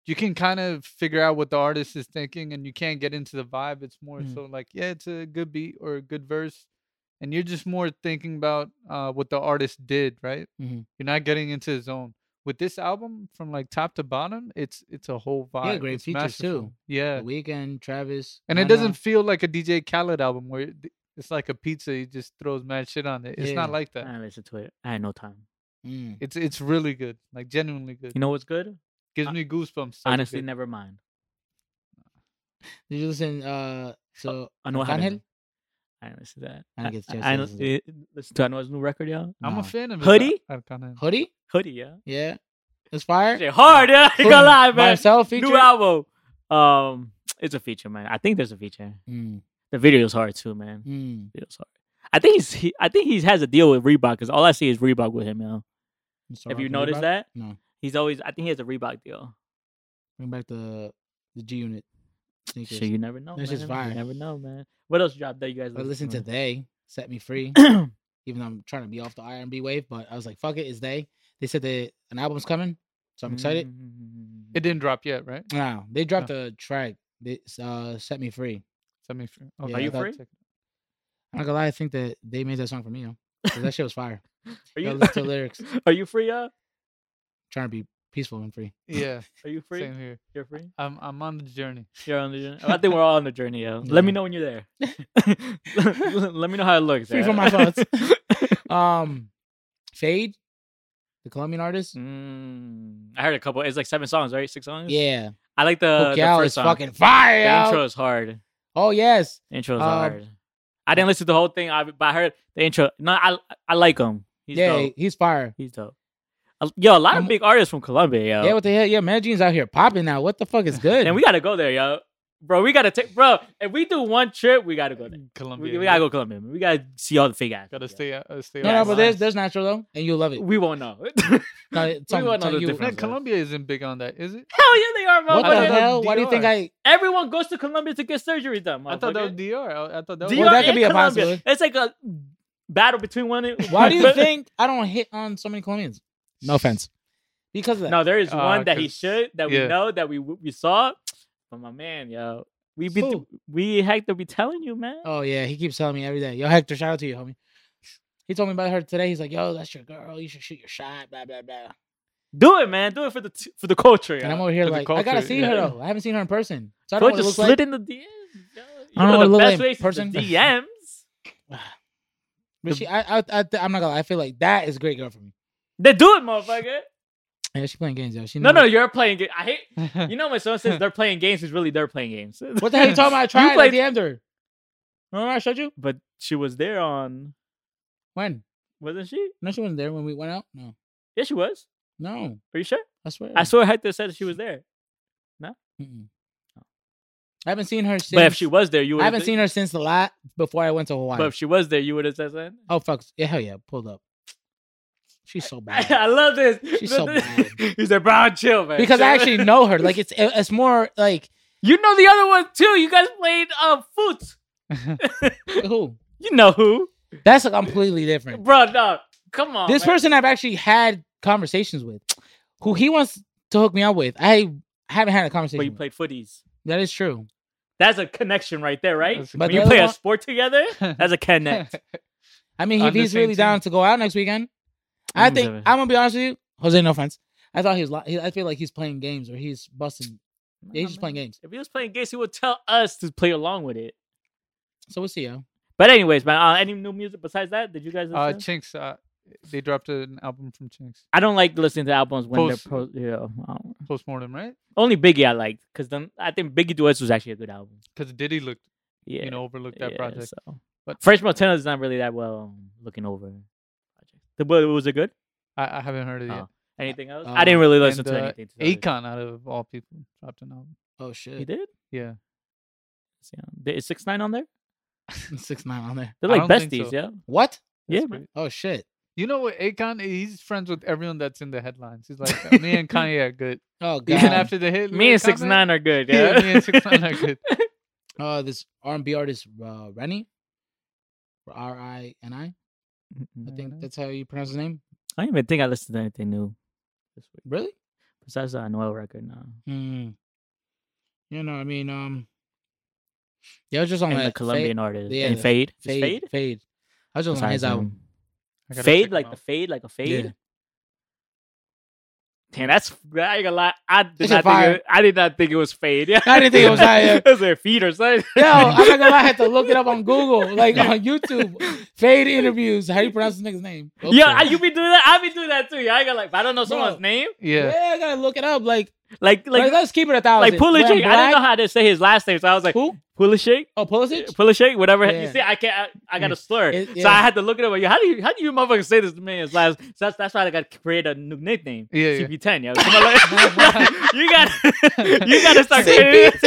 [SPEAKER 2] you can kind of figure out what the artist is thinking and you can't get into the vibe. It's more
[SPEAKER 1] Mhm.
[SPEAKER 2] so like, yeah, it's a good beat or a good verse. And you're just more thinking about uh, what the artist did, right?
[SPEAKER 1] Mhm.
[SPEAKER 2] You're not getting into his own. With this album, from like top to bottom, it's it's a whole vibe.
[SPEAKER 1] great
[SPEAKER 2] It's
[SPEAKER 1] features,
[SPEAKER 2] masterful.
[SPEAKER 1] too.
[SPEAKER 2] Yeah,
[SPEAKER 1] The weekend, Travis,
[SPEAKER 2] and it
[SPEAKER 1] Lana.
[SPEAKER 2] doesn't feel like a DJ Khaled album where it- it's like a pizza. He just throws mad shit on it. It's not
[SPEAKER 1] Yeah.
[SPEAKER 2] like
[SPEAKER 3] I
[SPEAKER 2] that.
[SPEAKER 3] didn't listen to it. I had no time.
[SPEAKER 1] Mm.
[SPEAKER 2] It's it's really good, like genuinely good.
[SPEAKER 3] You know what's good?
[SPEAKER 2] Gives
[SPEAKER 3] I-
[SPEAKER 2] me goosebumps. type
[SPEAKER 3] Honestly,
[SPEAKER 2] shit.
[SPEAKER 3] never mind.
[SPEAKER 1] Did you listen? Uh, so
[SPEAKER 3] Anuel
[SPEAKER 1] Arcángel?
[SPEAKER 3] Haddad. I didn't listen to that.
[SPEAKER 1] I didn't get a
[SPEAKER 3] I, I,
[SPEAKER 1] chance to
[SPEAKER 3] don't- eh, listen to Anuel's new record, yeah.
[SPEAKER 2] I'm
[SPEAKER 1] Nah.
[SPEAKER 2] a fan of it,
[SPEAKER 3] Hoodie?
[SPEAKER 2] Ar- Arcana.
[SPEAKER 1] hoodie.
[SPEAKER 3] Hoodie, yeah.
[SPEAKER 1] Yeah, it's fire.
[SPEAKER 3] Shit hard, yeah. You gonna lie, man.
[SPEAKER 1] Myself
[SPEAKER 3] New album. Um, it's a feature, man. I think there's a feature.
[SPEAKER 1] Mm,
[SPEAKER 3] The video's hard too, man.
[SPEAKER 1] mm.
[SPEAKER 3] Video's hard. I think he's. He, I think he has a deal with Reebok because all I see is Reebok with him, yo.
[SPEAKER 1] Start
[SPEAKER 3] Have you
[SPEAKER 1] rocking
[SPEAKER 3] noticed
[SPEAKER 1] Reebok?
[SPEAKER 3] that?
[SPEAKER 1] No.
[SPEAKER 3] He's always. I think he has a Reebok deal.
[SPEAKER 1] Bring back the the G Unit sneakers.
[SPEAKER 3] So you never know.
[SPEAKER 1] That's
[SPEAKER 3] man.
[SPEAKER 1] just fire.
[SPEAKER 3] You never know, man. What else dropped that you guys?
[SPEAKER 1] I listened to they set me free.
[SPEAKER 3] that.
[SPEAKER 1] even though I'm trying to be off the R&B wave, but I was like, fuck it, it's they. They said that an album's coming, so I'm excited.
[SPEAKER 3] Mm-hmm.
[SPEAKER 2] It didn't drop yet, right?
[SPEAKER 3] Mm.
[SPEAKER 1] Wow, they dropped a track. They uh, set me free.
[SPEAKER 2] Send me free.
[SPEAKER 1] Yeah, Are you
[SPEAKER 2] I'll
[SPEAKER 3] free?
[SPEAKER 2] check it.
[SPEAKER 1] I'm not gonna lie, I think that they made that song for me. You know? 'Cause that shit was fire.
[SPEAKER 3] Are
[SPEAKER 1] I
[SPEAKER 3] you?
[SPEAKER 1] listened to the lyrics,
[SPEAKER 3] Are you free? Yeah.
[SPEAKER 1] trying to be peaceful and free.
[SPEAKER 2] Yeah,
[SPEAKER 3] Are you free?
[SPEAKER 2] same here.
[SPEAKER 3] You're free.
[SPEAKER 2] I'm I'm on the journey.
[SPEAKER 3] You're on the journey. I think we're all on the journey, yo. Let me
[SPEAKER 1] Yeah.
[SPEAKER 3] know when you're there. Let me know how it looks.
[SPEAKER 1] Free
[SPEAKER 3] yo.
[SPEAKER 1] from my thoughts. Um, Fade, the Colombian artist.
[SPEAKER 3] Mm, I heard a couple. It's like seven songs, right? Six songs.
[SPEAKER 1] Yeah,
[SPEAKER 3] I like Uh, the, the
[SPEAKER 1] Coquel
[SPEAKER 3] first
[SPEAKER 1] is
[SPEAKER 3] song.
[SPEAKER 1] fucking fire.
[SPEAKER 3] the
[SPEAKER 1] yo.
[SPEAKER 3] intro is hard.
[SPEAKER 1] Oh yes,
[SPEAKER 3] The intro is
[SPEAKER 1] Um,
[SPEAKER 3] hard. I didn't listen to the whole thing, I, but I heard the intro. No, I I like him. He's
[SPEAKER 1] yeah,
[SPEAKER 3] dope.
[SPEAKER 1] he's fire.
[SPEAKER 3] He's dope. Uh, Yo, a lot of
[SPEAKER 1] I'm-
[SPEAKER 3] big artists from Colombia, yo.
[SPEAKER 1] Yeah, what the hell? Yeah, Mad Gene's out here popping now. What the fuck is good?
[SPEAKER 3] and we gotta go there, yo, bro. We gotta take, bro. If we do one trip, we gotta go there.
[SPEAKER 2] Colombia.
[SPEAKER 3] We, we gotta go Colombia. man. We gotta see all the fake ass.
[SPEAKER 2] Gotta stay. out- Uh, stay.
[SPEAKER 1] no,
[SPEAKER 3] Yeah,
[SPEAKER 1] no,
[SPEAKER 2] out
[SPEAKER 1] but
[SPEAKER 2] of
[SPEAKER 1] there's
[SPEAKER 2] line.
[SPEAKER 1] there's natural though, and you'll love it.
[SPEAKER 3] We won't know.
[SPEAKER 1] No, it's
[SPEAKER 3] We
[SPEAKER 1] on-
[SPEAKER 3] won't
[SPEAKER 1] it's
[SPEAKER 3] know
[SPEAKER 1] on
[SPEAKER 3] the
[SPEAKER 1] you.
[SPEAKER 3] difference.
[SPEAKER 2] Man, Colombia isn't big on that, is it?
[SPEAKER 3] Hell yeah, they are,
[SPEAKER 1] What
[SPEAKER 2] I thought
[SPEAKER 1] the
[SPEAKER 3] motherfucker.
[SPEAKER 2] that
[SPEAKER 1] hell?
[SPEAKER 2] was
[SPEAKER 1] Why do you think
[SPEAKER 2] DR.
[SPEAKER 1] I?
[SPEAKER 3] Everyone goes to Colombia to get surgery done.
[SPEAKER 2] I thought that was
[SPEAKER 3] motherfucker.
[SPEAKER 2] DR. I, I thought that
[SPEAKER 3] DR
[SPEAKER 1] Well,
[SPEAKER 2] was.
[SPEAKER 1] that could
[SPEAKER 3] and
[SPEAKER 1] be a
[SPEAKER 3] Colombia.
[SPEAKER 1] possibility.
[SPEAKER 3] It's like a battle between one. and-
[SPEAKER 1] Why do you think I don't hit on so many Colombians? No offense, because of that.
[SPEAKER 3] No, there is
[SPEAKER 2] Uh,
[SPEAKER 3] one that he
[SPEAKER 2] 'cause-
[SPEAKER 3] should that we
[SPEAKER 2] yeah.
[SPEAKER 3] know that we we saw. But my man, yo, we be
[SPEAKER 1] Who?
[SPEAKER 3] we Hector be telling you, man.
[SPEAKER 1] Oh yeah, he keeps telling me every day. Yo, Hector, shout out to you, homie. He told me about her today. He's like, "Yo, that's your girl. You should shoot your shot." Blah blah blah.
[SPEAKER 3] Do it, man. Do it for the t- for the culture.
[SPEAKER 1] And I'm
[SPEAKER 3] Yo.
[SPEAKER 1] over here
[SPEAKER 2] For the
[SPEAKER 1] like, I gotta
[SPEAKER 2] culture,
[SPEAKER 1] see
[SPEAKER 3] yeah.
[SPEAKER 1] her though. I haven't seen her in person, so I don't know
[SPEAKER 3] Culture
[SPEAKER 1] what it looks
[SPEAKER 3] slid
[SPEAKER 1] like.
[SPEAKER 3] in the DMs. Yo. You
[SPEAKER 1] I don't know
[SPEAKER 3] know,
[SPEAKER 1] what
[SPEAKER 3] the
[SPEAKER 1] it
[SPEAKER 3] best
[SPEAKER 1] look
[SPEAKER 3] way
[SPEAKER 1] like
[SPEAKER 3] is the
[SPEAKER 1] person.
[SPEAKER 3] DMs.
[SPEAKER 1] But she, I, I, I, I'm not gonna. Lie. I feel like that is a great girl for me.
[SPEAKER 3] They do it, motherfucker.
[SPEAKER 1] Yeah, she playing games, yo. She
[SPEAKER 3] No,
[SPEAKER 1] know-
[SPEAKER 3] no, you're playing. Ga- I hate. You know, my son says they're playing games. It's really they're playing games.
[SPEAKER 1] What the hell you talking about? I tried.
[SPEAKER 3] played-
[SPEAKER 1] I DM'd her. Remember I showed you
[SPEAKER 3] But she was there on,
[SPEAKER 1] when?
[SPEAKER 3] wasn't she?
[SPEAKER 1] No, she wasn't there when we went out. No,
[SPEAKER 3] Yeah, she was.
[SPEAKER 1] no,
[SPEAKER 3] Are you sure?
[SPEAKER 1] I swear.
[SPEAKER 3] I swear Hector said she was there.
[SPEAKER 1] Mm-mm. I haven't seen her since.
[SPEAKER 3] But if she was there, you would.
[SPEAKER 1] I haven't seen her since the lot before I went to Hawaii.
[SPEAKER 3] But if she was there, you would have said something.
[SPEAKER 1] oh fuck! Yeah, hell yeah, pulled up. She's so
[SPEAKER 3] I,
[SPEAKER 1] bad
[SPEAKER 3] love this.
[SPEAKER 1] She's so bad.
[SPEAKER 3] He's like, Brown, chill, man.
[SPEAKER 1] because I
[SPEAKER 3] Chill."
[SPEAKER 1] actually know her. Like it's it's more like
[SPEAKER 3] you know the other one too. You guys played uh foot.
[SPEAKER 1] who?
[SPEAKER 3] You know who,
[SPEAKER 1] That's like completely different.
[SPEAKER 3] bro? No, come on.
[SPEAKER 1] This
[SPEAKER 3] man.
[SPEAKER 1] person I've actually had conversations with, who he wants to hook me up with. I haven't had a conversation.
[SPEAKER 3] But you
[SPEAKER 1] with.
[SPEAKER 3] played footies.
[SPEAKER 1] That is true.
[SPEAKER 3] That's a connection right there, right?
[SPEAKER 2] That's
[SPEAKER 1] But
[SPEAKER 3] When you
[SPEAKER 1] the other
[SPEAKER 3] play a
[SPEAKER 1] one-
[SPEAKER 3] sport together, that's a
[SPEAKER 2] Uh,
[SPEAKER 3] connect.
[SPEAKER 1] I mean,
[SPEAKER 2] On
[SPEAKER 1] if
[SPEAKER 2] the
[SPEAKER 1] he's
[SPEAKER 2] same
[SPEAKER 1] really down
[SPEAKER 2] team.
[SPEAKER 1] to go out next weekend, I
[SPEAKER 3] Mm,
[SPEAKER 1] think
[SPEAKER 3] Jose.
[SPEAKER 1] I'm gonna be honest with you, Jose. No offense. I thought he was. Li- he- I feel like he's playing games or he's busting. Yeah, he's just playing games.
[SPEAKER 3] If he was playing games, he would tell us to play along with it.
[SPEAKER 1] So we'll see, yo.
[SPEAKER 3] But anyways, man, uh, any new music besides that? Did you guys?
[SPEAKER 2] uh,
[SPEAKER 3] Listen?
[SPEAKER 2] Chinks. Uh, they dropped an album from Chinks.
[SPEAKER 3] I don't like listening to albums when
[SPEAKER 2] Post-
[SPEAKER 3] they're pro. You know, I don't-
[SPEAKER 2] Postmortem, right?
[SPEAKER 3] only Biggie I liked because then I think Biggie Duets was actually a good album.
[SPEAKER 2] Because Diddy looked,
[SPEAKER 3] Yeah,
[SPEAKER 2] you know, overlooked that
[SPEAKER 3] yeah,
[SPEAKER 2] project.
[SPEAKER 3] So.
[SPEAKER 2] But-
[SPEAKER 3] French Montana is not really that well looking over. project. The- But was it good?
[SPEAKER 2] I, I haven't heard it yet.
[SPEAKER 3] Oh, Anything else?
[SPEAKER 1] uh,
[SPEAKER 3] I didn't really listen
[SPEAKER 2] and,
[SPEAKER 3] to
[SPEAKER 2] uh,
[SPEAKER 3] anything. to tell you the
[SPEAKER 2] Akon, out of all people, dropped an album.
[SPEAKER 1] Oh
[SPEAKER 3] truth.
[SPEAKER 1] shit.
[SPEAKER 3] he did.
[SPEAKER 2] Yeah.
[SPEAKER 3] Yeah. Did- Is six nine on there?
[SPEAKER 1] Six nine on there.
[SPEAKER 3] They're
[SPEAKER 2] I
[SPEAKER 3] like
[SPEAKER 2] don't think
[SPEAKER 3] besties,
[SPEAKER 2] so.
[SPEAKER 3] yeah.
[SPEAKER 1] What?
[SPEAKER 3] Yeah,
[SPEAKER 2] That's
[SPEAKER 3] man.
[SPEAKER 2] great.
[SPEAKER 1] Oh shit.
[SPEAKER 2] You know what, Akon, he's friends with everyone that's in the headlines. He's like, "Uh, me and Kanye are good.
[SPEAKER 1] Oh god.
[SPEAKER 2] Even after the hit,
[SPEAKER 3] Me and six nine are good.
[SPEAKER 2] Yeah,
[SPEAKER 3] Yeah,
[SPEAKER 2] me and 6ix9ine are good.
[SPEAKER 1] uh, this R&B artist uh, Rennie, R I N I.
[SPEAKER 3] Mm-hmm.
[SPEAKER 1] Mm-hmm. I think that's how you pronounce his name.
[SPEAKER 3] I don't even think I listened to anything new this week.
[SPEAKER 1] Really?
[SPEAKER 3] Besides the Anuel record now.
[SPEAKER 1] Hmm. You know, I mean, um, yeah, I was just on
[SPEAKER 3] And
[SPEAKER 1] that
[SPEAKER 3] the
[SPEAKER 1] Fa-
[SPEAKER 3] Colombian artist.
[SPEAKER 1] yeah,
[SPEAKER 3] and
[SPEAKER 1] the
[SPEAKER 3] Fade. Is
[SPEAKER 1] fade, fade, I was just on
[SPEAKER 3] Besides
[SPEAKER 1] his album.
[SPEAKER 3] him.
[SPEAKER 2] I gotta check
[SPEAKER 3] Fade,
[SPEAKER 2] 'em
[SPEAKER 3] like
[SPEAKER 2] out.
[SPEAKER 3] the fade, like a
[SPEAKER 1] Yeah.
[SPEAKER 3] fade. Damn, that's I ain't gonna lie. I did
[SPEAKER 1] It's a
[SPEAKER 3] not think
[SPEAKER 1] fire.
[SPEAKER 3] it, I did not think it was fade. Yeah,
[SPEAKER 1] I didn't think it was higher.
[SPEAKER 3] it was their feet or something.
[SPEAKER 1] Yo, I'm not gonna lie, I had to look it up on Google, like on YouTube. Fade interviews. How do you pronounce this nigga's name?
[SPEAKER 3] Yeah, I,
[SPEAKER 1] Okay.
[SPEAKER 3] you be doing that. I be doing that too. Yeah, I got like if I don't know
[SPEAKER 1] Bro.
[SPEAKER 3] someone's name.
[SPEAKER 1] yeah.
[SPEAKER 2] Yeah.
[SPEAKER 1] I gotta look it up. Like,
[SPEAKER 3] Like
[SPEAKER 1] like,
[SPEAKER 3] like like,
[SPEAKER 1] let's keep it a thousand. When I'm
[SPEAKER 3] Pulisic. I didn't know
[SPEAKER 1] black-
[SPEAKER 3] how to say his last name, so I was like
[SPEAKER 1] Who?
[SPEAKER 3] Pulisic,
[SPEAKER 1] Oh, Pulisic.
[SPEAKER 3] Pulisic, whatever.
[SPEAKER 1] Yeah.
[SPEAKER 3] You see, I can't. I, I got a slur,
[SPEAKER 1] It-
[SPEAKER 3] so
[SPEAKER 1] yeah.
[SPEAKER 3] I had to look it up. Like, how do you how do you motherfuckers say this man's last? So that's that's why I got to create a new nickname.
[SPEAKER 2] Yeah, yeah.
[SPEAKER 3] CP10. Yeah, Come on, like- you got you got to start
[SPEAKER 1] CP10.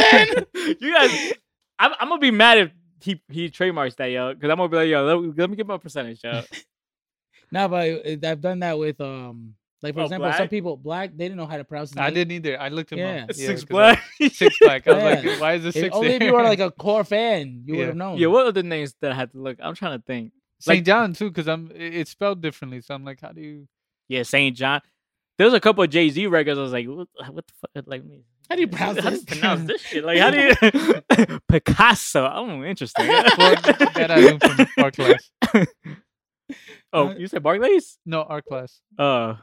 [SPEAKER 3] creating. you guys, I'm, I'm gonna be mad if he he trademarks that, yo, because I'm gonna be like, yo, let, let me give him a percentage, yo.
[SPEAKER 1] No, but I- I've done that with um, like for
[SPEAKER 3] Oh,
[SPEAKER 1] example, some
[SPEAKER 3] black?
[SPEAKER 1] people black they didn't know how to pronounce. His
[SPEAKER 2] I
[SPEAKER 1] name.
[SPEAKER 2] didn't either. I looked him
[SPEAKER 1] Yeah.
[SPEAKER 2] up. 'cause
[SPEAKER 3] Six
[SPEAKER 2] I-
[SPEAKER 3] blood.
[SPEAKER 2] Six pack. I was
[SPEAKER 1] Yeah.
[SPEAKER 2] like, why is it
[SPEAKER 1] If-
[SPEAKER 2] six?
[SPEAKER 1] only if you were like a core fan, you
[SPEAKER 2] Yeah.
[SPEAKER 1] would have known.
[SPEAKER 3] yeah, what are the names that I had to look? I'm trying to think.
[SPEAKER 2] St.
[SPEAKER 3] like-
[SPEAKER 2] John too, because I'm it- it's spelled differently. So I'm like, how do you?
[SPEAKER 3] Yeah, Saint John. There's a couple of Jay Z records. I was like, what, uh, what the fuck? Like, me.
[SPEAKER 1] How do you pronounce
[SPEAKER 3] how do
[SPEAKER 1] this?
[SPEAKER 3] you pronounce this shit? Like, how do you Picasso? I'm interested.
[SPEAKER 2] Well, that I knew from our class.
[SPEAKER 3] oh, you said Barclays?
[SPEAKER 2] No, our class.
[SPEAKER 3] Uh,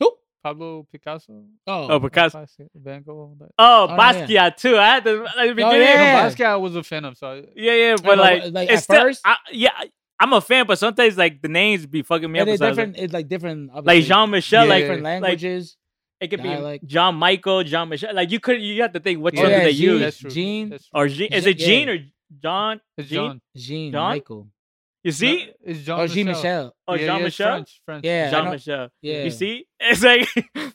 [SPEAKER 1] Who?
[SPEAKER 2] Pablo Picasso.
[SPEAKER 1] Oh,
[SPEAKER 3] oh, Picasso.
[SPEAKER 2] Picasso, Van Gogh. That.
[SPEAKER 3] Oh,
[SPEAKER 1] yeah. Oh,
[SPEAKER 3] Basquiat too. I had to at the beginning.
[SPEAKER 1] yeah.
[SPEAKER 3] yeah.
[SPEAKER 2] Basquiat I was a fan of. So uh, I,
[SPEAKER 3] yeah,
[SPEAKER 1] No,
[SPEAKER 3] but
[SPEAKER 1] but,
[SPEAKER 3] like,
[SPEAKER 1] like,
[SPEAKER 3] it's
[SPEAKER 1] at
[SPEAKER 3] still,
[SPEAKER 1] first-
[SPEAKER 3] I, yeah, I- I'm a fan, but sometimes like the names be fucking me
[SPEAKER 1] and
[SPEAKER 3] up.
[SPEAKER 1] it's
[SPEAKER 3] so I was
[SPEAKER 1] different. It's like different.
[SPEAKER 3] Like, like
[SPEAKER 1] obviously,
[SPEAKER 3] Jean Michel,
[SPEAKER 2] Yeah.
[SPEAKER 3] like
[SPEAKER 1] different
[SPEAKER 3] like-
[SPEAKER 1] languages.
[SPEAKER 3] it could be
[SPEAKER 1] dialect.
[SPEAKER 3] John Michael, John Michel. Like you could, you have to think what
[SPEAKER 1] Oh,
[SPEAKER 3] one
[SPEAKER 1] yeah,
[SPEAKER 3] did they
[SPEAKER 1] Jean-
[SPEAKER 3] use?
[SPEAKER 2] That's true.
[SPEAKER 1] Gene-
[SPEAKER 2] That's true.
[SPEAKER 3] Or Jean, is
[SPEAKER 1] Jean-
[SPEAKER 3] it Gene
[SPEAKER 1] yeah.
[SPEAKER 3] or John?
[SPEAKER 2] It's
[SPEAKER 3] Jean?
[SPEAKER 2] John.
[SPEAKER 1] Jean,
[SPEAKER 3] John?
[SPEAKER 1] Michael.
[SPEAKER 3] You
[SPEAKER 2] No,
[SPEAKER 3] see?
[SPEAKER 2] it's John.
[SPEAKER 1] Oh, Jean Michel.
[SPEAKER 3] Oh,
[SPEAKER 2] Yeah,
[SPEAKER 3] Jean
[SPEAKER 2] yeah, it's
[SPEAKER 3] Michel?
[SPEAKER 2] French, French.
[SPEAKER 1] Yeah, I
[SPEAKER 3] Jean
[SPEAKER 1] know-
[SPEAKER 3] Michel.
[SPEAKER 1] Yeah.
[SPEAKER 3] You see? It's like,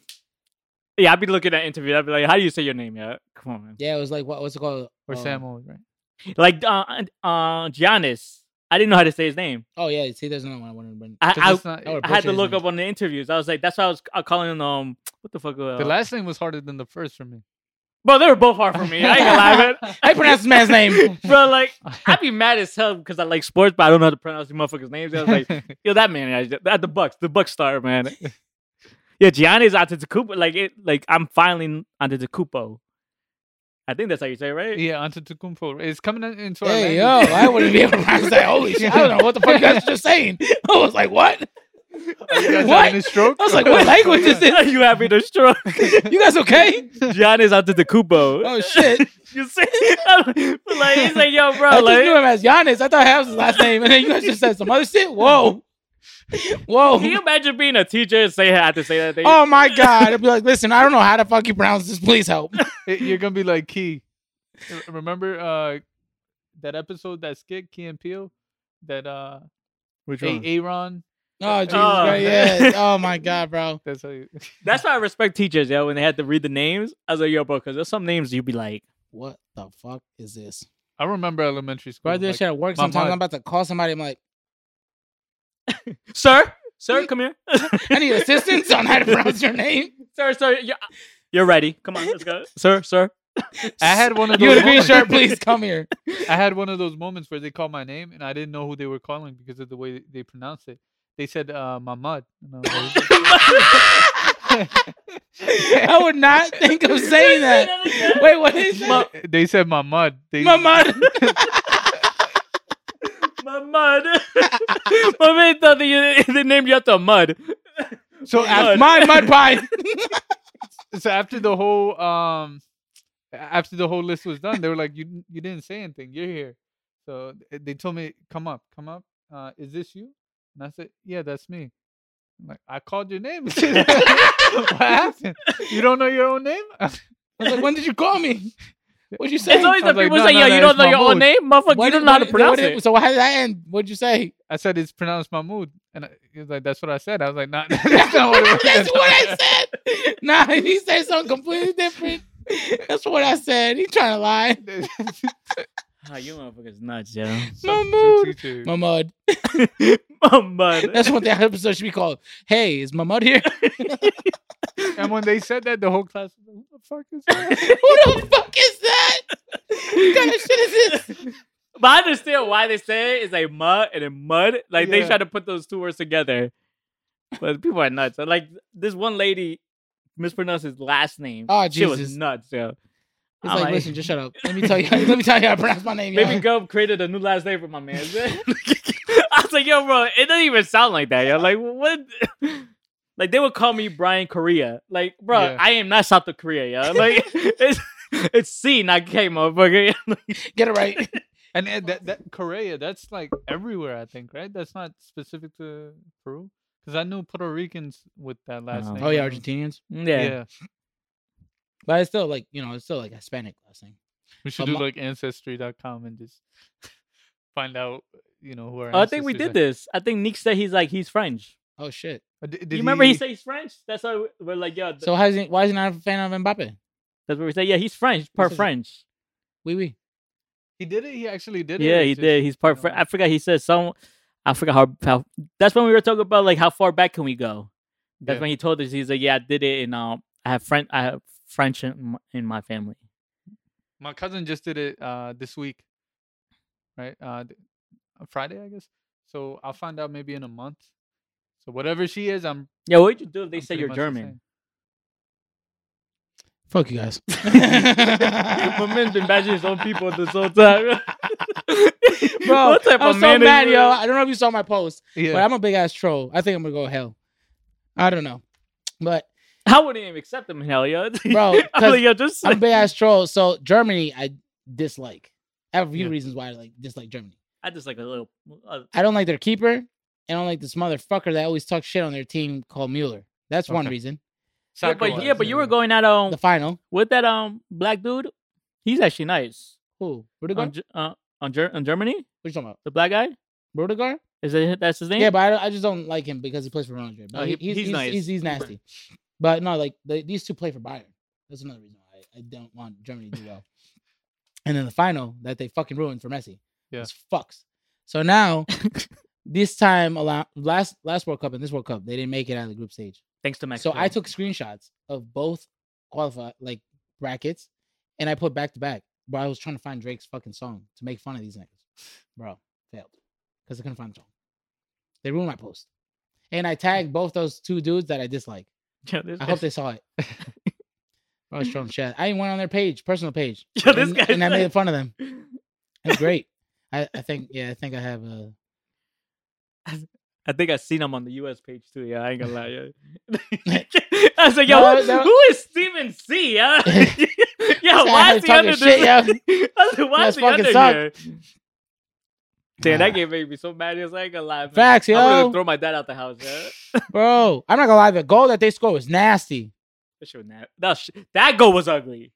[SPEAKER 3] yeah, I'd be looking at interviews. I'd be like, how do you say your name? Yeah, come on, man.
[SPEAKER 1] Yeah, it was like what, what's it called?
[SPEAKER 2] Or
[SPEAKER 1] Uh,
[SPEAKER 2] Samuel, right?
[SPEAKER 3] Like uh, uh, Giannis. I didn't know how to say his name.
[SPEAKER 1] Oh yeah, see, there's another one I wanted to bring.
[SPEAKER 2] 'Cause
[SPEAKER 3] I, Oh, I,
[SPEAKER 2] it's not-
[SPEAKER 1] I would-
[SPEAKER 3] I had
[SPEAKER 1] Butcher
[SPEAKER 3] to
[SPEAKER 1] his
[SPEAKER 3] look
[SPEAKER 1] name.
[SPEAKER 3] up on the interviews. I was like, that's why I was uh, calling him. Um, what the fuck? Uh,
[SPEAKER 2] the last name was harder than the first for me.
[SPEAKER 3] bro, they were both hard for me. I ain't gonna lie, man.
[SPEAKER 1] I pronounced this man's name.
[SPEAKER 3] bro, like I'd be mad as hell because I like sports, but I don't know how to pronounce these motherfuckers' names. I was like, yo, that man at the Bucks, the Bucks star, man. yeah, Giannis Antetokounmpo. Like it, like I'm finally Antetokounmpo. I think that's how you say it, right?
[SPEAKER 2] yeah, Antetokounmpo. It's coming in- into our
[SPEAKER 1] hey yo,
[SPEAKER 2] language.
[SPEAKER 1] I wouldn't be able to pronounce that. Holy shit! I don't know what the fuck you guys were just saying. I was like, what?
[SPEAKER 2] Are you guys
[SPEAKER 1] What?
[SPEAKER 2] having a stroke?
[SPEAKER 1] I was like, what language is this?
[SPEAKER 3] you happy to stroke?
[SPEAKER 1] You guys okay?
[SPEAKER 3] Giannis Antetokounmpo.
[SPEAKER 1] Oh shit!
[SPEAKER 3] you see? But, like he's like, yo,
[SPEAKER 1] I
[SPEAKER 3] bro,
[SPEAKER 1] just knew
[SPEAKER 3] like.
[SPEAKER 1] him as Giannis. I thought that was his last name, and then you guys just said some other shit. Whoa, whoa!
[SPEAKER 3] Can you imagine being a teacher and say I have to say that thing?
[SPEAKER 1] Oh my god! I'd be like, listen, I don't know how the fuck you pronounce this. Please help.
[SPEAKER 2] It- You're gonna be like Key. R- Remember uh, that episode that skit Key and Peele that uh,
[SPEAKER 3] Which
[SPEAKER 2] a- Aaron.
[SPEAKER 1] Oh Jesus!
[SPEAKER 3] Oh,
[SPEAKER 1] Christ,
[SPEAKER 2] man.
[SPEAKER 1] yes. Oh my god, bro.
[SPEAKER 2] That's how you.
[SPEAKER 3] That's why I respect teachers, yo, when they had to read the names. I was like, yo, bro, because there's some names you'd be like,
[SPEAKER 1] What the fuck is this?
[SPEAKER 2] I remember elementary school.
[SPEAKER 1] Bro, I do
[SPEAKER 2] like,
[SPEAKER 1] this shit at work.
[SPEAKER 2] my
[SPEAKER 1] Sometimes
[SPEAKER 2] mind-
[SPEAKER 1] I'm about to call somebody. I'm like,
[SPEAKER 3] sir, sir, come here.
[SPEAKER 1] I need assistance on how to pronounce your name.
[SPEAKER 3] sir, sir, you're, you're ready. Come on, let's go. sir, sir.
[SPEAKER 2] I had one of
[SPEAKER 1] You
[SPEAKER 2] those.
[SPEAKER 1] in a green
[SPEAKER 2] moments-
[SPEAKER 1] shirt, please come here.
[SPEAKER 2] I had one of those moments where they called my name and I didn't know who they were calling because of the way they pronounced it. They said uh, Mahmud. And I was like,
[SPEAKER 1] I would not think of saying that. Wait, what is
[SPEAKER 3] Ma-
[SPEAKER 1] that?
[SPEAKER 2] they said Mahmud. They,
[SPEAKER 1] My mother.
[SPEAKER 3] My mud. My man thought they, they named you after mud.
[SPEAKER 2] So
[SPEAKER 3] Mahmud.
[SPEAKER 2] after,
[SPEAKER 1] My mud pie.
[SPEAKER 2] so after the whole um after the whole list was done, they were like, "You didn't- you didn't say anything. You're here." So th- they told me, "Come up, come up. Uh, is this you?" And I said, "Yeah, that's me." I'm like, I called your name. what happened? You don't know your own name?
[SPEAKER 1] I was like, when did you call me? What'd you say?
[SPEAKER 3] It's always
[SPEAKER 2] I
[SPEAKER 3] the
[SPEAKER 2] was like,
[SPEAKER 3] people
[SPEAKER 2] no,
[SPEAKER 3] say,
[SPEAKER 2] no,
[SPEAKER 3] yo,
[SPEAKER 2] no,
[SPEAKER 3] you don't
[SPEAKER 2] it's
[SPEAKER 3] know your
[SPEAKER 2] Mahmud.
[SPEAKER 3] own name? Motherfucker,
[SPEAKER 1] What
[SPEAKER 3] you
[SPEAKER 1] did-
[SPEAKER 3] don't know how
[SPEAKER 1] what
[SPEAKER 3] to
[SPEAKER 1] did-
[SPEAKER 3] pronounce
[SPEAKER 1] what did-
[SPEAKER 3] it.
[SPEAKER 1] So how did that end? What'd you say?
[SPEAKER 2] I said it's pronounced Mahmoud, and I, he was like, "That's what I said." I was like, "Not." that's not what it was.
[SPEAKER 1] That's what I said. Nah, he said something completely different. That's what I said. He trying to lie.
[SPEAKER 3] Oh, you motherfuckers nuts, yo.
[SPEAKER 1] Mahmoud. My mud.
[SPEAKER 3] My mud.
[SPEAKER 1] That's what that episode should be called. Hey, is my mud here?
[SPEAKER 2] And when they said that, the whole class was like, "What the fuck is that?"
[SPEAKER 1] Who the fuck is that? What kind of shit is this?
[SPEAKER 3] But I understand why they say it. It's like mud and then mud. Like they
[SPEAKER 2] Yeah.
[SPEAKER 3] try to put those two words together. But people are nuts. Like this one lady mispronounced his last name.
[SPEAKER 1] Ah,
[SPEAKER 3] Shit was
[SPEAKER 1] Jesus.
[SPEAKER 3] nuts, yo.
[SPEAKER 1] It's
[SPEAKER 3] I'm
[SPEAKER 1] like, listen, just shut up. Let me tell you. let me tell you how to pronounce my name.
[SPEAKER 3] Baby
[SPEAKER 1] Baby
[SPEAKER 3] Gov created a new last name for my man. I was like, yo, bro, it doesn't even sound like that, yo. Like, what? Like, they would call me Brian Korea. Like, bro,
[SPEAKER 2] Yeah.
[SPEAKER 3] I am not South Korea, yo. Like, it's, it's C, not K, motherfucker.
[SPEAKER 1] get it right.
[SPEAKER 2] And, and that, that Korea, that's like everywhere, I think, right? That's not specific to Peru, because I knew Puerto Ricans with that last
[SPEAKER 3] Oh.
[SPEAKER 2] name.
[SPEAKER 1] Oh yeah,
[SPEAKER 2] I don't-
[SPEAKER 1] Argentinians.
[SPEAKER 3] yeah.
[SPEAKER 2] Yeah,
[SPEAKER 1] But it's still like you know, it's still like Hispanic last name.
[SPEAKER 2] we should
[SPEAKER 1] But
[SPEAKER 2] do
[SPEAKER 1] my-
[SPEAKER 2] like ancestry.com and just find out, you know, who our.
[SPEAKER 3] Oh, I think we did
[SPEAKER 2] ancestors
[SPEAKER 3] this. I think Nick said he's like, he's French.
[SPEAKER 1] Oh shit.
[SPEAKER 2] are. Uh, d- did
[SPEAKER 3] You remember he said he's French? That's why we're like, yo, th-
[SPEAKER 1] So how's he, why is he not a fan of Mbappe?
[SPEAKER 3] that's what we say. Yeah, he's French, part
[SPEAKER 1] says it.
[SPEAKER 3] French.
[SPEAKER 1] Wee wee.
[SPEAKER 2] he did it. He actually did it.
[SPEAKER 3] Yeah,
[SPEAKER 2] It's
[SPEAKER 3] he
[SPEAKER 2] just-
[SPEAKER 3] did. He's part
[SPEAKER 2] you
[SPEAKER 3] French.
[SPEAKER 2] know.
[SPEAKER 3] I forgot he said some. I forgot how, how. That's when we were talking about like how far back can we go. That's
[SPEAKER 2] Yeah.
[SPEAKER 3] when he told us he's like, yeah, I did it, and um, I have French. I have French in my, in my family.
[SPEAKER 2] My cousin just did it uh this week, right? Uh, th- uh, Friday, I guess. So I'll find out maybe in a month. So whatever she is, I'm.
[SPEAKER 3] Yeah, what would you do if they
[SPEAKER 2] I'm
[SPEAKER 3] say
[SPEAKER 2] pretty
[SPEAKER 3] you're
[SPEAKER 2] much the
[SPEAKER 3] German?
[SPEAKER 1] Fuck you guys.
[SPEAKER 3] my man's been bashing his own people this whole time.
[SPEAKER 1] Bro,
[SPEAKER 3] What type
[SPEAKER 1] I'm
[SPEAKER 3] of
[SPEAKER 1] so
[SPEAKER 3] man is
[SPEAKER 1] mad,
[SPEAKER 3] you?
[SPEAKER 1] yo. I don't know if you saw my post,
[SPEAKER 2] same. Yeah.
[SPEAKER 1] but I'm a big ass troll. I think I'm gonna go to hell. I don't know, but
[SPEAKER 3] I wouldn't even accept him, hell, yo.
[SPEAKER 1] Bro,
[SPEAKER 3] I'm
[SPEAKER 1] 'cause
[SPEAKER 3] like, yo, just
[SPEAKER 1] I'm a big ass troll. So Germany, I dislike. I have a few
[SPEAKER 2] Yeah.
[SPEAKER 1] reasons why I like dislike Germany.
[SPEAKER 3] I just like a little. Uh,
[SPEAKER 1] I don't like their keeper. I don't like this motherfucker that always talks shit on their team called Mueller. That's one
[SPEAKER 2] Okay.
[SPEAKER 1] reason.
[SPEAKER 3] yeah, but,
[SPEAKER 2] Soccer-wise,
[SPEAKER 3] yeah, but you were
[SPEAKER 2] yeah.
[SPEAKER 3] going at um
[SPEAKER 1] The final.
[SPEAKER 3] with that um black dude. He's actually nice
[SPEAKER 1] Who? Rudiger?
[SPEAKER 3] on Ge- uh, on, Ger- on Germany.
[SPEAKER 1] what you talking about?
[SPEAKER 3] The black guy
[SPEAKER 1] Rudiger?
[SPEAKER 3] is it? That's his name.
[SPEAKER 1] Yeah, but I, don't- I just don't like him because he plays for Real Madrid. But
[SPEAKER 3] Oh,
[SPEAKER 1] he, he's,
[SPEAKER 3] he- he's
[SPEAKER 1] he's,
[SPEAKER 3] nice.
[SPEAKER 1] he's, he's nasty. But no, like the, these two play for Bayern. That's another reason why I, I don't want Germany to do well. and then the final that they fucking ruined for Messi.
[SPEAKER 2] Yeah.
[SPEAKER 1] It's fucks. So now, this time, allow, last last World Cup and this World Cup, they didn't make it out of the group stage.
[SPEAKER 3] Thanks to Mexico.
[SPEAKER 1] So I took screenshots of both qualify like brackets, and I put back to back. But I was trying to find Drake's fucking song to make fun of these niggas, bro. Failed because I couldn't find the song. They ruined my post, and I tagged both those two dudes that I dislike.
[SPEAKER 3] Yo, this,
[SPEAKER 1] I hope they saw it. I was throwing shit. I even went on their page, personal page,
[SPEAKER 3] Yo, this
[SPEAKER 1] and,
[SPEAKER 3] guy's
[SPEAKER 1] and I made
[SPEAKER 3] like-
[SPEAKER 1] fun of them. It's great. I, I think yeah, I think I have a.
[SPEAKER 3] I think I seen him on the US page too. Yeah, I ain't gonna lie. Yeah. I was like, yo,
[SPEAKER 1] No,
[SPEAKER 3] who-
[SPEAKER 1] no.
[SPEAKER 3] who is Steven C? Huh? yo,
[SPEAKER 1] This guy
[SPEAKER 3] why is he
[SPEAKER 1] talking
[SPEAKER 3] under
[SPEAKER 1] shit,
[SPEAKER 3] this? I was like, why
[SPEAKER 1] That's
[SPEAKER 3] is he
[SPEAKER 1] fucking
[SPEAKER 3] under
[SPEAKER 1] suck.
[SPEAKER 3] here? Damn, that
[SPEAKER 1] Ah.
[SPEAKER 3] game made me so mad. It's like a lie. man.
[SPEAKER 1] Facts,
[SPEAKER 3] I'm
[SPEAKER 1] yo.
[SPEAKER 3] gonna throw my dad out the house. Yeah.
[SPEAKER 1] bro. I'm not gonna lie. The goal that they scored was nasty.
[SPEAKER 3] That shit was na- That, sh- that goal was ugly.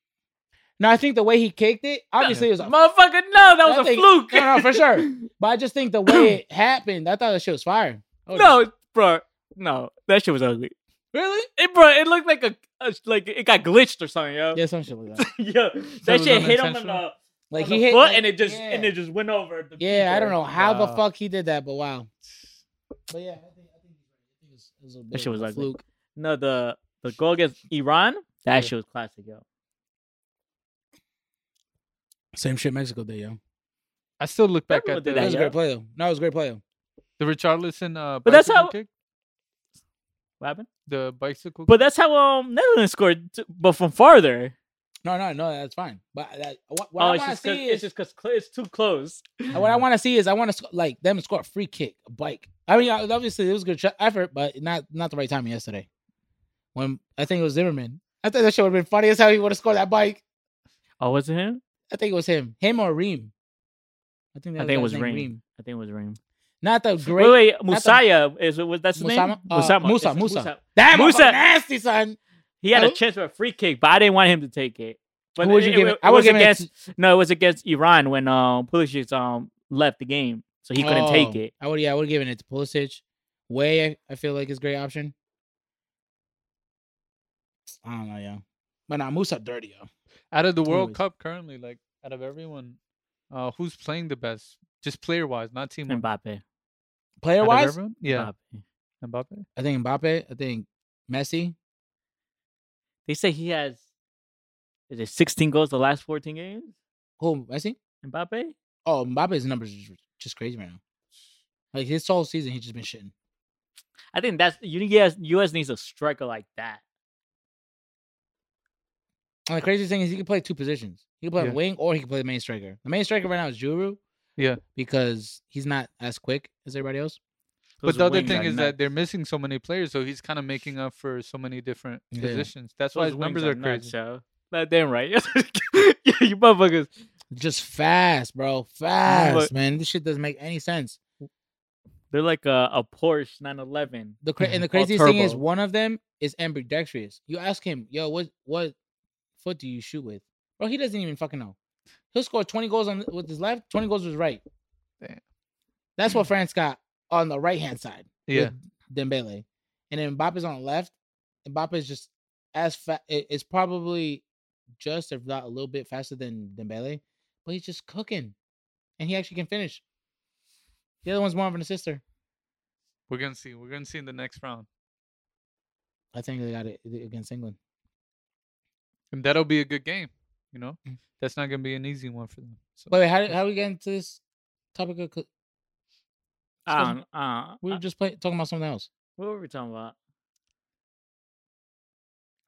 [SPEAKER 1] No, I think the way he kicked it, obviously it was a
[SPEAKER 3] Motherfucker, no, that, was
[SPEAKER 1] That
[SPEAKER 3] a
[SPEAKER 1] thing-
[SPEAKER 3] fluke.
[SPEAKER 1] No, no, for sure. But I just think the way it happened, I thought that shit was fire. I was
[SPEAKER 3] no, bro, no, that shit was ugly.
[SPEAKER 1] really?
[SPEAKER 3] It, bro, it looked like a, a like it got glitched or something, yo.
[SPEAKER 1] Yeah, some shit like that.
[SPEAKER 3] yo,
[SPEAKER 2] it
[SPEAKER 3] that
[SPEAKER 2] was
[SPEAKER 3] shit hit him in
[SPEAKER 2] unintentional?
[SPEAKER 3] the
[SPEAKER 1] Like
[SPEAKER 3] on
[SPEAKER 1] he
[SPEAKER 3] the
[SPEAKER 1] hit,
[SPEAKER 3] foot
[SPEAKER 1] like-
[SPEAKER 3] and it just and
[SPEAKER 1] yeah.
[SPEAKER 3] it just went over. The
[SPEAKER 1] yeah, I
[SPEAKER 3] keeper.
[SPEAKER 1] don't know how the
[SPEAKER 2] Wow.
[SPEAKER 1] fuck he did that, but wow. But yeah, I think, I think it was, it was a bit
[SPEAKER 3] shit
[SPEAKER 1] of
[SPEAKER 3] was
[SPEAKER 1] a
[SPEAKER 3] ugly.
[SPEAKER 1] fluke.
[SPEAKER 3] No, the the goal against Iran. That
[SPEAKER 1] Yeah.
[SPEAKER 3] shit was classic, yo.
[SPEAKER 1] Same shit Mexico did, yo.
[SPEAKER 2] I still look back
[SPEAKER 3] Everyone
[SPEAKER 2] at
[SPEAKER 3] did
[SPEAKER 2] the,
[SPEAKER 1] That
[SPEAKER 3] Yeah,
[SPEAKER 1] was a
[SPEAKER 3] yeah.
[SPEAKER 1] great play though. No, it was a great play though.
[SPEAKER 2] the Richarlison. Uh,
[SPEAKER 3] But that's
[SPEAKER 2] bicycle
[SPEAKER 3] how-
[SPEAKER 2] kick,
[SPEAKER 3] What happened?
[SPEAKER 2] the bicycle.
[SPEAKER 3] But that's how um Netherlands scored, t- but from farther.
[SPEAKER 1] No, no, no, that's fine. But that, what, what
[SPEAKER 3] Oh,
[SPEAKER 1] I
[SPEAKER 3] it's
[SPEAKER 1] want to
[SPEAKER 3] just 'cause-
[SPEAKER 1] see
[SPEAKER 3] it's
[SPEAKER 1] is
[SPEAKER 3] just because it's too close.
[SPEAKER 1] what I want to see is I want to sc- like them score a free kick, a bike. I mean, I- obviously it was a good sh- effort, but not not the right time yesterday. When I think it was Zimmerman, I thought that shit would have been funny as hell. He would have scored that bike.
[SPEAKER 3] Oh, was it him?
[SPEAKER 1] I think it was him, him or Reem. I think that
[SPEAKER 3] I think it was
[SPEAKER 1] his name,
[SPEAKER 3] Reem. I think it was Reem.
[SPEAKER 1] Not the great.
[SPEAKER 3] Wait, wait,
[SPEAKER 1] not the-
[SPEAKER 3] Musaya is was that's his name?
[SPEAKER 1] Musama? Uh, Musa,
[SPEAKER 3] It's
[SPEAKER 1] Musa. That
[SPEAKER 3] Musa-
[SPEAKER 1] Musa nasty son.
[SPEAKER 3] He had a
[SPEAKER 1] Who?
[SPEAKER 3] chance for a free kick, but I didn't want him to take it. But
[SPEAKER 1] Who would you
[SPEAKER 3] it,
[SPEAKER 1] give
[SPEAKER 3] it,
[SPEAKER 1] it? I would
[SPEAKER 3] was
[SPEAKER 1] give it a
[SPEAKER 3] against
[SPEAKER 1] t-
[SPEAKER 3] no, it was against Iran when um Pulisic um left the game, so he couldn't take
[SPEAKER 1] Oh,
[SPEAKER 3] it.
[SPEAKER 1] I would. Yeah, I would have given it to Pulisic. Way, I, I feel like is a great option. I don't know, yo. But nah, Musa dirty, yo.
[SPEAKER 2] out of the World
[SPEAKER 1] Anyways.
[SPEAKER 2] Cup currently, like out of everyone, uh, who's playing the best, just player wise, not team wise.
[SPEAKER 3] Mbappe.
[SPEAKER 1] Player wise,
[SPEAKER 2] yeah,
[SPEAKER 3] Mbappe.
[SPEAKER 2] Mbappe.
[SPEAKER 1] I think Mbappe. I think Messi.
[SPEAKER 3] They say he has is it 16 goals the last 14 games?
[SPEAKER 1] Who Messi?
[SPEAKER 3] Mbappe?
[SPEAKER 1] Oh, Mbappe's numbers is just- just crazy right now. Like his whole season, he's just been shitting.
[SPEAKER 3] I think that's you need- yes, US needs a striker like that.
[SPEAKER 1] And the crazy thing is he can play two positions. He can play
[SPEAKER 2] Yeah.
[SPEAKER 1] wing or he can play the main striker. The main striker right now is Juru.
[SPEAKER 2] Yeah.
[SPEAKER 1] Because he's not as quick as everybody else.
[SPEAKER 2] But the other thing is that they're missing so many players, so he's kind of making up for so many different
[SPEAKER 1] Yeah.
[SPEAKER 2] positions. That's why his numbers are crazy.
[SPEAKER 3] That damn right. you motherfuckers.
[SPEAKER 1] Just fast, bro. Fast,
[SPEAKER 3] but-
[SPEAKER 1] man. This shit doesn't make any sense.
[SPEAKER 3] They're like a, a Porsche 911.
[SPEAKER 1] The cra- and the
[SPEAKER 3] All
[SPEAKER 1] craziest thing is
[SPEAKER 3] turbo.
[SPEAKER 1] one of them is ambidextrous. You ask him, yo, what what foot do you shoot with? Bro, he doesn't even fucking know. He'll score 20 goals on with his left, 20 goals with his right.
[SPEAKER 2] Damn.
[SPEAKER 1] That's what France got on the right hand side.
[SPEAKER 2] Yeah,
[SPEAKER 1] Dembele, and then Mbappe's on the left. Mbappe's just as fast. It's probably just if not a little bit faster than Dembele, but he's just cooking, and he actually can finish. The other one's more of an assister.
[SPEAKER 2] we're gonna see. We're gonna see in the next round,
[SPEAKER 1] I think they got it against England.
[SPEAKER 2] and that'll be a good game. You know,
[SPEAKER 1] Mm.
[SPEAKER 2] that's not gonna be an easy one for them. So
[SPEAKER 1] But wait, how did, how we get into this topic? Of, co-
[SPEAKER 3] I
[SPEAKER 1] Excuse
[SPEAKER 3] don't, I
[SPEAKER 1] we
[SPEAKER 2] Uh
[SPEAKER 3] don't,
[SPEAKER 1] were
[SPEAKER 3] I-
[SPEAKER 1] just play, talking about something else.
[SPEAKER 3] what were we talking about?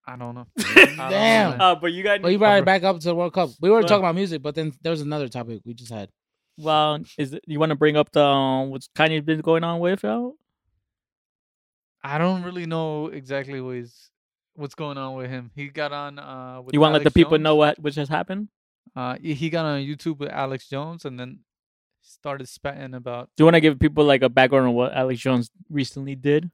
[SPEAKER 2] I don't know. know,
[SPEAKER 1] Damn.
[SPEAKER 2] man.
[SPEAKER 3] Uh, but you got
[SPEAKER 1] Well, you brought
[SPEAKER 2] bro.
[SPEAKER 1] it back up to the World Cup. We were
[SPEAKER 3] Well-
[SPEAKER 1] talking about music, but then there was another topic we just had.
[SPEAKER 3] well. Is it, you want to bring up the um, what's Kanye's been going on with y'all?
[SPEAKER 2] I don't really know exactly what he's, what's going on with him. He got on. Uh, with
[SPEAKER 3] You want to let the
[SPEAKER 2] Alex
[SPEAKER 3] people
[SPEAKER 2] Jones.
[SPEAKER 3] know what what just happened?
[SPEAKER 2] Uh, he he got on YouTube with Alex Jones, and then started spatting about.
[SPEAKER 3] Do you want to give people like a background on what Alex Jones recently did?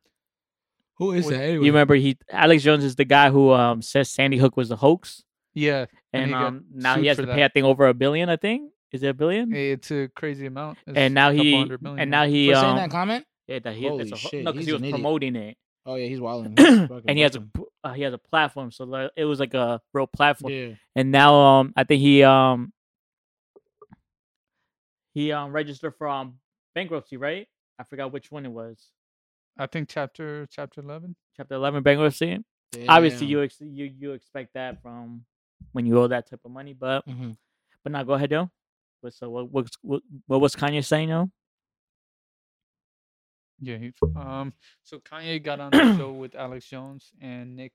[SPEAKER 1] Who
[SPEAKER 2] is that
[SPEAKER 1] Anyway,
[SPEAKER 3] You remember he Alex Jones is the guy who um says Sandy Hook was a hoax,
[SPEAKER 2] Yeah, And
[SPEAKER 3] and,
[SPEAKER 2] he got
[SPEAKER 3] um now
[SPEAKER 2] sued
[SPEAKER 3] he has
[SPEAKER 2] for
[SPEAKER 3] to
[SPEAKER 2] that.
[SPEAKER 3] pay I think over a billion. I think is it a billion?
[SPEAKER 2] it's a crazy amount. It's
[SPEAKER 3] Mm. and now
[SPEAKER 2] a couple
[SPEAKER 3] he
[SPEAKER 2] hundred million
[SPEAKER 3] and
[SPEAKER 2] now.
[SPEAKER 3] now he
[SPEAKER 1] for saying
[SPEAKER 3] um
[SPEAKER 1] that comment?
[SPEAKER 3] yeah that he
[SPEAKER 1] Holy
[SPEAKER 3] it's a ho-
[SPEAKER 1] shit,
[SPEAKER 3] no because
[SPEAKER 1] he's
[SPEAKER 3] he was
[SPEAKER 1] an idiot.
[SPEAKER 3] promoting it
[SPEAKER 1] Oh yeah, he's wilding.
[SPEAKER 3] and he has a p- uh, he has a platform so like, it was like a real platform
[SPEAKER 1] yeah.
[SPEAKER 3] and now um I think he um he um registered for um bankruptcy right I forgot which one it was
[SPEAKER 2] I think chapter chapter eleven.
[SPEAKER 3] chapter eleven bankruptcy obviously
[SPEAKER 1] Damn.
[SPEAKER 3] you ex- you you expect that from when you owe that type of money but
[SPEAKER 1] Mhm.
[SPEAKER 3] but now go ahead though but so what what's- what what was Kanye saying though
[SPEAKER 2] Yeah. He, um. So Kanye got on the show with Alex Jones and Nick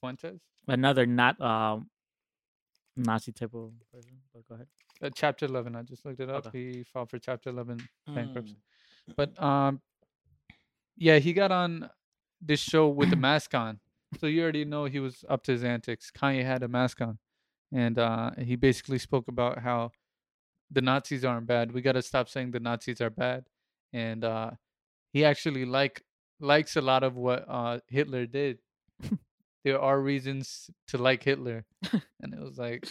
[SPEAKER 2] Fuentes.
[SPEAKER 3] another not um Nazi type of person but go ahead.
[SPEAKER 2] Uh, chapter eleven. I just looked it up. He filed for chapter eleven
[SPEAKER 1] Mm.
[SPEAKER 2] bankruptcy. But um, yeah, he got on this show with the mask on. So you already know he was up to his antics. Kanye had a mask on, and uh, he basically spoke about how the Nazis aren't bad. We got to stop saying the Nazis are bad. And uh, he actually like likes a lot of what uh, Hitler did. there are reasons to like Hitler, and it was like.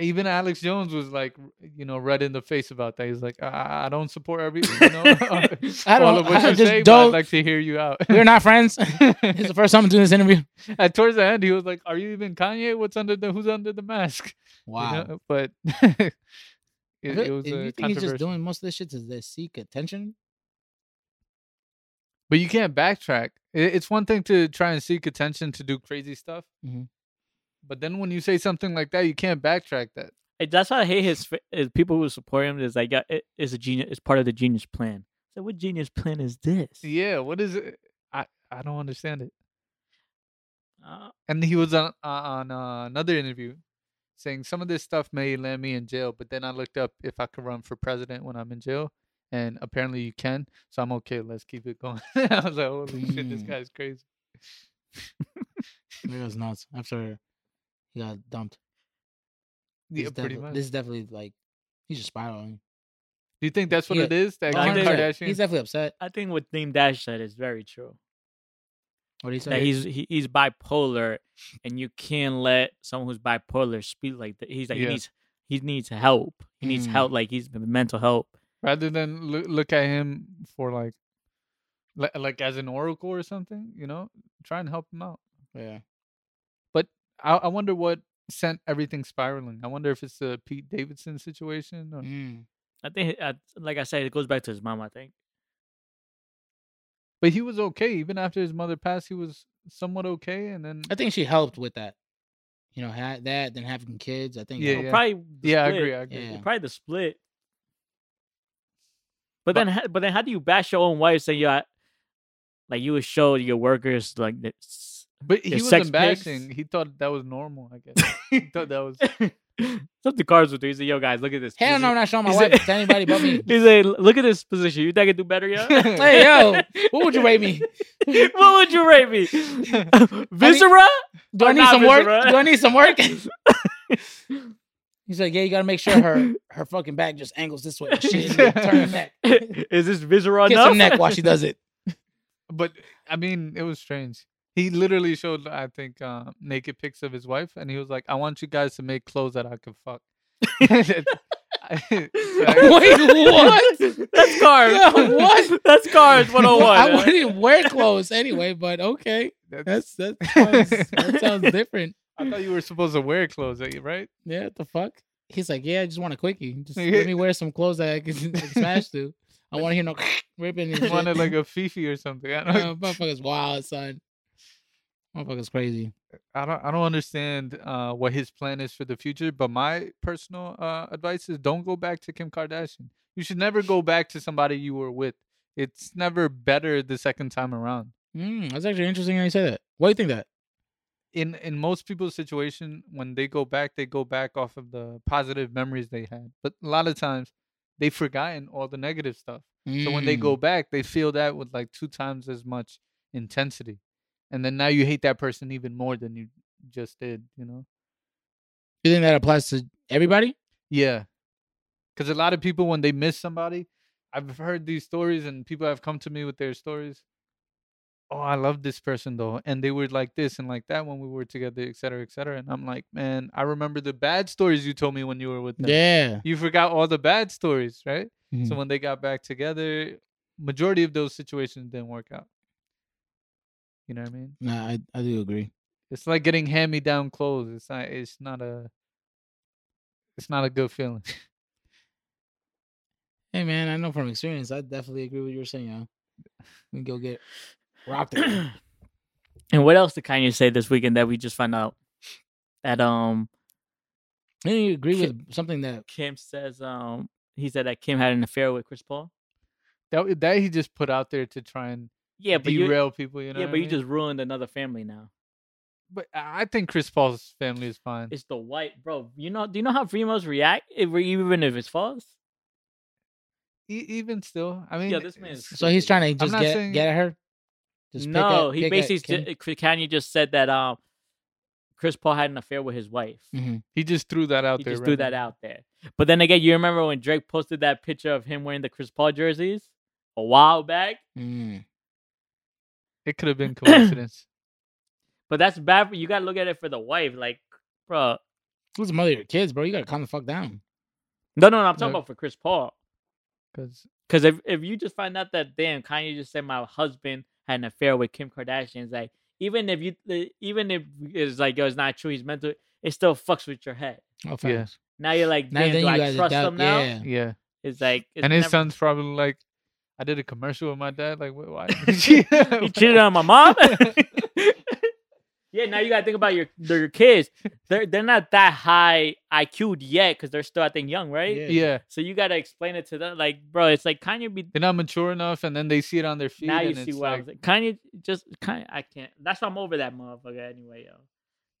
[SPEAKER 2] Even Alex Jones was like, you know, red in the face about that. He's like, I, I don't support every, you know,
[SPEAKER 1] I
[SPEAKER 2] all
[SPEAKER 1] don't.
[SPEAKER 2] of what
[SPEAKER 1] I just
[SPEAKER 2] you say, but I'd
[SPEAKER 1] don't.
[SPEAKER 2] like to hear you out.
[SPEAKER 1] We're not friends. It's the first time I'm doing this interview.
[SPEAKER 2] and towards the end, he was like, "Are you even Kanye? What's under the who's under the mask?" You know, But it,
[SPEAKER 1] I
[SPEAKER 2] it
[SPEAKER 1] feel-
[SPEAKER 2] was
[SPEAKER 1] if you
[SPEAKER 2] a
[SPEAKER 1] think he's just
[SPEAKER 2] controversy.
[SPEAKER 1] doing most of this shit to they seek attention?
[SPEAKER 2] But you can't backtrack. It, it's one thing to try and seek attention to do crazy stuff,
[SPEAKER 1] Mhm.
[SPEAKER 2] but then when you say something like that, you can't backtrack that.
[SPEAKER 3] Like, That's why I hate his fa- is people who support him is like yeah, it, it's a genius. It's part of the genius plan. So what genius plan is this?
[SPEAKER 2] Yeah, what is it? I I don't understand it.
[SPEAKER 3] Uh,
[SPEAKER 2] and he was on uh, on uh, another interview saying some of this stuff may land me in jail but then i looked up if i could run for president when i'm in jail and apparently you can so i'm okay let's keep it going i was like holy shit this
[SPEAKER 1] Mm.
[SPEAKER 2] guy's crazy
[SPEAKER 1] It was nuts after he got dumped.
[SPEAKER 2] yeah
[SPEAKER 1] This
[SPEAKER 2] pretty
[SPEAKER 1] defi-
[SPEAKER 2] much
[SPEAKER 1] This is definitely like he's just spiraling.
[SPEAKER 2] do you think that's what
[SPEAKER 1] Yeah.
[SPEAKER 2] it is that
[SPEAKER 3] Oh,
[SPEAKER 2] kim
[SPEAKER 3] he's
[SPEAKER 1] upset.
[SPEAKER 2] kardashian
[SPEAKER 1] he's definitely upset.
[SPEAKER 3] I think what Dame Dash said is very true.
[SPEAKER 1] What did he
[SPEAKER 3] That
[SPEAKER 1] say?
[SPEAKER 3] he's he, he's bipolar, and you can't let someone who's bipolar speak like that. He's like
[SPEAKER 2] Yeah.
[SPEAKER 3] he needs he needs help. He needs
[SPEAKER 1] Mm.
[SPEAKER 3] help. Like he's mental help.
[SPEAKER 2] rather than loo- look at him for like like, like as an oracle or something you know try and help him out
[SPEAKER 1] yeah.
[SPEAKER 2] I, I wonder what sent everything spiraling i wonder if it's the pete davidson situation or
[SPEAKER 1] Mm.
[SPEAKER 3] I think uh, like I said, it goes back to his mom. I think.
[SPEAKER 2] But he was okay even after his mother passed. He was somewhat okay, and then
[SPEAKER 1] I think she helped with that. You know, had that then having kids. I think.
[SPEAKER 2] Yeah,
[SPEAKER 1] helped.
[SPEAKER 3] Well, Probably. the
[SPEAKER 2] yeah, I
[SPEAKER 3] split.
[SPEAKER 2] agree. I agree.
[SPEAKER 1] Yeah.
[SPEAKER 3] Probably the split. But,
[SPEAKER 2] But-
[SPEAKER 3] then, ho- but then, how do you bash your own wife? Say, yeah, like you would show your workers like the s-
[SPEAKER 2] But he
[SPEAKER 3] Your
[SPEAKER 2] was
[SPEAKER 3] sex pics?
[SPEAKER 2] bashing. He thought that was normal. I guess. he thought that was.
[SPEAKER 3] That's what the cards would do. He's like, yo, guys, look at this.
[SPEAKER 1] Hell
[SPEAKER 3] position."
[SPEAKER 1] no, I'm not showing my
[SPEAKER 3] He's
[SPEAKER 1] wife
[SPEAKER 3] like-
[SPEAKER 1] to anybody but me.
[SPEAKER 3] He's like, look at this position. You think I could do better, yo?
[SPEAKER 1] Hey, yo, what would you rate me?
[SPEAKER 3] what would you rate me? Viscera?
[SPEAKER 1] Do
[SPEAKER 3] Oh,
[SPEAKER 1] I need
[SPEAKER 3] nah,
[SPEAKER 1] some work?
[SPEAKER 3] Mr. Ru-
[SPEAKER 1] Do I need some work? He's like, yeah, you gotta make sure her her fucking back just angles this way. She doesn't turn her neck.
[SPEAKER 3] Is this Viscera
[SPEAKER 1] Kiss
[SPEAKER 3] enough?
[SPEAKER 1] her neck while she does it.
[SPEAKER 2] But I mean, it was strange. He literally showed, I think, uh, naked pics of his wife, and he was like, "I want you guys to make clothes that I can fuck." I,
[SPEAKER 1] Wait, what?
[SPEAKER 3] That's cards.
[SPEAKER 1] Yo, what?
[SPEAKER 3] That's oh cards 101.
[SPEAKER 1] I
[SPEAKER 3] yo.
[SPEAKER 1] wouldn't wear clothes anyway, but okay.
[SPEAKER 2] that's-
[SPEAKER 1] That's that sounds, that sounds different.
[SPEAKER 2] I thought you were supposed to wear clothes, eh, right?
[SPEAKER 1] Yeah, what the fuck? He's like, yeah, I just want a quickie. Just let me wear some clothes that I can smash to. I want to hear no ripping and
[SPEAKER 2] You
[SPEAKER 1] shit.
[SPEAKER 2] wanted like a fifi or something. I don't,
[SPEAKER 1] Uh, motherfucker's wild, son. Motherfucker's crazy.
[SPEAKER 2] I don't, I don't understand uh, what his plan is for the future. But my personal uh, advice is don't go back to Kim Kardashian. You should never go back to somebody you were with. It's never better the second time around.
[SPEAKER 1] Mm, that's actually interesting how you say that. Why do you think that?
[SPEAKER 2] in in most people's situation when they go back they go back off of the positive memories they had but a lot of times they've forgotten all the negative stuff so when they
[SPEAKER 1] Mm.
[SPEAKER 2] go back they feel that with like two times as much intensity and then now you hate that person even more than you just did you know
[SPEAKER 1] Mm. you think that applies to everybody?
[SPEAKER 2] yeah because a lot of people when they miss somebody i've heard these stories and people have come to me with their stories oh i love this person though and they were like this and like that when we were together et cetera et cetera and i'm like man i remember the bad stories you told me when you were with them
[SPEAKER 1] Yeah. Mm-hmm.
[SPEAKER 2] you forgot all the bad stories right so when they got back together majority of those situations didn't work out you know what i mean
[SPEAKER 1] Nah, I, I do agree.
[SPEAKER 2] it's like getting hand-me-down clothes it's not it's not a it's not a good feeling
[SPEAKER 1] Hey man, I know from experience. I definitely agree with what you were saying. Yo. We can go get rocked. again.
[SPEAKER 3] and what else did Kanye say this weekend that we just found out? That um
[SPEAKER 1] Didn't you agree with something that?
[SPEAKER 3] Kim says um he said that Kim had an affair with Chris Paul.
[SPEAKER 2] that that he just put out there to try and
[SPEAKER 3] Yeah, but you
[SPEAKER 2] derail people. You know,
[SPEAKER 3] yeah,
[SPEAKER 2] what
[SPEAKER 3] but
[SPEAKER 2] I
[SPEAKER 3] you
[SPEAKER 2] mean?
[SPEAKER 3] just ruined another family now.
[SPEAKER 2] But I I think Chris Paul's family is fine.
[SPEAKER 3] It's the white bro. You know, do you know how females react if we- even if it's false?
[SPEAKER 2] E- even still, I mean, eh,
[SPEAKER 3] this man is
[SPEAKER 2] it's-
[SPEAKER 1] So he's trying to just
[SPEAKER 2] not
[SPEAKER 1] get
[SPEAKER 2] saying-
[SPEAKER 1] get at her. pick at-
[SPEAKER 3] no, he
[SPEAKER 1] pick at
[SPEAKER 3] basically
[SPEAKER 1] Kim?
[SPEAKER 3] ju- Chris Kanye just said that um Chris Paul had an affair with his wife.
[SPEAKER 1] Mhm.
[SPEAKER 2] he just threw that Mm, out
[SPEAKER 3] He
[SPEAKER 2] there.
[SPEAKER 3] just threw that out there. But then again, you remember when Drake posted that picture of him wearing the Chris Paul jerseys a while back? mm-hmm.
[SPEAKER 1] Mm.
[SPEAKER 2] It could have been coincidence.
[SPEAKER 3] But that's bad. For, you gotta look at it for the wife, like, bro.
[SPEAKER 1] Who's the mother of your kids, bro? You gotta calm the fuck down.
[SPEAKER 3] No, no, no. I'm talking
[SPEAKER 2] No.
[SPEAKER 3] about for Chris Paul.
[SPEAKER 2] Because
[SPEAKER 3] Because if if you just find out that damn Kanye just said my husband had an affair with Kim Kardashian, it's like even if you the- even if it's like yo, it's not true. He's mental. It still fucks with your head.
[SPEAKER 1] Oh,
[SPEAKER 2] Yeah.
[SPEAKER 1] facts.
[SPEAKER 3] Now you're like,
[SPEAKER 1] Now
[SPEAKER 3] damn,
[SPEAKER 1] then
[SPEAKER 3] do
[SPEAKER 1] you
[SPEAKER 3] I
[SPEAKER 1] guys are
[SPEAKER 3] trust
[SPEAKER 1] doubt-
[SPEAKER 3] him now?
[SPEAKER 1] yeah.
[SPEAKER 2] yeah,
[SPEAKER 3] It's like it's
[SPEAKER 2] and his
[SPEAKER 3] never-
[SPEAKER 2] son's probably like, I did a commercial with my dad. Like, wh- why?
[SPEAKER 3] he cheated on my mom. yeah, now you gotta think about your your kids. They're they're not that high IQ'd yet because they're still I think young, right?
[SPEAKER 1] Yeah.
[SPEAKER 2] yeah,
[SPEAKER 3] So you gotta explain it to them, like, bro. It's like Kanye be
[SPEAKER 2] they're not mature enough, and then they see it on their feet.
[SPEAKER 3] now you
[SPEAKER 2] and
[SPEAKER 3] see
[SPEAKER 2] it's
[SPEAKER 3] what I
[SPEAKER 2] like,
[SPEAKER 3] was like. Kanye just kind I can't. That's why I'm over that motherfucker anyway, yo.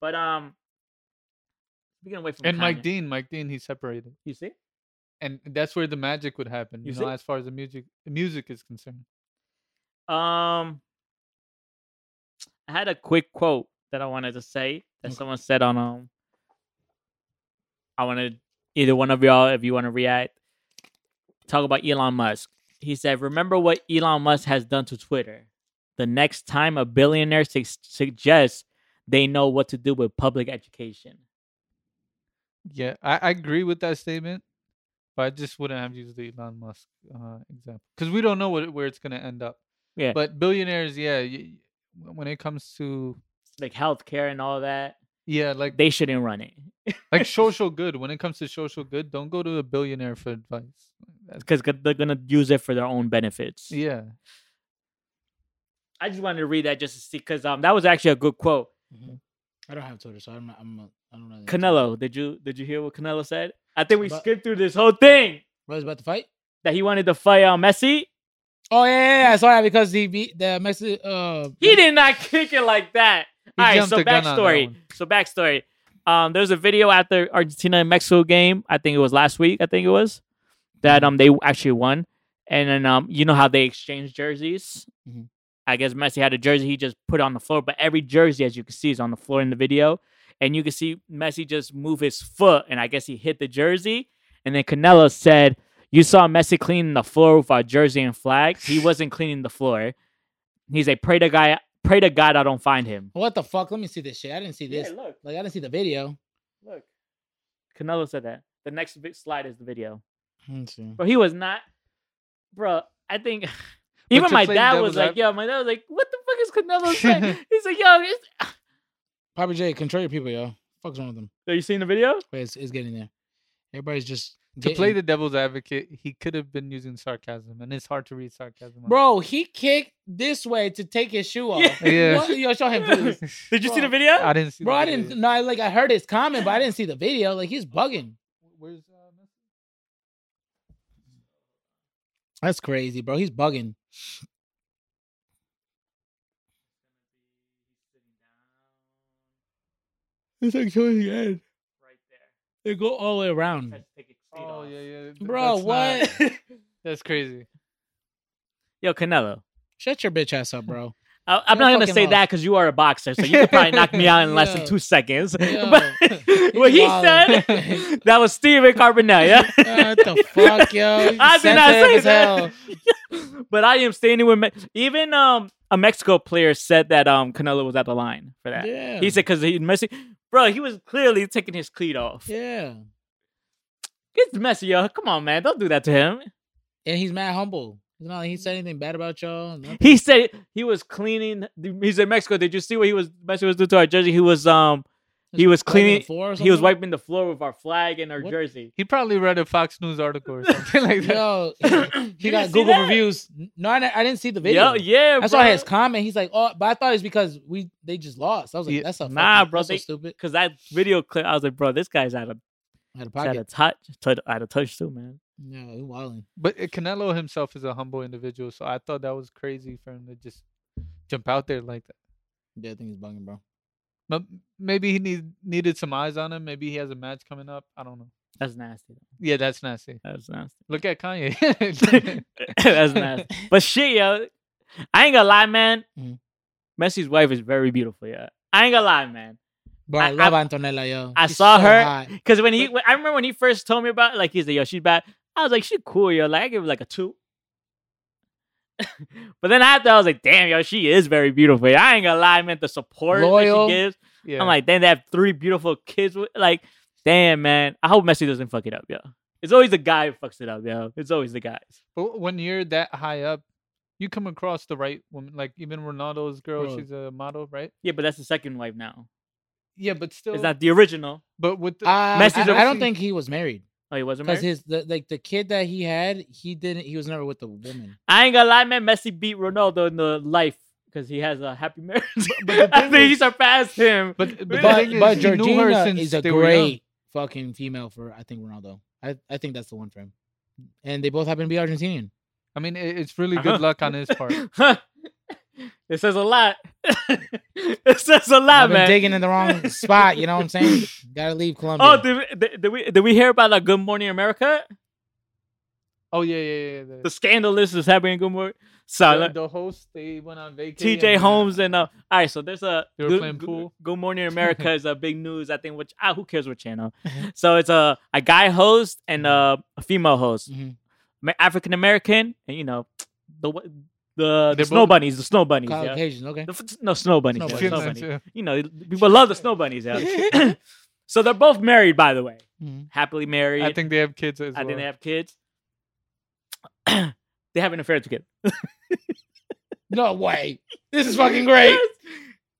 [SPEAKER 3] But um, we away from
[SPEAKER 2] And
[SPEAKER 3] Kanye.
[SPEAKER 2] Mike Dean, Mike Dean, he separated,
[SPEAKER 3] You see,
[SPEAKER 2] and that's where the magic would happen. You,
[SPEAKER 3] You
[SPEAKER 2] know,
[SPEAKER 3] see?
[SPEAKER 2] as far as the music music is concerned.
[SPEAKER 3] um, I had a quick quote that I wanted to say that
[SPEAKER 1] Okay.
[SPEAKER 3] someone said on um. I want to either one of y'all, if you want to react, talk about Elon Musk. He said, "Remember what Elon Musk has done to Twitter. The next time a billionaire su- suggests they know what to do with public education."
[SPEAKER 2] Yeah, I, I agree with that statement, but I just wouldn't have used the Elon Musk uh, example because we don't know what, where it's going to end up.
[SPEAKER 3] Yeah.
[SPEAKER 2] But billionaires, yeah, y- y- when it comes to
[SPEAKER 3] like healthcare and all that,
[SPEAKER 2] yeah, like
[SPEAKER 3] they shouldn't run it
[SPEAKER 2] like social good. When it comes to social good, don't go to a billionaire for advice. That's,
[SPEAKER 3] because they're gonna use it for their own benefits.
[SPEAKER 2] yeah,
[SPEAKER 3] I just wanted to read that just to see because um that was actually a good quote.
[SPEAKER 1] Mhm. I don't have Twitter, so I'm not, I'm a, I don't know. anything.
[SPEAKER 3] Canelo, did you did you hear what Canelo said? I think we
[SPEAKER 1] About-
[SPEAKER 3] skipped through this whole thing
[SPEAKER 1] Bro's about to fight.
[SPEAKER 3] that he wanted to fight um, Messi.
[SPEAKER 1] Oh yeah, yeah, yeah. I saw that because the the Messi. Uh,
[SPEAKER 3] He did not kick it like that. All right,
[SPEAKER 4] jumped
[SPEAKER 3] so
[SPEAKER 4] the gun on that
[SPEAKER 3] backstory.
[SPEAKER 4] one.
[SPEAKER 3] So backstory. Um, there was a video after Argentina and Mexico game. I think it was last week. I think it was
[SPEAKER 4] Mm-hmm.
[SPEAKER 3] that um they actually won, and then um you know how they exchanged jerseys.
[SPEAKER 4] Mhm.
[SPEAKER 3] I guess Messi had a jersey he just put on the floor, but every jersey, as you can see, is on the floor in the video, and you can see Messi just move his foot, and I guess he hit the jersey, and then Canelo said, "You saw Messi cleaning the floor with our jersey and flag. He wasn't cleaning the floor. He's a pray to guy, pray to God I don't find him."
[SPEAKER 1] What the fuck? Let me see this shit. I didn't see this.
[SPEAKER 3] look.
[SPEAKER 1] Like I didn't see the video.
[SPEAKER 3] Look, Canelo said that. The next vi- slide is the video.
[SPEAKER 1] Let's see.
[SPEAKER 3] Bro, he was not. Bro, I think even
[SPEAKER 2] to
[SPEAKER 3] my
[SPEAKER 2] play
[SPEAKER 3] dad
[SPEAKER 2] devil's
[SPEAKER 3] was like,
[SPEAKER 2] ad-
[SPEAKER 3] "Yo, my dad was like, what the fuck is Canelo saying?" He's like, "Yo, it's...
[SPEAKER 1] Papa J, control your people, yo. Fuck's wrong with them?
[SPEAKER 3] are you seeing the video?"
[SPEAKER 1] Wait, it's, it's getting there. Everybody's just
[SPEAKER 2] To play
[SPEAKER 1] getting-
[SPEAKER 2] the devil's advocate, he could have been using sarcasm, and it's hard to read sarcasm. on-
[SPEAKER 1] Bro, he kicked this way to take his shoe off.
[SPEAKER 3] Yeah.
[SPEAKER 2] Yeah.
[SPEAKER 1] What? Yo, show him, please.
[SPEAKER 3] Did you see the
[SPEAKER 1] Bro,
[SPEAKER 3] video?
[SPEAKER 2] I didn't see.
[SPEAKER 1] Bro,
[SPEAKER 2] the
[SPEAKER 1] I
[SPEAKER 2] video.
[SPEAKER 1] didn't. No, I, like I heard his comment, but I didn't see the video. Like he's bugging.
[SPEAKER 2] Where's uh, Messi?
[SPEAKER 1] That's crazy, bro. He's bugging. It's like showing the end.
[SPEAKER 3] Right
[SPEAKER 1] They go all the way around.
[SPEAKER 2] Oh yeah, yeah. th-
[SPEAKER 1] Bro,
[SPEAKER 2] that's not-
[SPEAKER 1] what?
[SPEAKER 2] that's crazy.
[SPEAKER 3] Yo, Canelo.
[SPEAKER 1] Shut your bitch ass up, bro.
[SPEAKER 3] I, I'm
[SPEAKER 1] You're
[SPEAKER 3] not gonna
[SPEAKER 1] fucking
[SPEAKER 3] say
[SPEAKER 1] lost.
[SPEAKER 3] that because you are a boxer, so you could probably knock me out in less
[SPEAKER 1] Yo.
[SPEAKER 3] than two seconds.
[SPEAKER 1] Yo.
[SPEAKER 3] But what he
[SPEAKER 1] wildin'.
[SPEAKER 3] said, that was Steven Carbonell. Yeah?
[SPEAKER 1] Uh, what the fuck, yo?
[SPEAKER 3] I did not
[SPEAKER 1] Sensitive
[SPEAKER 3] say
[SPEAKER 1] as hell.
[SPEAKER 3] that. but I am standing with Me- even um a Mexico player said that um Canelo was at the line for that.
[SPEAKER 1] Yeah.
[SPEAKER 3] He said because he Messi, bro, he was clearly taking his cleat off.
[SPEAKER 1] yeah.
[SPEAKER 3] It's Messi, yo. Come on, man, don't do that to him.
[SPEAKER 1] And he's mad humble. It's not like he
[SPEAKER 3] Mm-hmm.
[SPEAKER 1] said anything bad about y'all. nothing.
[SPEAKER 3] He said he was cleaning. He's in Mexico. Did you see what he was Messi was doing to our jersey? He was um he was
[SPEAKER 1] Wiping the
[SPEAKER 3] cleaning.
[SPEAKER 1] floor or
[SPEAKER 3] He was
[SPEAKER 1] something?
[SPEAKER 3] wiping the floor with our flag and our
[SPEAKER 1] What?
[SPEAKER 3] jersey.
[SPEAKER 2] He probably read a Fox News article or something like that.
[SPEAKER 1] Yo, he,
[SPEAKER 3] You
[SPEAKER 1] got
[SPEAKER 3] didn't see
[SPEAKER 1] Google
[SPEAKER 3] that?
[SPEAKER 1] reviews. No, I, didn't- I didn't see the video.
[SPEAKER 3] Yo, yeah,
[SPEAKER 1] I
[SPEAKER 3] bro.
[SPEAKER 1] saw his comment. He's like, "Oh, but I thought it's because we they just lost." I was like,
[SPEAKER 2] Yeah.
[SPEAKER 1] "That's a
[SPEAKER 3] Nah,
[SPEAKER 1] fucking-
[SPEAKER 3] bro,
[SPEAKER 1] that's so
[SPEAKER 3] they-
[SPEAKER 1] stupid."
[SPEAKER 3] Cause that video clip, I was like, bro, this guy's out of
[SPEAKER 1] Out of
[SPEAKER 3] out
[SPEAKER 1] pocket.
[SPEAKER 3] of touch, t- out of touch too, man.
[SPEAKER 1] Yeah, he wilding.
[SPEAKER 2] But uh, Canelo himself is a humble individual, so I thought that was crazy for him to just jump out there like that.
[SPEAKER 1] Yeah, I think he's bugging, bro.
[SPEAKER 2] But maybe he need, needed some eyes on him. Maybe he has a match coming up. I don't know.
[SPEAKER 3] That's nasty.
[SPEAKER 2] Yeah, that's nasty.
[SPEAKER 3] That's nasty.
[SPEAKER 2] Look at Kanye.
[SPEAKER 3] That's nasty. But shit, yo, I ain't gonna lie, man.
[SPEAKER 1] Mhm.
[SPEAKER 3] Messi's wife is very beautiful, yeah. I ain't gonna lie, man.
[SPEAKER 1] Bro, I,
[SPEAKER 3] I-
[SPEAKER 1] love
[SPEAKER 3] I-
[SPEAKER 1] Antonella, yo.
[SPEAKER 3] I
[SPEAKER 1] She's
[SPEAKER 3] saw
[SPEAKER 1] so
[SPEAKER 3] her-
[SPEAKER 1] hot.
[SPEAKER 3] Cause when he, when, I remember when he first told me about, like, he's like, yo, she's bad. I was like, she cool, yo. Like, I give her like a two. but then after, I was like, damn, yo, she is very beautiful. yo. I ain't gonna lie, man. The support
[SPEAKER 1] Loyal.
[SPEAKER 3] that she gives,
[SPEAKER 2] yeah.
[SPEAKER 3] I'm like, damn, they have three beautiful kids. With, like, damn, man. I hope Messi doesn't fuck it up, yo. It's always the guy who fucks it up, yo. It's always the guys.
[SPEAKER 2] But when you're that high up, you come across the right woman. Like even Ronaldo's girl,
[SPEAKER 1] Bro.
[SPEAKER 2] she's a model, right?
[SPEAKER 3] Yeah, but that's the second wife now.
[SPEAKER 2] Yeah, but still.
[SPEAKER 3] It's not the original.
[SPEAKER 2] But with the,
[SPEAKER 1] Uh,
[SPEAKER 3] Messi's
[SPEAKER 1] I, I
[SPEAKER 3] a-
[SPEAKER 1] don't think he was married
[SPEAKER 3] Oh, he wasn't
[SPEAKER 1] because
[SPEAKER 3] married.
[SPEAKER 1] his the, like the kid that he had, he didn't. He was never with the woman.
[SPEAKER 3] I ain't gonna lie, man. Messi beat Ronaldo in the life because he has a happy marriage.
[SPEAKER 2] but the
[SPEAKER 3] I
[SPEAKER 2] thing
[SPEAKER 3] think he
[SPEAKER 2] is-
[SPEAKER 3] surpassed him.
[SPEAKER 2] but but, the
[SPEAKER 1] But
[SPEAKER 2] thing
[SPEAKER 1] but
[SPEAKER 2] is, he knew her
[SPEAKER 1] Georgina
[SPEAKER 2] since
[SPEAKER 1] is a
[SPEAKER 2] they were young.
[SPEAKER 1] great fucking female for I think Ronaldo. I I think that's the one for him. And they both happen to be Argentinian.
[SPEAKER 2] I mean, it, it's really
[SPEAKER 3] Uh-huh.
[SPEAKER 2] good luck on his part.
[SPEAKER 3] it says a lot. it says a lot,
[SPEAKER 1] I've been
[SPEAKER 3] man.
[SPEAKER 1] digging in the wrong spot. You know what I'm saying? Gotta leave Colombia.
[SPEAKER 3] Oh, did, we- did, did we did we hear about like Good Morning America?
[SPEAKER 2] Oh yeah, yeah, yeah. The,
[SPEAKER 3] The scandal is is happening in Good Morning. So
[SPEAKER 2] the-
[SPEAKER 3] like,
[SPEAKER 2] the host they went on vacation.
[SPEAKER 3] T.J. Holmes and uh, all right. So there's a
[SPEAKER 2] They were
[SPEAKER 3] Good,
[SPEAKER 2] playing
[SPEAKER 3] Good-
[SPEAKER 2] pool.
[SPEAKER 3] Good Morning America is a big news. I think which ah, who cares what channel? so it's a a guy host and uh, a female host.
[SPEAKER 1] Mhm.
[SPEAKER 3] African American, and you know the wa- the, the
[SPEAKER 2] They're
[SPEAKER 3] snow
[SPEAKER 2] both-
[SPEAKER 3] bunnies, the snow bunnies, yeah.
[SPEAKER 1] Caucasian, okay.
[SPEAKER 3] The f- no snow bunnies,
[SPEAKER 1] Snow
[SPEAKER 3] yeah,
[SPEAKER 1] bunnies.
[SPEAKER 3] snow
[SPEAKER 1] Yeah,
[SPEAKER 3] bunnies. You know, people love the snow bunnies. Yeah. so they're both married, by the way,
[SPEAKER 1] Mhm.
[SPEAKER 3] happily married.
[SPEAKER 2] I think they have kids as
[SPEAKER 3] I
[SPEAKER 2] well.
[SPEAKER 3] think they have kids. they have an affair together.
[SPEAKER 1] No way. This is fucking great.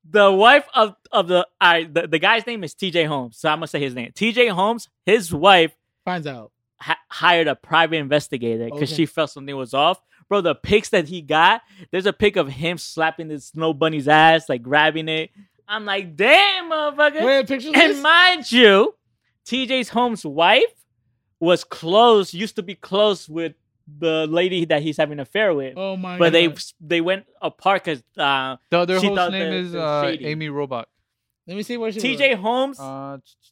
[SPEAKER 3] The wife of of the I the, the guy's name is T.J. Holmes, so I'm gonna say his name. T.J. Holmes, his wife.
[SPEAKER 1] Finds out.
[SPEAKER 3] hi- hired a private investigator because
[SPEAKER 1] Okay.
[SPEAKER 3] she felt something was off. Bro, the pics that he got, there's a pic of him slapping the snow bunny's ass, like grabbing it. I'm like, damn, motherfucker.
[SPEAKER 1] Wait, pictures. of
[SPEAKER 3] and
[SPEAKER 1] this?
[SPEAKER 3] mind you, TJ's home's wife was close, used to be close with the lady that he's having an affair with.
[SPEAKER 1] Oh my
[SPEAKER 3] but they
[SPEAKER 1] God.
[SPEAKER 3] they went apart because uh,
[SPEAKER 2] The other
[SPEAKER 3] She
[SPEAKER 2] host's
[SPEAKER 3] thought
[SPEAKER 2] name
[SPEAKER 3] that
[SPEAKER 2] is
[SPEAKER 3] it was
[SPEAKER 2] uh,
[SPEAKER 3] shady.
[SPEAKER 2] Amy Robot.
[SPEAKER 1] Let me see what she was
[SPEAKER 3] T.J.
[SPEAKER 1] like.
[SPEAKER 3] Holmes,
[SPEAKER 2] Uh, ch- ch-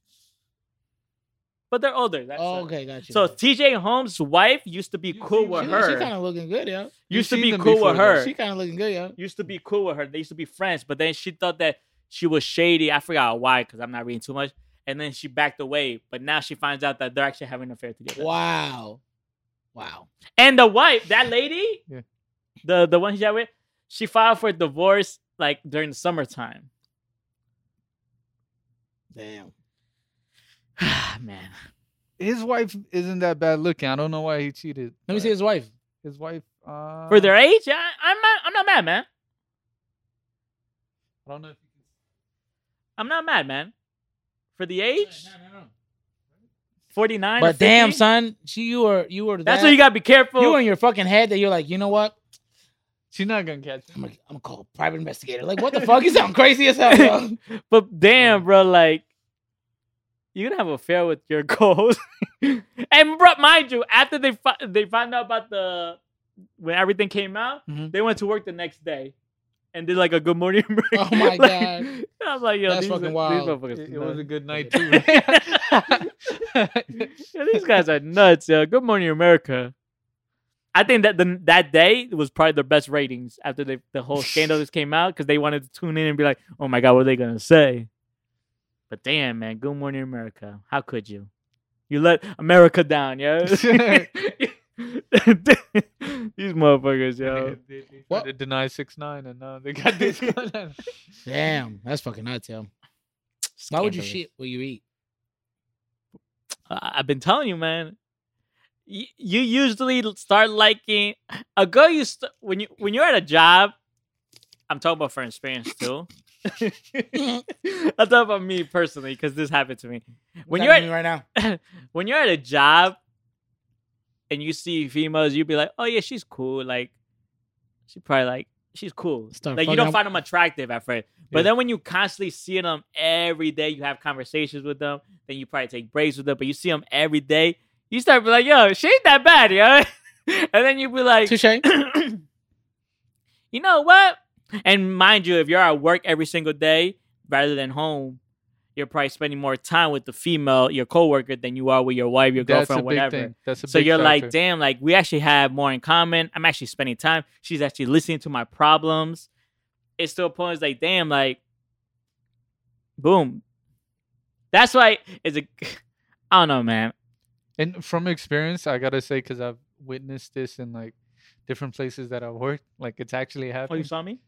[SPEAKER 3] but they're older. That's
[SPEAKER 1] Oh,
[SPEAKER 3] it.
[SPEAKER 1] okay, gotcha.
[SPEAKER 3] So T.J. Holmes' wife used to be
[SPEAKER 2] You
[SPEAKER 3] cool
[SPEAKER 2] seen-
[SPEAKER 3] with
[SPEAKER 1] she,
[SPEAKER 3] her.
[SPEAKER 1] She kind of looking good, yo.
[SPEAKER 2] You've
[SPEAKER 3] used to
[SPEAKER 2] seen
[SPEAKER 3] be
[SPEAKER 2] them
[SPEAKER 3] cool
[SPEAKER 2] before,
[SPEAKER 3] with
[SPEAKER 2] though.
[SPEAKER 3] her.
[SPEAKER 1] She kind of looking good, yo.
[SPEAKER 3] used to be cool with her. They used to be friends, but then she thought that she was shady. I forgot why because I'm not reading too much. And then she backed away, but now she finds out that they're actually having an affair together.
[SPEAKER 1] Wow, wow.
[SPEAKER 3] And the wife, that lady,
[SPEAKER 2] Yeah.
[SPEAKER 3] the the one he got with, she filed for divorce like during the summertime.
[SPEAKER 1] Damn.
[SPEAKER 3] Man,
[SPEAKER 2] His wife isn't that bad looking. I don't know why he cheated.
[SPEAKER 1] Let me
[SPEAKER 2] but
[SPEAKER 1] see his wife.
[SPEAKER 2] His wife. Uh,
[SPEAKER 1] Uh-huh.
[SPEAKER 3] for their age, I, I'm not, I'm not mad, man.
[SPEAKER 2] I don't know if you can.
[SPEAKER 3] I'm not mad, man. For the age, forty nine.
[SPEAKER 1] But damn, son, she you were you were.
[SPEAKER 3] That's
[SPEAKER 1] that-
[SPEAKER 3] why you gotta be careful.
[SPEAKER 1] You were in your fucking head that you're like, you know what?
[SPEAKER 2] She's not gonna catch
[SPEAKER 1] I'm
[SPEAKER 2] him.
[SPEAKER 1] gonna, I'm gonna call a private investigator. Like, what the fuck? You sound crazy as hell. yo.
[SPEAKER 3] But damn, bro, like you're gonna have an affair with your co-host, and bro, mind you, after they fi- they found out about the when everything came out,
[SPEAKER 1] Mhm.
[SPEAKER 3] they went to work the next day, and did like a good morning.
[SPEAKER 1] Oh my
[SPEAKER 3] like,
[SPEAKER 1] God.
[SPEAKER 3] I was like, yo,
[SPEAKER 1] That's
[SPEAKER 3] these,
[SPEAKER 1] fucking
[SPEAKER 3] are-
[SPEAKER 1] wild.
[SPEAKER 3] These,
[SPEAKER 2] It,
[SPEAKER 3] motherfuckers
[SPEAKER 2] it was a
[SPEAKER 3] nuts.
[SPEAKER 2] good night too.
[SPEAKER 3] Yo, these guys are nuts, yo. Good morning, America. I think that the that day was probably their best ratings after they, the whole scandal just came out because they wanted to tune in and be like, "Oh my god, what are they gonna say?" But damn, man, Good Morning America, how could you? You let America down, yo. these motherfuckers, yo.
[SPEAKER 2] They- they tried
[SPEAKER 1] What?
[SPEAKER 2] to deny six nine, and now they got this. one.
[SPEAKER 1] Damn, that's fucking nuts, yo. Why would you shit what you eat?
[SPEAKER 3] I- I've been telling you, man. You, you usually l- start liking a girl. You st- when you when you're at a job. I'm talking about for experience too. I'm talking about me personally because this happened to me. When
[SPEAKER 1] What's
[SPEAKER 3] you're
[SPEAKER 1] happening
[SPEAKER 3] at,
[SPEAKER 1] right now,
[SPEAKER 3] when you're at a job and you see females, you'd be like, "Oh yeah, she's cool." Like she probably like she's cool.
[SPEAKER 1] Start
[SPEAKER 3] like you
[SPEAKER 1] fucking
[SPEAKER 3] don't
[SPEAKER 1] up.
[SPEAKER 3] find them attractive at first, but
[SPEAKER 2] Yeah.
[SPEAKER 3] then when you constantly see them every day, you have conversations with them. Then you probably take breaks with them, but you see them every day. You start be like, "Yo, she ain't that bad, yo," and then you be like,
[SPEAKER 1] touche. That's
[SPEAKER 3] you know what? And mind you, if you're at work every single day rather than home, you're probably spending more time with the female, your coworker, than you are with your wife, your
[SPEAKER 2] That's
[SPEAKER 3] girlfriend,
[SPEAKER 2] a big
[SPEAKER 3] whatever.
[SPEAKER 2] thing. That's a
[SPEAKER 3] So
[SPEAKER 2] big
[SPEAKER 3] you're like,
[SPEAKER 2] factor.
[SPEAKER 3] damn, like we actually have more in common. I'm actually spending time. She's actually listening to my problems. It's to a point it's like, damn, like, boom. That's why it's a. I don't know, man.
[SPEAKER 2] And from experience, I gotta say, because I've witnessed this in like different places that I've worked, like it's actually
[SPEAKER 3] Oh, you
[SPEAKER 2] happened.
[SPEAKER 3] saw me?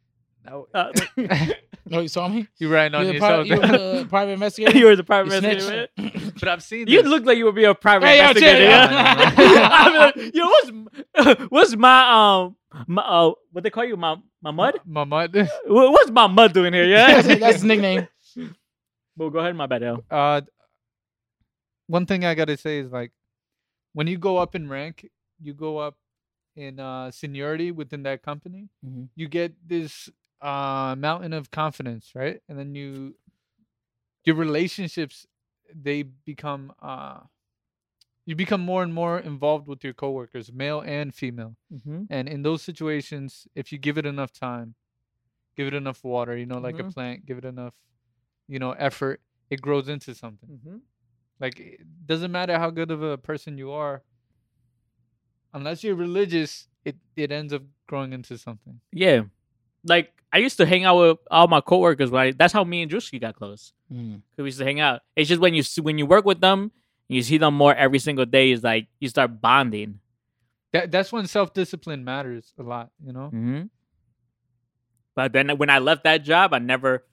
[SPEAKER 2] No,
[SPEAKER 3] Uh,
[SPEAKER 1] No, you saw me.
[SPEAKER 2] you ran on
[SPEAKER 1] You were, pri-
[SPEAKER 2] yourself.
[SPEAKER 1] you were the private investigator.
[SPEAKER 3] you were the private
[SPEAKER 1] You snitched.
[SPEAKER 3] investigator.
[SPEAKER 2] but I've seen
[SPEAKER 3] You
[SPEAKER 2] this.
[SPEAKER 3] look like you would be a private
[SPEAKER 1] Hey, yo,
[SPEAKER 3] investigator.
[SPEAKER 1] chill,
[SPEAKER 3] yeah?
[SPEAKER 2] yo.
[SPEAKER 3] I'm like, yo, what's what's my um my uh, what they call you my my mud?
[SPEAKER 2] My mud.
[SPEAKER 3] Wha- What's my mud doing here?
[SPEAKER 1] that's,
[SPEAKER 3] Yeah.
[SPEAKER 1] that's his nickname.
[SPEAKER 3] well, go ahead, my bad. Yo.
[SPEAKER 2] Uh, one thing I gotta say is like, when you go up in rank, you go up in uh, seniority within that company.
[SPEAKER 1] Mhm.
[SPEAKER 2] You get this uh, mountain of confidence, right? And then you, your relationships, they become. Uh, you become more and more involved with your coworkers, male and female.
[SPEAKER 3] Mm-hmm.
[SPEAKER 2] And in those situations, if you give it enough time, give it enough water, you know, like a
[SPEAKER 3] Mhm.
[SPEAKER 2] plant, give it enough, you know, effort, it grows into something.
[SPEAKER 3] Mm-hmm.
[SPEAKER 2] Like it doesn't matter how good of a person you are, unless you're religious, it, it ends up growing into something.
[SPEAKER 3] Yeah, like I used to hang out with all my coworkers. Right, that's how me and Drewski got close.
[SPEAKER 1] Mm.
[SPEAKER 3] 'Cause we used to hang out. It's just when you see, when you work with them, you see them more every single day. Is like you start bonding.
[SPEAKER 2] That that's when self discipline matters a lot, you know?
[SPEAKER 3] Mm-hmm. But then when I left that job, I never.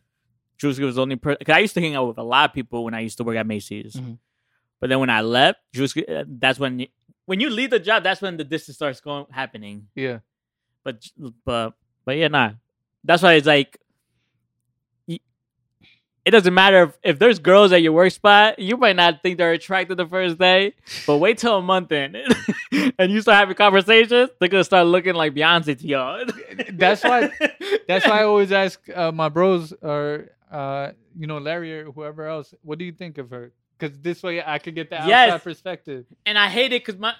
[SPEAKER 3] Drewski was the only person because I used to hang out with a lot of people when I used to work at Macy's.
[SPEAKER 1] Mhm.
[SPEAKER 3] But then when I left, Drewski, uh, that's when y- when you leave the job, that's when the distance starts going happening.
[SPEAKER 2] Yeah.
[SPEAKER 3] But j- but but yeah, nah. That's why it's like. y- It doesn't matter if, if there's girls at your work spot, you might not think they're attracted the first day, but wait till a month in and you start having conversations, they're gonna start looking like Beyonce to y'all.
[SPEAKER 2] That's why- That's why I always ask uh, my bros or uh, you know Larry or whoever else, what do you think of her? Because this way I could get the outside
[SPEAKER 3] Yes.
[SPEAKER 2] perspective.
[SPEAKER 3] and I hate it because my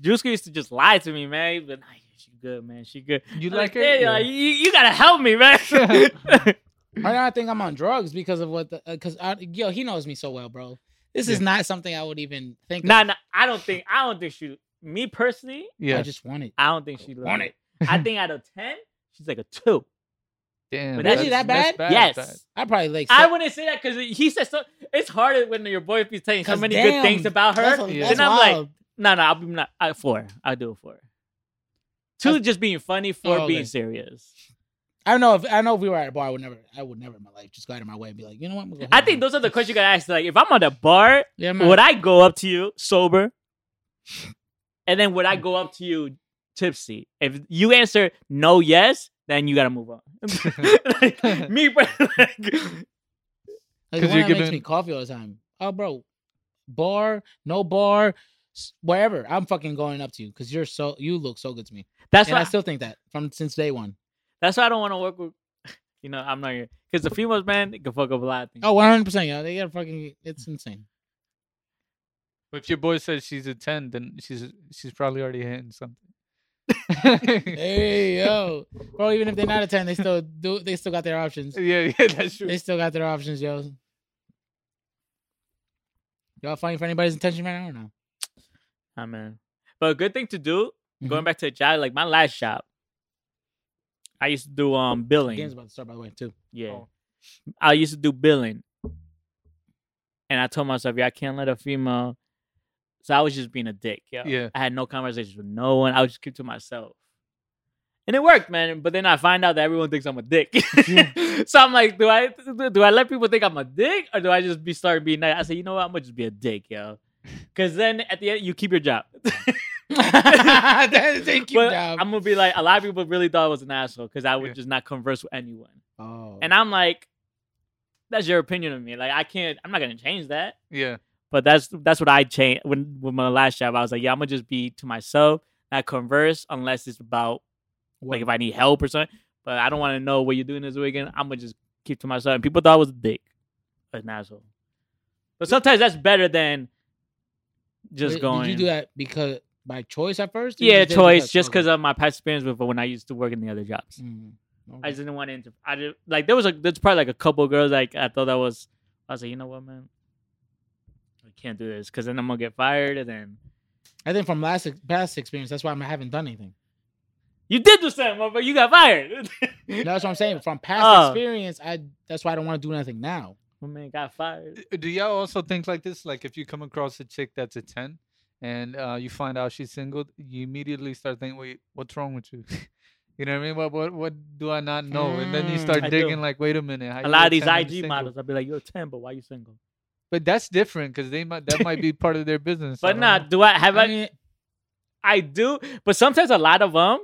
[SPEAKER 3] Juska used to just lie to me, man. But nah, she good, man. She good.
[SPEAKER 2] You
[SPEAKER 3] I'm
[SPEAKER 2] like her?
[SPEAKER 3] "Yeah,
[SPEAKER 2] Yeah.
[SPEAKER 3] like, you, you gotta help me, man.
[SPEAKER 1] Right now, I think I'm on drugs because of what the because I yo he knows me so well, bro. This is
[SPEAKER 2] Yeah.
[SPEAKER 1] not something I would even think.
[SPEAKER 3] nah,
[SPEAKER 1] of.
[SPEAKER 3] nah. I don't think. I don't think she. Me personally,
[SPEAKER 1] I
[SPEAKER 2] Yeah.
[SPEAKER 1] just want it.
[SPEAKER 3] I don't think she
[SPEAKER 1] Want
[SPEAKER 3] loved it. I think out of ten, she's like a two.
[SPEAKER 2] Damn.
[SPEAKER 3] But
[SPEAKER 1] that's- that's
[SPEAKER 3] yes.
[SPEAKER 2] bad.
[SPEAKER 1] I probably like.
[SPEAKER 3] I
[SPEAKER 1] se-
[SPEAKER 3] wouldn't say that because he said so. It's harder when your boyfriend's telling you so
[SPEAKER 1] 'cause
[SPEAKER 3] many
[SPEAKER 1] damn,
[SPEAKER 3] good things about her.
[SPEAKER 1] That's, a-
[SPEAKER 2] Yeah.
[SPEAKER 1] that's
[SPEAKER 3] Then I'm like,
[SPEAKER 1] wild.
[SPEAKER 3] No, no, I'll be not I, four. I'll do it four. Two
[SPEAKER 1] That's-
[SPEAKER 3] just being funny, four
[SPEAKER 1] Oh, okay.
[SPEAKER 3] being serious.
[SPEAKER 1] I don't know if I know if we were at a bar, I would never, I would never in my life just go out of my way and be like, you know what? I'm gonna go
[SPEAKER 3] I
[SPEAKER 1] hit
[SPEAKER 3] think
[SPEAKER 1] on
[SPEAKER 3] those
[SPEAKER 1] her."
[SPEAKER 3] are the questions you gotta ask. Like, if I'm on a bar,
[SPEAKER 1] Yeah, man.
[SPEAKER 3] would I go up to you sober? And then would I go up to you tipsy? If you answer no, yes, then you gotta move on. like, me, but like,
[SPEAKER 1] Like,
[SPEAKER 2] 'Cause
[SPEAKER 1] the one
[SPEAKER 2] you're
[SPEAKER 1] that makes
[SPEAKER 2] giving-
[SPEAKER 1] me coffee all the time. Oh, bro, bar, no bar, s- wherever. I'm fucking going up to you because you're so you look so good to me,
[SPEAKER 3] that's
[SPEAKER 1] and
[SPEAKER 3] why
[SPEAKER 1] I still think that from since day one.
[SPEAKER 3] that's why I don't want to work with. You know, I'm not here because the females, man, they can fuck up a lot of things.
[SPEAKER 1] Oh, 100 percent. Yeah, they got fucking. It's insane.
[SPEAKER 2] But if your boy says she's a ten, then she's she's probably already hitting something.
[SPEAKER 1] Hey yo, bro. Even if they're not a ten, they still do. They still got their options.
[SPEAKER 2] yeah, yeah, that's true.
[SPEAKER 1] They still got their options, yo. Y'all fighting for anybody's attention right now or no?
[SPEAKER 3] Ah, man. But a good thing to do,
[SPEAKER 1] Mm-hmm.
[SPEAKER 3] going back to the job, like my last job, I used to do um billing.
[SPEAKER 1] Game's about to start, by the way, too.
[SPEAKER 3] Yeah.
[SPEAKER 2] Oh.
[SPEAKER 3] I used to do billing. And I told myself, yeah, I can't let a female. So I was just being a dick. Yeah.
[SPEAKER 2] Yeah.
[SPEAKER 3] I had no conversations with no one. I was just keep to myself. And it worked, man. But then I find out that everyone thinks I'm a dick. so I'm like, do I do I let people think I'm a dick or do I just be start being nice? I said, you know what? I'm gonna just be a dick, yo. Cause then at the end you keep your job.
[SPEAKER 1] That- Thank you,
[SPEAKER 3] But
[SPEAKER 1] Dom.
[SPEAKER 3] I'm gonna be like, a lot of people really thought I was an asshole because I would
[SPEAKER 2] Yeah.
[SPEAKER 3] just not converse with anyone.
[SPEAKER 1] Oh.
[SPEAKER 3] And I'm like, that's your opinion of me. Like I can't, I'm not gonna change that.
[SPEAKER 2] Yeah,
[SPEAKER 3] But that's that's what I changed when with my last job. I was like, yeah, I'm gonna just be to myself, not converse unless it's about like if I need help or something. But I don't want to know what you're doing this weekend. I'm gonna just keep to myself. And people thought I was a dick, an asshole. But sometimes that's better than just
[SPEAKER 1] Did-
[SPEAKER 3] going.
[SPEAKER 1] Did you do that because by choice at first? or you
[SPEAKER 3] Yeah,
[SPEAKER 1] just did it
[SPEAKER 3] choice. Just because
[SPEAKER 1] okay.
[SPEAKER 3] of my past experience with when I used to work in the other jobs.
[SPEAKER 1] Mm, okay.
[SPEAKER 2] Mm-hmm.
[SPEAKER 3] I just didn't want to. Inter- I did like there was a there's probably like a couple girls like I thought that was. I was like, you know what, man, I can't do this because then I'm gonna get fired and then
[SPEAKER 1] I think from last ex- past experience, that's why I'm- I haven't done anything.
[SPEAKER 3] you did do something, but you got fired.
[SPEAKER 1] No, that's what I'm saying. From past
[SPEAKER 3] Oh.
[SPEAKER 1] experience, I that's why I don't want to do nothing now.
[SPEAKER 3] My man got fired.
[SPEAKER 2] Uh, Do y'all also think like this? Like, if you come across a chick that's a ten, and uh, you find out she's single, you immediately start thinking, "Wait, what's wrong with you?" you know what I mean? What what what do I not know? And then you
[SPEAKER 1] Mm,
[SPEAKER 2] start
[SPEAKER 3] I do.
[SPEAKER 2] digging, like, "Wait a minute." how
[SPEAKER 3] A
[SPEAKER 2] you
[SPEAKER 3] lot
[SPEAKER 2] a
[SPEAKER 3] of these
[SPEAKER 2] 10 and
[SPEAKER 3] IG
[SPEAKER 2] single?
[SPEAKER 3] models, I'd be like, you're ten, but why you single?
[SPEAKER 2] But that's different because they might that might be part of their business. I
[SPEAKER 3] But
[SPEAKER 2] don't
[SPEAKER 3] nah,
[SPEAKER 2] know.
[SPEAKER 3] do I have
[SPEAKER 1] I
[SPEAKER 3] I?
[SPEAKER 1] mean,
[SPEAKER 3] I do, but sometimes a lot of them,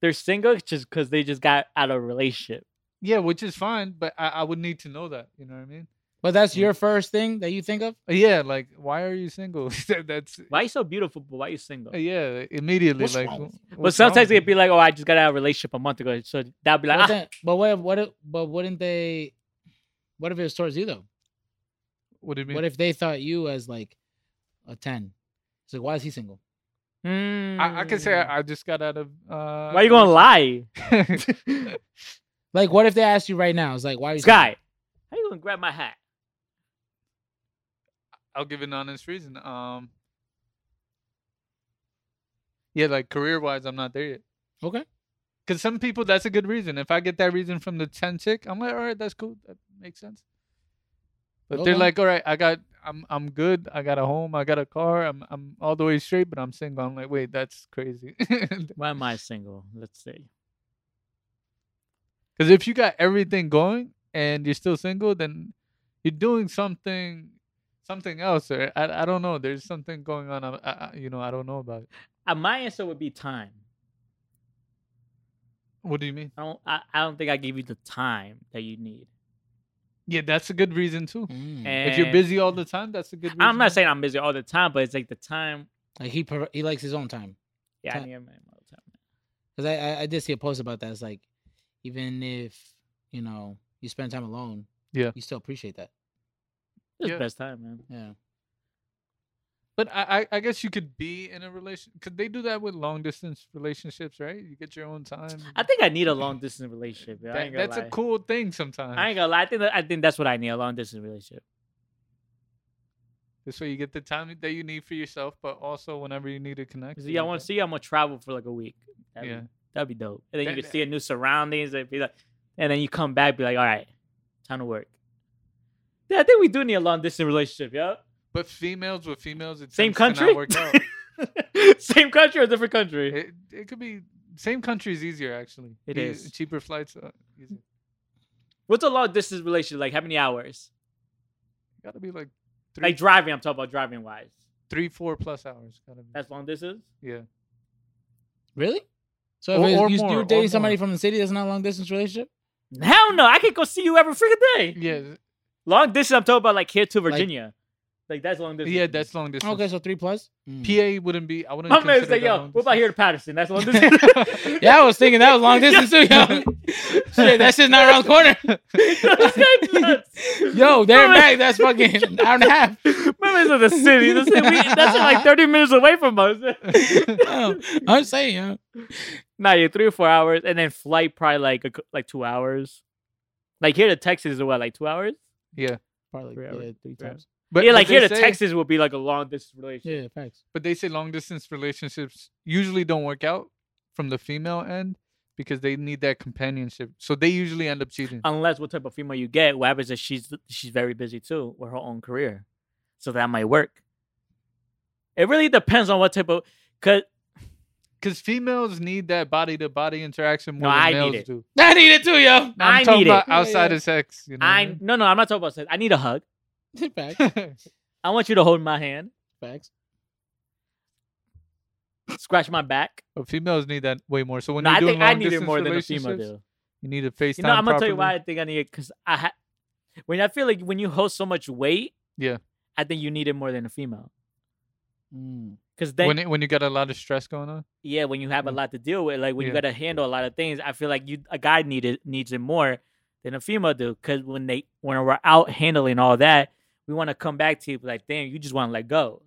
[SPEAKER 3] they're single just because they just got out of a relationship.
[SPEAKER 2] yeah, which is fine. But I, I would need to know that. You know what I mean?
[SPEAKER 1] but that's
[SPEAKER 3] Mm.
[SPEAKER 1] your first thing that you think of.
[SPEAKER 2] Uh, Yeah, like why are you single? That- that's
[SPEAKER 3] Why you so beautiful, but why you single?
[SPEAKER 2] uh, yeah, immediately
[SPEAKER 1] What's
[SPEAKER 2] like.
[SPEAKER 1] wrong
[SPEAKER 2] w-
[SPEAKER 1] with
[SPEAKER 2] what's wrong
[SPEAKER 3] But sometimes
[SPEAKER 2] with
[SPEAKER 3] they'd
[SPEAKER 2] you?
[SPEAKER 3] be like, oh, I just got out of a relationship a month ago, so that'd be like,
[SPEAKER 1] but,
[SPEAKER 3] ah,
[SPEAKER 1] then, but what? If, what? If, but wouldn't they? What if it was towards you though?
[SPEAKER 2] What do you mean?
[SPEAKER 1] What if they thought you as like a ten? It's like why is he single?
[SPEAKER 2] I, I can say
[SPEAKER 3] mm.
[SPEAKER 2] I, I just got out of. Uh,
[SPEAKER 3] Why you gonna lie,
[SPEAKER 2] lie?
[SPEAKER 1] Like what if they asked you right now? It's like why are you
[SPEAKER 3] Sky? How you gonna grab my hat?
[SPEAKER 2] I'll give an honest reason. Um, yeah, like career wise, I'm not there yet.
[SPEAKER 1] single? Okay.
[SPEAKER 2] Cause some people, that's a good reason. If I get that reason from the ten chick, I'm like, all right, that's cool, that makes sense. But they're
[SPEAKER 1] Okay.
[SPEAKER 2] like, all right, I got, I'm, I'm good. I got a home. I got a car. I'm, I'm all the way straight, but I'm single. I'm like, wait, that's crazy. Because
[SPEAKER 3] Why am I single? Let's see.
[SPEAKER 2] if you got everything going and you're still single, then you're doing something, something else, or I, I don't know. There's something going on. I, I, I- you know, I don't know about it.
[SPEAKER 3] Uh, my answer would be time.
[SPEAKER 2] What do you mean?
[SPEAKER 3] I don't. I, I don't think I give you the time that you need.
[SPEAKER 2] Yeah, that's a good reason too.
[SPEAKER 1] Mm.
[SPEAKER 3] And
[SPEAKER 2] If you're busy all the time, that's a good reason.
[SPEAKER 3] I'm not saying I'm busy all the time, but it's like the time.
[SPEAKER 1] Like he prov- he likes his own time.
[SPEAKER 3] Yeah, I
[SPEAKER 1] Ti-
[SPEAKER 3] need my own time.
[SPEAKER 1] Because I, I I did see a post about that. It's like even if you know you spend time alone,
[SPEAKER 2] Yeah.
[SPEAKER 1] you still appreciate that.
[SPEAKER 3] It's
[SPEAKER 2] Yeah.
[SPEAKER 3] the best time, man.
[SPEAKER 1] Yeah,
[SPEAKER 2] But I, I, I guess you could be in a relation. Could they do that with long distance relationships, right? You get your own time.
[SPEAKER 3] I think I need a long distance relationship. yo. I
[SPEAKER 2] that,
[SPEAKER 3] ain't gonna
[SPEAKER 2] that's
[SPEAKER 3] lie.
[SPEAKER 2] a cool thing sometimes.
[SPEAKER 3] I ain't gonna lie. I think that, I think that's what I need a long distance relationship.
[SPEAKER 2] This way you get the time that you need for yourself, but also whenever you need to connect.
[SPEAKER 3] 'Cause
[SPEAKER 2] you
[SPEAKER 3] yeah, I
[SPEAKER 2] get
[SPEAKER 3] want to
[SPEAKER 2] that.
[SPEAKER 3] see. you, I'm gonna travel for like a week. That'd
[SPEAKER 2] Yeah.
[SPEAKER 3] be, that'd be dope. And then
[SPEAKER 2] That-
[SPEAKER 3] you
[SPEAKER 2] that-
[SPEAKER 3] can see a new surroundings and be like, and then you come back, be like, all right, time to work. Yeah, I think we do need a long distance relationship. Yeah,
[SPEAKER 2] But females with females, it
[SPEAKER 3] same
[SPEAKER 2] tends to
[SPEAKER 3] country.
[SPEAKER 2] not work out.
[SPEAKER 3] same country or different country?
[SPEAKER 2] it, it could be same country is easier actually.
[SPEAKER 3] It
[SPEAKER 2] Ea-
[SPEAKER 3] is.
[SPEAKER 2] cheaper flights. Uh, easier.
[SPEAKER 3] What's a long distance relationship like? How many hours?
[SPEAKER 2] Gotta be like three,
[SPEAKER 3] Like driving. I'm talking about driving wise.
[SPEAKER 2] three, four plus hours. Gotta be.
[SPEAKER 3] That's long distance.
[SPEAKER 2] yeah.
[SPEAKER 1] Really? So
[SPEAKER 2] Or-
[SPEAKER 1] if it's-
[SPEAKER 2] or
[SPEAKER 1] you,
[SPEAKER 2] more,
[SPEAKER 1] you're
[SPEAKER 2] or
[SPEAKER 1] dating somebody
[SPEAKER 2] more.
[SPEAKER 1] from the city that's not a long distance relationship?
[SPEAKER 3] Hell no, I could go see you every freaking day.
[SPEAKER 2] Yeah.
[SPEAKER 3] Long distance, I'm talking about like here to
[SPEAKER 1] Like-
[SPEAKER 3] Virginia. Like, that's long distance.
[SPEAKER 2] Yeah. That's long distance.
[SPEAKER 1] Okay, so three plus. Mm.
[SPEAKER 2] PA wouldn't be. I wouldn't.
[SPEAKER 3] my man's
[SPEAKER 2] consider
[SPEAKER 3] like,
[SPEAKER 2] that
[SPEAKER 3] yo,
[SPEAKER 2] long
[SPEAKER 3] what about here to
[SPEAKER 2] distance.
[SPEAKER 3] Patterson? That's long distance.
[SPEAKER 1] yeah, I was thinking that was long distance too. Yo. Shit, that shit's not around the corner.
[SPEAKER 3] That's nuts.
[SPEAKER 1] Yo, there and
[SPEAKER 3] My
[SPEAKER 1] back,
[SPEAKER 3] man-
[SPEAKER 1] that's fucking an hour and a half.
[SPEAKER 3] My man's in the city. That's, we, that's like 30 minutes away from us.
[SPEAKER 1] Yo, I'm saying, yo.
[SPEAKER 3] nah, you're three or four hours, and then flight probably like a, cou- like two hours. Like here to Texas is what, like two hours?
[SPEAKER 2] Yeah.
[SPEAKER 1] Probably
[SPEAKER 3] Three hours,
[SPEAKER 1] yeah, three
[SPEAKER 3] three
[SPEAKER 1] times.
[SPEAKER 2] But
[SPEAKER 3] yeah,
[SPEAKER 2] but
[SPEAKER 3] like
[SPEAKER 2] they
[SPEAKER 3] here to
[SPEAKER 2] say-
[SPEAKER 3] Texas would be like a long distance relationship.
[SPEAKER 1] Yeah, facts.
[SPEAKER 2] But they say long distance relationships usually don't work out from the female end because they need that companionship. So they usually end up cheating.
[SPEAKER 3] Unless what type of female you get, what happens is she's she's very busy too with her own career, so that might work. It really depends on what type of. Cause
[SPEAKER 2] Because females need that body to body interaction more
[SPEAKER 3] No,
[SPEAKER 2] than
[SPEAKER 3] I need
[SPEAKER 2] males
[SPEAKER 3] it.
[SPEAKER 2] do.
[SPEAKER 1] I need it too, yo.
[SPEAKER 2] No, I'm
[SPEAKER 3] I
[SPEAKER 2] talking
[SPEAKER 3] need it.
[SPEAKER 2] about
[SPEAKER 1] Yeah,
[SPEAKER 2] outside
[SPEAKER 1] yeah.
[SPEAKER 2] of sex. You know what I
[SPEAKER 3] I no no, I'm not talking about sex. I need a hug.
[SPEAKER 1] Facts.
[SPEAKER 2] mean?
[SPEAKER 3] I want you to hold my hand,
[SPEAKER 1] Facts.
[SPEAKER 3] scratch my back.
[SPEAKER 2] but females need that way more. So when
[SPEAKER 3] No,
[SPEAKER 2] you're
[SPEAKER 3] I
[SPEAKER 2] doing
[SPEAKER 3] think
[SPEAKER 2] long
[SPEAKER 3] I need it
[SPEAKER 2] distance
[SPEAKER 3] more than a
[SPEAKER 2] relationships,
[SPEAKER 3] female do.
[SPEAKER 2] you need to FaceTime.
[SPEAKER 3] You know, I'm gonna tell you why
[SPEAKER 2] properly.
[SPEAKER 3] I think I need it because I ha- when I feel like when you hold so much weight,
[SPEAKER 2] Yeah.
[SPEAKER 3] I think you need it more than a female.
[SPEAKER 1] Mm.
[SPEAKER 3] Because then,
[SPEAKER 2] when it, when you got a lot of stress going on.
[SPEAKER 3] yeah, when you have a
[SPEAKER 2] Mm.
[SPEAKER 3] lot to deal with, like when you
[SPEAKER 2] Yeah.
[SPEAKER 3] gotta handle a lot of things, I feel like you a guy need it, needs it more than a female do. Because when they when we're out handling all that, we want to come back to you be like, damn, you just want to let go.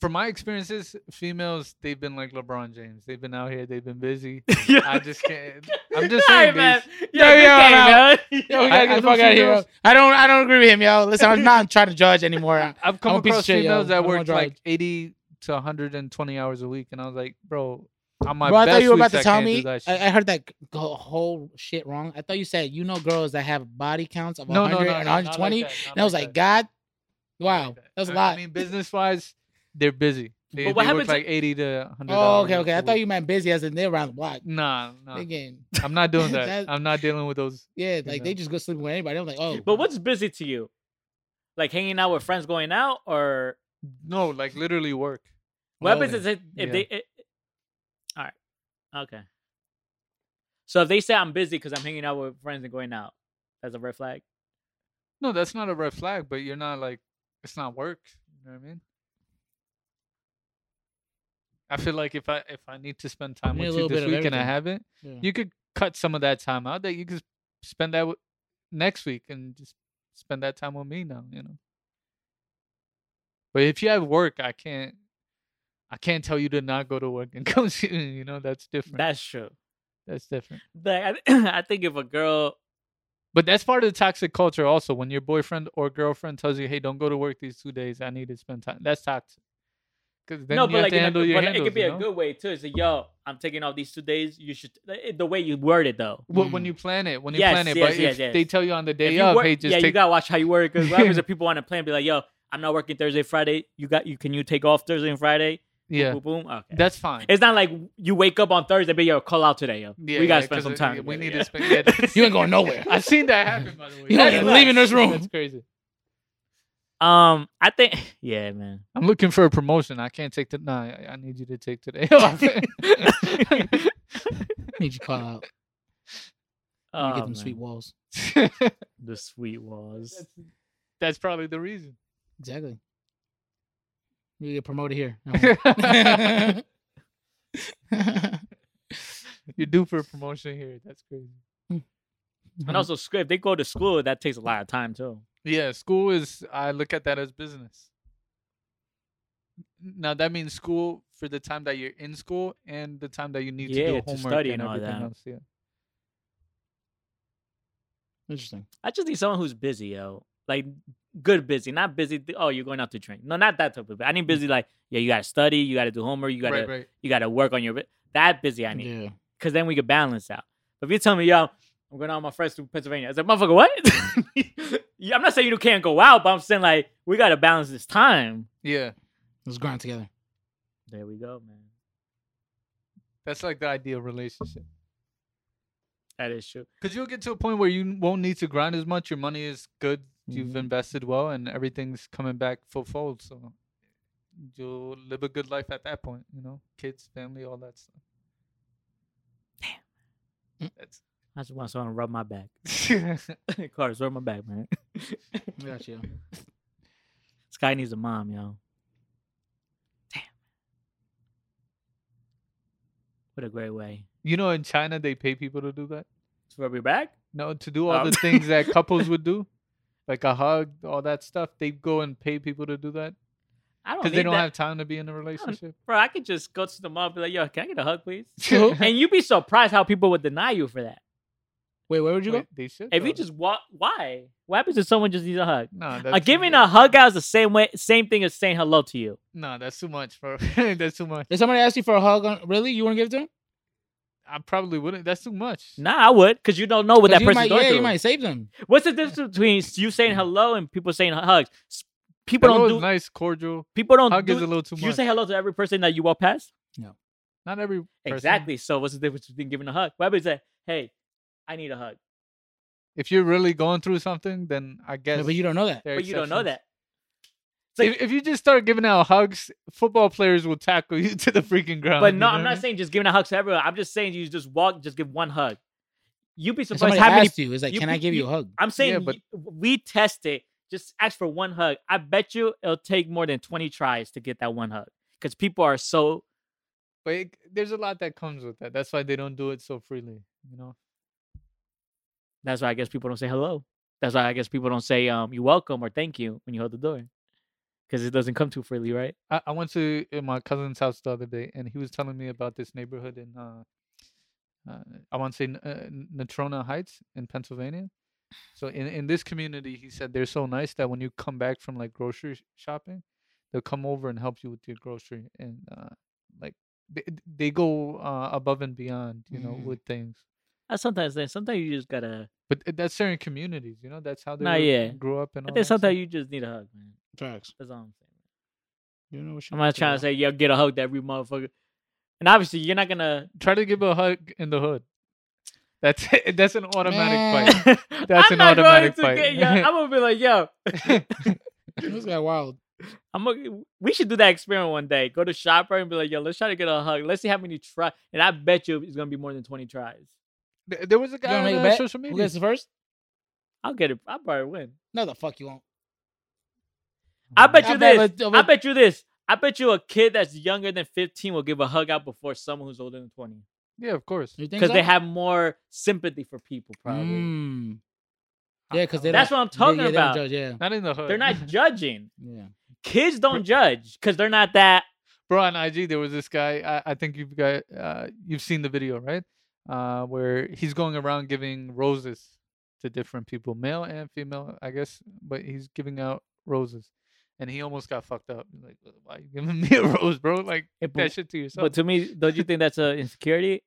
[SPEAKER 2] From my experiences, females they've been like LeBron James. They've been out here. They've been busy. I just can't. I'm just
[SPEAKER 3] All
[SPEAKER 2] saying.
[SPEAKER 3] right, man.
[SPEAKER 2] these-
[SPEAKER 3] Yo,
[SPEAKER 1] Yo,
[SPEAKER 3] good
[SPEAKER 1] yo,
[SPEAKER 3] game,
[SPEAKER 1] no. Yo,
[SPEAKER 3] man.
[SPEAKER 1] we
[SPEAKER 2] I-
[SPEAKER 1] gotta
[SPEAKER 2] I
[SPEAKER 1] get the
[SPEAKER 2] don't
[SPEAKER 1] fuck out of
[SPEAKER 2] see
[SPEAKER 1] here. yo.
[SPEAKER 2] those-
[SPEAKER 1] I don't. I don't agree with him, yo. Listen, I'm not trying to judge anymore. I-
[SPEAKER 2] I've
[SPEAKER 1] I'm
[SPEAKER 2] come
[SPEAKER 1] a piece of
[SPEAKER 2] across
[SPEAKER 1] shit, yo.
[SPEAKER 2] females
[SPEAKER 1] I
[SPEAKER 2] that
[SPEAKER 1] don't wanna
[SPEAKER 2] work
[SPEAKER 1] drive.
[SPEAKER 2] like 80 to 120 hours a week, and I was like, bro, on my
[SPEAKER 1] Bro, I
[SPEAKER 2] best
[SPEAKER 1] thought you were
[SPEAKER 2] weeks,
[SPEAKER 1] about to
[SPEAKER 2] I
[SPEAKER 1] tell
[SPEAKER 2] can't do
[SPEAKER 1] me. I,
[SPEAKER 2] that shit.
[SPEAKER 1] I heard that g- go- whole shit wrong. I thought you said you know girls that have body counts of
[SPEAKER 2] no, no, no,
[SPEAKER 1] 100
[SPEAKER 2] no,
[SPEAKER 1] and
[SPEAKER 2] not like
[SPEAKER 1] 120,
[SPEAKER 2] that, not
[SPEAKER 1] and I was like,
[SPEAKER 2] that,
[SPEAKER 1] God,
[SPEAKER 2] not
[SPEAKER 1] wow,
[SPEAKER 2] like that.
[SPEAKER 1] that's a
[SPEAKER 2] I- I
[SPEAKER 1] lot.
[SPEAKER 2] mean, business wise, they're busy. They,
[SPEAKER 3] But what
[SPEAKER 2] they work
[SPEAKER 3] happens to-
[SPEAKER 2] like 80 to 100.
[SPEAKER 1] Oh, okay,
[SPEAKER 2] hours
[SPEAKER 1] okay.
[SPEAKER 2] a
[SPEAKER 1] I thought
[SPEAKER 2] week.
[SPEAKER 1] you meant busy as in they're around the block.
[SPEAKER 2] Nah, nah.
[SPEAKER 1] Again,
[SPEAKER 2] I'm not doing that.
[SPEAKER 1] That-
[SPEAKER 2] I'm not dealing with those.
[SPEAKER 1] yeah, like
[SPEAKER 2] know.
[SPEAKER 1] they just go sleep with anybody. I'm like, oh,
[SPEAKER 3] But what's busy to you? Like hanging out with friends, going out, or
[SPEAKER 2] No, like literally work.
[SPEAKER 3] What
[SPEAKER 1] Oh,
[SPEAKER 3] happens is if, if
[SPEAKER 2] yeah.
[SPEAKER 3] they. It, all right. Okay. So if they say I'm busy because I'm hanging out with friends and going out, that's a red flag.
[SPEAKER 2] No, that's not a red flag, but you're not like it's not work. You know what I mean? I feel like if I if I need to spend time
[SPEAKER 1] need a
[SPEAKER 2] with you
[SPEAKER 1] little
[SPEAKER 2] this
[SPEAKER 1] bit of
[SPEAKER 2] week and I
[SPEAKER 1] everything.
[SPEAKER 2] haven't,
[SPEAKER 1] Yeah.
[SPEAKER 2] you could cut some of that time out that you could spend that with next week and just spend that time with me now. You know. But if you have work, I can't. I can't tell you to not go to work and come see me. You know that's different.
[SPEAKER 3] That's true.
[SPEAKER 2] that's different.
[SPEAKER 3] But I, I think if a girl,
[SPEAKER 2] But that's part of the toxic culture also. When your boyfriend or girlfriend tells you, "Hey, don't go to work these two days. I need to spend time." That's toxic. Because then
[SPEAKER 3] no,
[SPEAKER 2] you
[SPEAKER 3] but
[SPEAKER 2] have
[SPEAKER 3] like,
[SPEAKER 2] to
[SPEAKER 3] in a
[SPEAKER 2] handle
[SPEAKER 3] good-
[SPEAKER 2] your
[SPEAKER 3] but it
[SPEAKER 2] handles,
[SPEAKER 3] could be
[SPEAKER 2] you
[SPEAKER 3] a
[SPEAKER 2] know?
[SPEAKER 3] good way too. It's like, yo, I'm taking off these two days. You should like, the way you word it though.
[SPEAKER 2] Wh- when you plan it, when you
[SPEAKER 3] Mm. Yes,
[SPEAKER 2] plan it,
[SPEAKER 3] yes,
[SPEAKER 2] but
[SPEAKER 3] yes,
[SPEAKER 2] if they
[SPEAKER 3] yes.
[SPEAKER 2] tell you on the
[SPEAKER 3] If
[SPEAKER 2] day
[SPEAKER 3] you
[SPEAKER 2] of,
[SPEAKER 3] work-
[SPEAKER 2] "Hey, just
[SPEAKER 3] yeah, you
[SPEAKER 2] take,"
[SPEAKER 3] gotta watch how you work because what happens if people want to plan, be like, yo, I'm not working Thursday, Friday. You got, you can you take off Thursday and Friday?
[SPEAKER 2] yeah,
[SPEAKER 3] Boom, boom. Okay.
[SPEAKER 2] that's fine.
[SPEAKER 3] It's not like you wake up on Thursday, but yo, call out today, yo.
[SPEAKER 2] Yeah,
[SPEAKER 3] we gotta
[SPEAKER 2] yeah,
[SPEAKER 3] spend
[SPEAKER 2] 'cause
[SPEAKER 3] some
[SPEAKER 2] it-
[SPEAKER 3] time.
[SPEAKER 2] yeah, we
[SPEAKER 3] together,
[SPEAKER 2] need to spend-
[SPEAKER 3] yeah.
[SPEAKER 2] yeah, that's-
[SPEAKER 1] you ain't going nowhere.
[SPEAKER 2] I've seen that happen. By the way,
[SPEAKER 1] You
[SPEAKER 3] ain't
[SPEAKER 2] That's-
[SPEAKER 1] leaving this room.
[SPEAKER 2] That's crazy.
[SPEAKER 3] Um, I think, yeah, man.
[SPEAKER 2] I'm looking for a promotion. I can't take the. Nah, I, I need you to take today off.
[SPEAKER 1] Need you call out. You
[SPEAKER 3] Oh,
[SPEAKER 1] get them
[SPEAKER 3] man.
[SPEAKER 1] sweet walls.
[SPEAKER 3] The sweet walls.
[SPEAKER 2] that's probably the reason.
[SPEAKER 1] Exactly. You get promoted here.
[SPEAKER 2] You're due for a promotion here. That's crazy.
[SPEAKER 3] And also, school- if they go to school, that takes a lot of time too.
[SPEAKER 2] Yeah, school is. I look at that as business. now that means school for the time that you're in school and the time that you need
[SPEAKER 3] Yeah,
[SPEAKER 2] to do
[SPEAKER 3] to
[SPEAKER 2] homework
[SPEAKER 3] study
[SPEAKER 2] and
[SPEAKER 3] and all
[SPEAKER 2] everything
[SPEAKER 3] that.
[SPEAKER 2] else. Yeah.
[SPEAKER 1] Interesting.
[SPEAKER 3] I just need someone who's busy, yo. Like good busy, not busy. th- oh, you're going out to drink. No, not that type of. I need busy. Like yeah, you gotta study, you gotta do homework, you gotta
[SPEAKER 2] Mm. right, right.
[SPEAKER 3] you gotta work on your. bu- That busy, I need
[SPEAKER 1] Yeah.
[SPEAKER 3] because then we could balance out. But if you tell me, yo, I'm going out with my friends to Pennsylvania, I said, motherfucker, what? Yeah, I'm not saying you can't go out, but I'm saying like we gotta balance this time.
[SPEAKER 2] Yeah.
[SPEAKER 1] Let's grind together.
[SPEAKER 3] There we go, man.
[SPEAKER 2] That's like the ideal relationship.
[SPEAKER 3] That is true.
[SPEAKER 2] Because you'll get to a point where you won't need to grind as much. Your money is good. You've
[SPEAKER 1] Mhm.
[SPEAKER 3] Mm-hmm.
[SPEAKER 2] invested well, and everything's coming back full fold. So you'll live a good life at that point. You know, kids, family, all that stuff. Damn.
[SPEAKER 3] I just want someone to rub my back.
[SPEAKER 2] That's
[SPEAKER 3] Cars, rub my back, man.
[SPEAKER 1] I got you.
[SPEAKER 3] This guy needs a mom, yo. Damn. What a great way.
[SPEAKER 2] you know, in China they pay people to do that.
[SPEAKER 3] To rub your back?
[SPEAKER 2] No, to do all
[SPEAKER 3] Um,
[SPEAKER 2] the things that couples would do, like a hug, all that stuff. They go and pay people to do that
[SPEAKER 3] I don't
[SPEAKER 2] because
[SPEAKER 3] need
[SPEAKER 2] they don't
[SPEAKER 3] that.
[SPEAKER 2] have time to be in a relationship.
[SPEAKER 3] Bro, I could just go to the mall and be like, yo, can I get a hug, please? and you'd be surprised how people would deny you for that.
[SPEAKER 1] Wait, where would you go?
[SPEAKER 2] Wait, They should.
[SPEAKER 3] If you
[SPEAKER 2] though.
[SPEAKER 3] just walk, why? What happens if someone just needs a hug?
[SPEAKER 2] nah,
[SPEAKER 3] Uh,
[SPEAKER 2] that's
[SPEAKER 3] giving
[SPEAKER 2] up.
[SPEAKER 3] a hug out is the same way, same thing as saying hello to you.
[SPEAKER 2] Nah, that's too much, bro. that's too much.
[SPEAKER 1] If somebody asked you for a hug, on, really, you want to give it to them?
[SPEAKER 2] I probably wouldn't. That's too much.
[SPEAKER 3] Nah, I would, because you don't know what that
[SPEAKER 1] you
[SPEAKER 3] person's
[SPEAKER 1] might,
[SPEAKER 3] going
[SPEAKER 1] yeah,
[SPEAKER 3] through.
[SPEAKER 1] you might save them.
[SPEAKER 3] What's the difference between you saying hello and people saying hugs? S- People
[SPEAKER 2] Hello
[SPEAKER 3] don't
[SPEAKER 2] is
[SPEAKER 3] do.
[SPEAKER 2] nice, cordial.
[SPEAKER 3] People don't
[SPEAKER 2] Hug
[SPEAKER 3] do.
[SPEAKER 2] is a little too
[SPEAKER 3] you
[SPEAKER 2] much.
[SPEAKER 3] say hello to every person that you walk past.
[SPEAKER 2] Not every person.
[SPEAKER 3] Exactly. So what's the difference between giving a hug? What happens? Say, hey, I need a hug,
[SPEAKER 2] If you're really going through something, then I guess.
[SPEAKER 1] Yeah, but you don't know that.
[SPEAKER 2] there are
[SPEAKER 3] but you don't know
[SPEAKER 2] exceptions.
[SPEAKER 3] that. It's like-
[SPEAKER 2] if, if you just start giving out hugs, football players will tackle you to the freaking ground.
[SPEAKER 3] But no,
[SPEAKER 2] you know
[SPEAKER 3] I'm
[SPEAKER 2] what I
[SPEAKER 3] not
[SPEAKER 2] mean?
[SPEAKER 3] saying just giving a hug to everyone. I'm just saying you just walk, just give one hug. You'd be
[SPEAKER 1] If
[SPEAKER 3] surprised
[SPEAKER 1] somebody
[SPEAKER 3] how many.
[SPEAKER 1] asked you, it's like,
[SPEAKER 3] you
[SPEAKER 1] can
[SPEAKER 3] pe-
[SPEAKER 1] I give you a hug?
[SPEAKER 3] I'm saying
[SPEAKER 2] but-
[SPEAKER 3] y- we test it. Just ask for one hug. I bet you it'll take more than 20 tries to get that one hug because people are so.
[SPEAKER 2] But it, there's a lot that comes with that. That's why they don't do it so freely. You know.
[SPEAKER 3] That's why I guess people don't say hello. That's why I guess people don't say um you welcome or thank you when you hold the door because it doesn't come too freely, right?
[SPEAKER 2] I, I went to uh, my cousin's house the other day, and he was telling me about this neighborhood in uh, uh I want to say N- uh, N- Natrona Heights in Pennsylvania. So in in this community, he said they're so nice that when you come back from like grocery sh- shopping, they'll come over and help you with your grocery, and uh, like they they go uh, above and beyond, you know,
[SPEAKER 3] Mm-hmm.
[SPEAKER 1] Mhm.
[SPEAKER 2] with things.
[SPEAKER 3] I sometimes think sometimes you just gotta.
[SPEAKER 2] But th- that's certain communities, you know, that's how they
[SPEAKER 3] Nah,
[SPEAKER 2] were-
[SPEAKER 3] yeah.
[SPEAKER 2] grew up and
[SPEAKER 3] I
[SPEAKER 2] all
[SPEAKER 3] think
[SPEAKER 2] that stuff.
[SPEAKER 3] sometimes you just need a hug, man.
[SPEAKER 1] Facts.
[SPEAKER 3] That's all I'm saying.
[SPEAKER 1] You know what
[SPEAKER 3] I'm not trying to say yo get a hug to every motherfucker, and obviously you're not gonna.
[SPEAKER 2] Try to give a hug in the hood. That's it. That's an automatic
[SPEAKER 1] Man.
[SPEAKER 2] fight.
[SPEAKER 3] That's
[SPEAKER 2] That's an automatic fight.
[SPEAKER 3] Get, yo, I'm gonna be like yo.
[SPEAKER 1] This guy wild.
[SPEAKER 3] I'm a, we should do that experiment one day. Go to shopper and be like, yo, let's try to get a hug. Let's see how many tries. And I bet you it's gonna be more than 20 tries.
[SPEAKER 2] Th- There was a
[SPEAKER 1] You
[SPEAKER 2] guy
[SPEAKER 1] want to
[SPEAKER 2] on
[SPEAKER 1] make a
[SPEAKER 2] uh,
[SPEAKER 1] bet?
[SPEAKER 2] social
[SPEAKER 1] Who
[SPEAKER 2] media.
[SPEAKER 1] gets the first?
[SPEAKER 3] I'll get it. I'll probably win.
[SPEAKER 1] No, the fuck you won't.
[SPEAKER 3] I bet
[SPEAKER 1] I
[SPEAKER 3] you
[SPEAKER 1] bet-
[SPEAKER 3] this.
[SPEAKER 1] but-
[SPEAKER 3] I
[SPEAKER 1] but-
[SPEAKER 3] bet you this. I bet you a kid that's younger than 15 will give a hug out before someone who's older than 20.
[SPEAKER 2] Yeah, of course.
[SPEAKER 1] You think
[SPEAKER 3] Because
[SPEAKER 1] so?
[SPEAKER 3] they have more sympathy for people, probably.
[SPEAKER 1] Mm. Yeah, because they
[SPEAKER 3] That's
[SPEAKER 1] don't,
[SPEAKER 3] what I'm talking
[SPEAKER 1] yeah, yeah, they don't
[SPEAKER 3] about.
[SPEAKER 1] judge, yeah,
[SPEAKER 2] Not in the hood.
[SPEAKER 3] They're not judging.
[SPEAKER 1] yeah.
[SPEAKER 3] Kids don't judge because they're not that.
[SPEAKER 2] Bro, on IG, there was this guy. I, I think you've got uh, you've seen the video, right? Uh, where he's going around giving roses to different people, male and female, I guess. But he's giving out roses, and he almost got fucked up. Like, why you giving me a rose, bro? Like,
[SPEAKER 3] Eh,
[SPEAKER 2] keep
[SPEAKER 3] but-
[SPEAKER 2] that shit to yourself.
[SPEAKER 3] But to me, don't you think that's an insecurity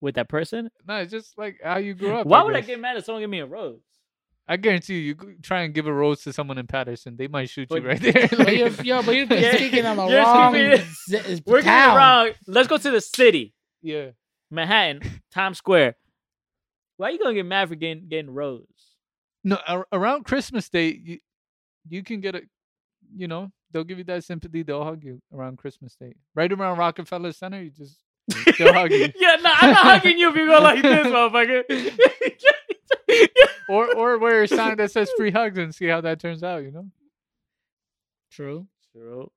[SPEAKER 3] with that person?
[SPEAKER 2] no, it's just like how you grew up.
[SPEAKER 3] Why would I
[SPEAKER 2] guess.
[SPEAKER 3] get mad if someone gave me a rose?
[SPEAKER 2] I guarantee you, you g- try and give a rose to someone in Patterson, they might shoot
[SPEAKER 3] But-
[SPEAKER 2] you right there.
[SPEAKER 1] But you're, yo, but you're
[SPEAKER 3] Yeah.
[SPEAKER 1] speaking on the
[SPEAKER 3] You're
[SPEAKER 1] wrong
[SPEAKER 3] speaking-
[SPEAKER 1] z-
[SPEAKER 3] We're getting
[SPEAKER 1] town.
[SPEAKER 3] it wrong. Let's go to the city.
[SPEAKER 2] yeah.
[SPEAKER 3] Manhattan, Times Square. Why you gonna get mad for getting getting rose?
[SPEAKER 2] No, ar- around Christmas Day, you, you can get a, you know, they'll give you that sympathy. They'll hug you around Christmas Day. Right around Rockefeller Center, you just they'll hug you,
[SPEAKER 3] yeah, no, I'm not hugging you if you go like this, motherfucker.
[SPEAKER 2] or or wear a sign that says free hugs and see how that turns out. You know,
[SPEAKER 1] True.
[SPEAKER 3] True.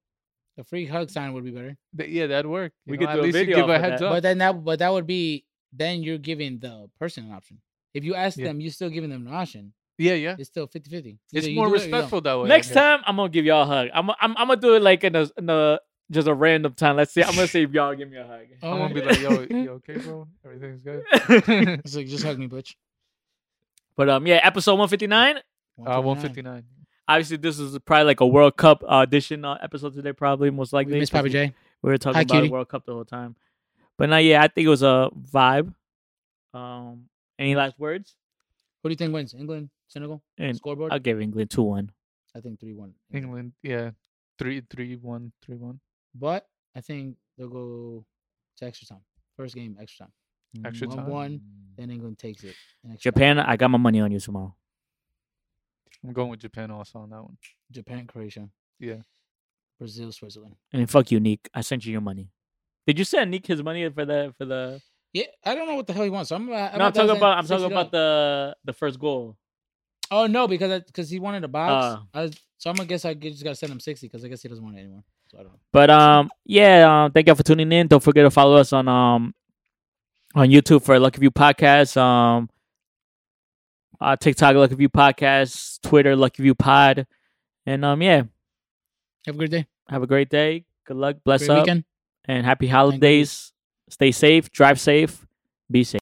[SPEAKER 1] The free hug sign would be better.
[SPEAKER 2] Th- yeah, that'd work. you
[SPEAKER 3] We
[SPEAKER 2] know,
[SPEAKER 3] could
[SPEAKER 2] at
[SPEAKER 3] do a
[SPEAKER 2] least you
[SPEAKER 3] video
[SPEAKER 2] give a
[SPEAKER 3] off of
[SPEAKER 2] heads
[SPEAKER 3] that.
[SPEAKER 2] up.
[SPEAKER 1] But then that, but that would be then you're giving the person an option. If you ask
[SPEAKER 2] Yeah.
[SPEAKER 1] them, you're still giving them an option.
[SPEAKER 2] Yeah, yeah.
[SPEAKER 1] It's still 50 50.
[SPEAKER 2] It's more respectful
[SPEAKER 1] Oh,
[SPEAKER 2] that way. I
[SPEAKER 3] Next
[SPEAKER 2] guess.
[SPEAKER 3] time, I'm gonna give y'all a hug. I'm I'm, I'm gonna do it like in a, in a just a random time. Let's see. I'm gonna see if y'all give me a hug.
[SPEAKER 2] I'm
[SPEAKER 1] Oh,
[SPEAKER 2] gonna be like, yo, you okay, bro? Everything's good.
[SPEAKER 1] It's like, just hug me, bitch.
[SPEAKER 3] but um, yeah, episode 159.
[SPEAKER 2] Uh,
[SPEAKER 1] 159.
[SPEAKER 2] 159.
[SPEAKER 3] Obviously, this is probably like a World Cup audition uh, episode today. Probably most likely.
[SPEAKER 1] We miss
[SPEAKER 3] 'cause
[SPEAKER 1] Papa J.
[SPEAKER 3] We were talking
[SPEAKER 1] Hi,
[SPEAKER 3] about
[SPEAKER 1] cutie.
[SPEAKER 3] World Cup the whole time. But now, yeah, I think it was a vibe. Um, any last words?
[SPEAKER 1] Who do you think wins? England? Senegal?
[SPEAKER 3] And
[SPEAKER 1] Scoreboard?
[SPEAKER 3] I'll give England two one.
[SPEAKER 1] I think 3 1.
[SPEAKER 2] England, yeah. Three, three, one, three, one.
[SPEAKER 1] But I think they'll go to extra time. First game, extra time.
[SPEAKER 2] Extra
[SPEAKER 1] One
[SPEAKER 2] time.
[SPEAKER 1] one, then England takes it. in extra time.
[SPEAKER 3] Japan, I got my money on you tomorrow.
[SPEAKER 2] I'm going with Japan also on that one.
[SPEAKER 1] Japan, Croatia.
[SPEAKER 2] Yeah.
[SPEAKER 1] Brazil, Switzerland.
[SPEAKER 3] And fuck you, Nick. I sent you your money. Did you send Nick his money for the for the?
[SPEAKER 1] Yeah, I don't know what the hell he wants. I'm, I,
[SPEAKER 3] no, I'm talking about I'm talking about the the first goal.
[SPEAKER 1] Oh no, because because he wanted a box.
[SPEAKER 3] Ah.
[SPEAKER 1] I was- so I'm gonna guess I g- just gotta send him sixty because I guess he doesn't want it anymore. So I don't. know.
[SPEAKER 3] But um, yeah, um, thank y'all for tuning in. Don't forget to follow us on um on YouTube for Lucky View Podcast. Um, uh, TikTok Lucky View Podcast, Twitter Lucky View Pod, and um, yeah,
[SPEAKER 1] Have a good day.
[SPEAKER 3] have a great day. Good luck. Bless
[SPEAKER 1] Great
[SPEAKER 3] up
[SPEAKER 1] weekend.
[SPEAKER 3] and happy holidays. Stay safe. Drive safe. Be safe.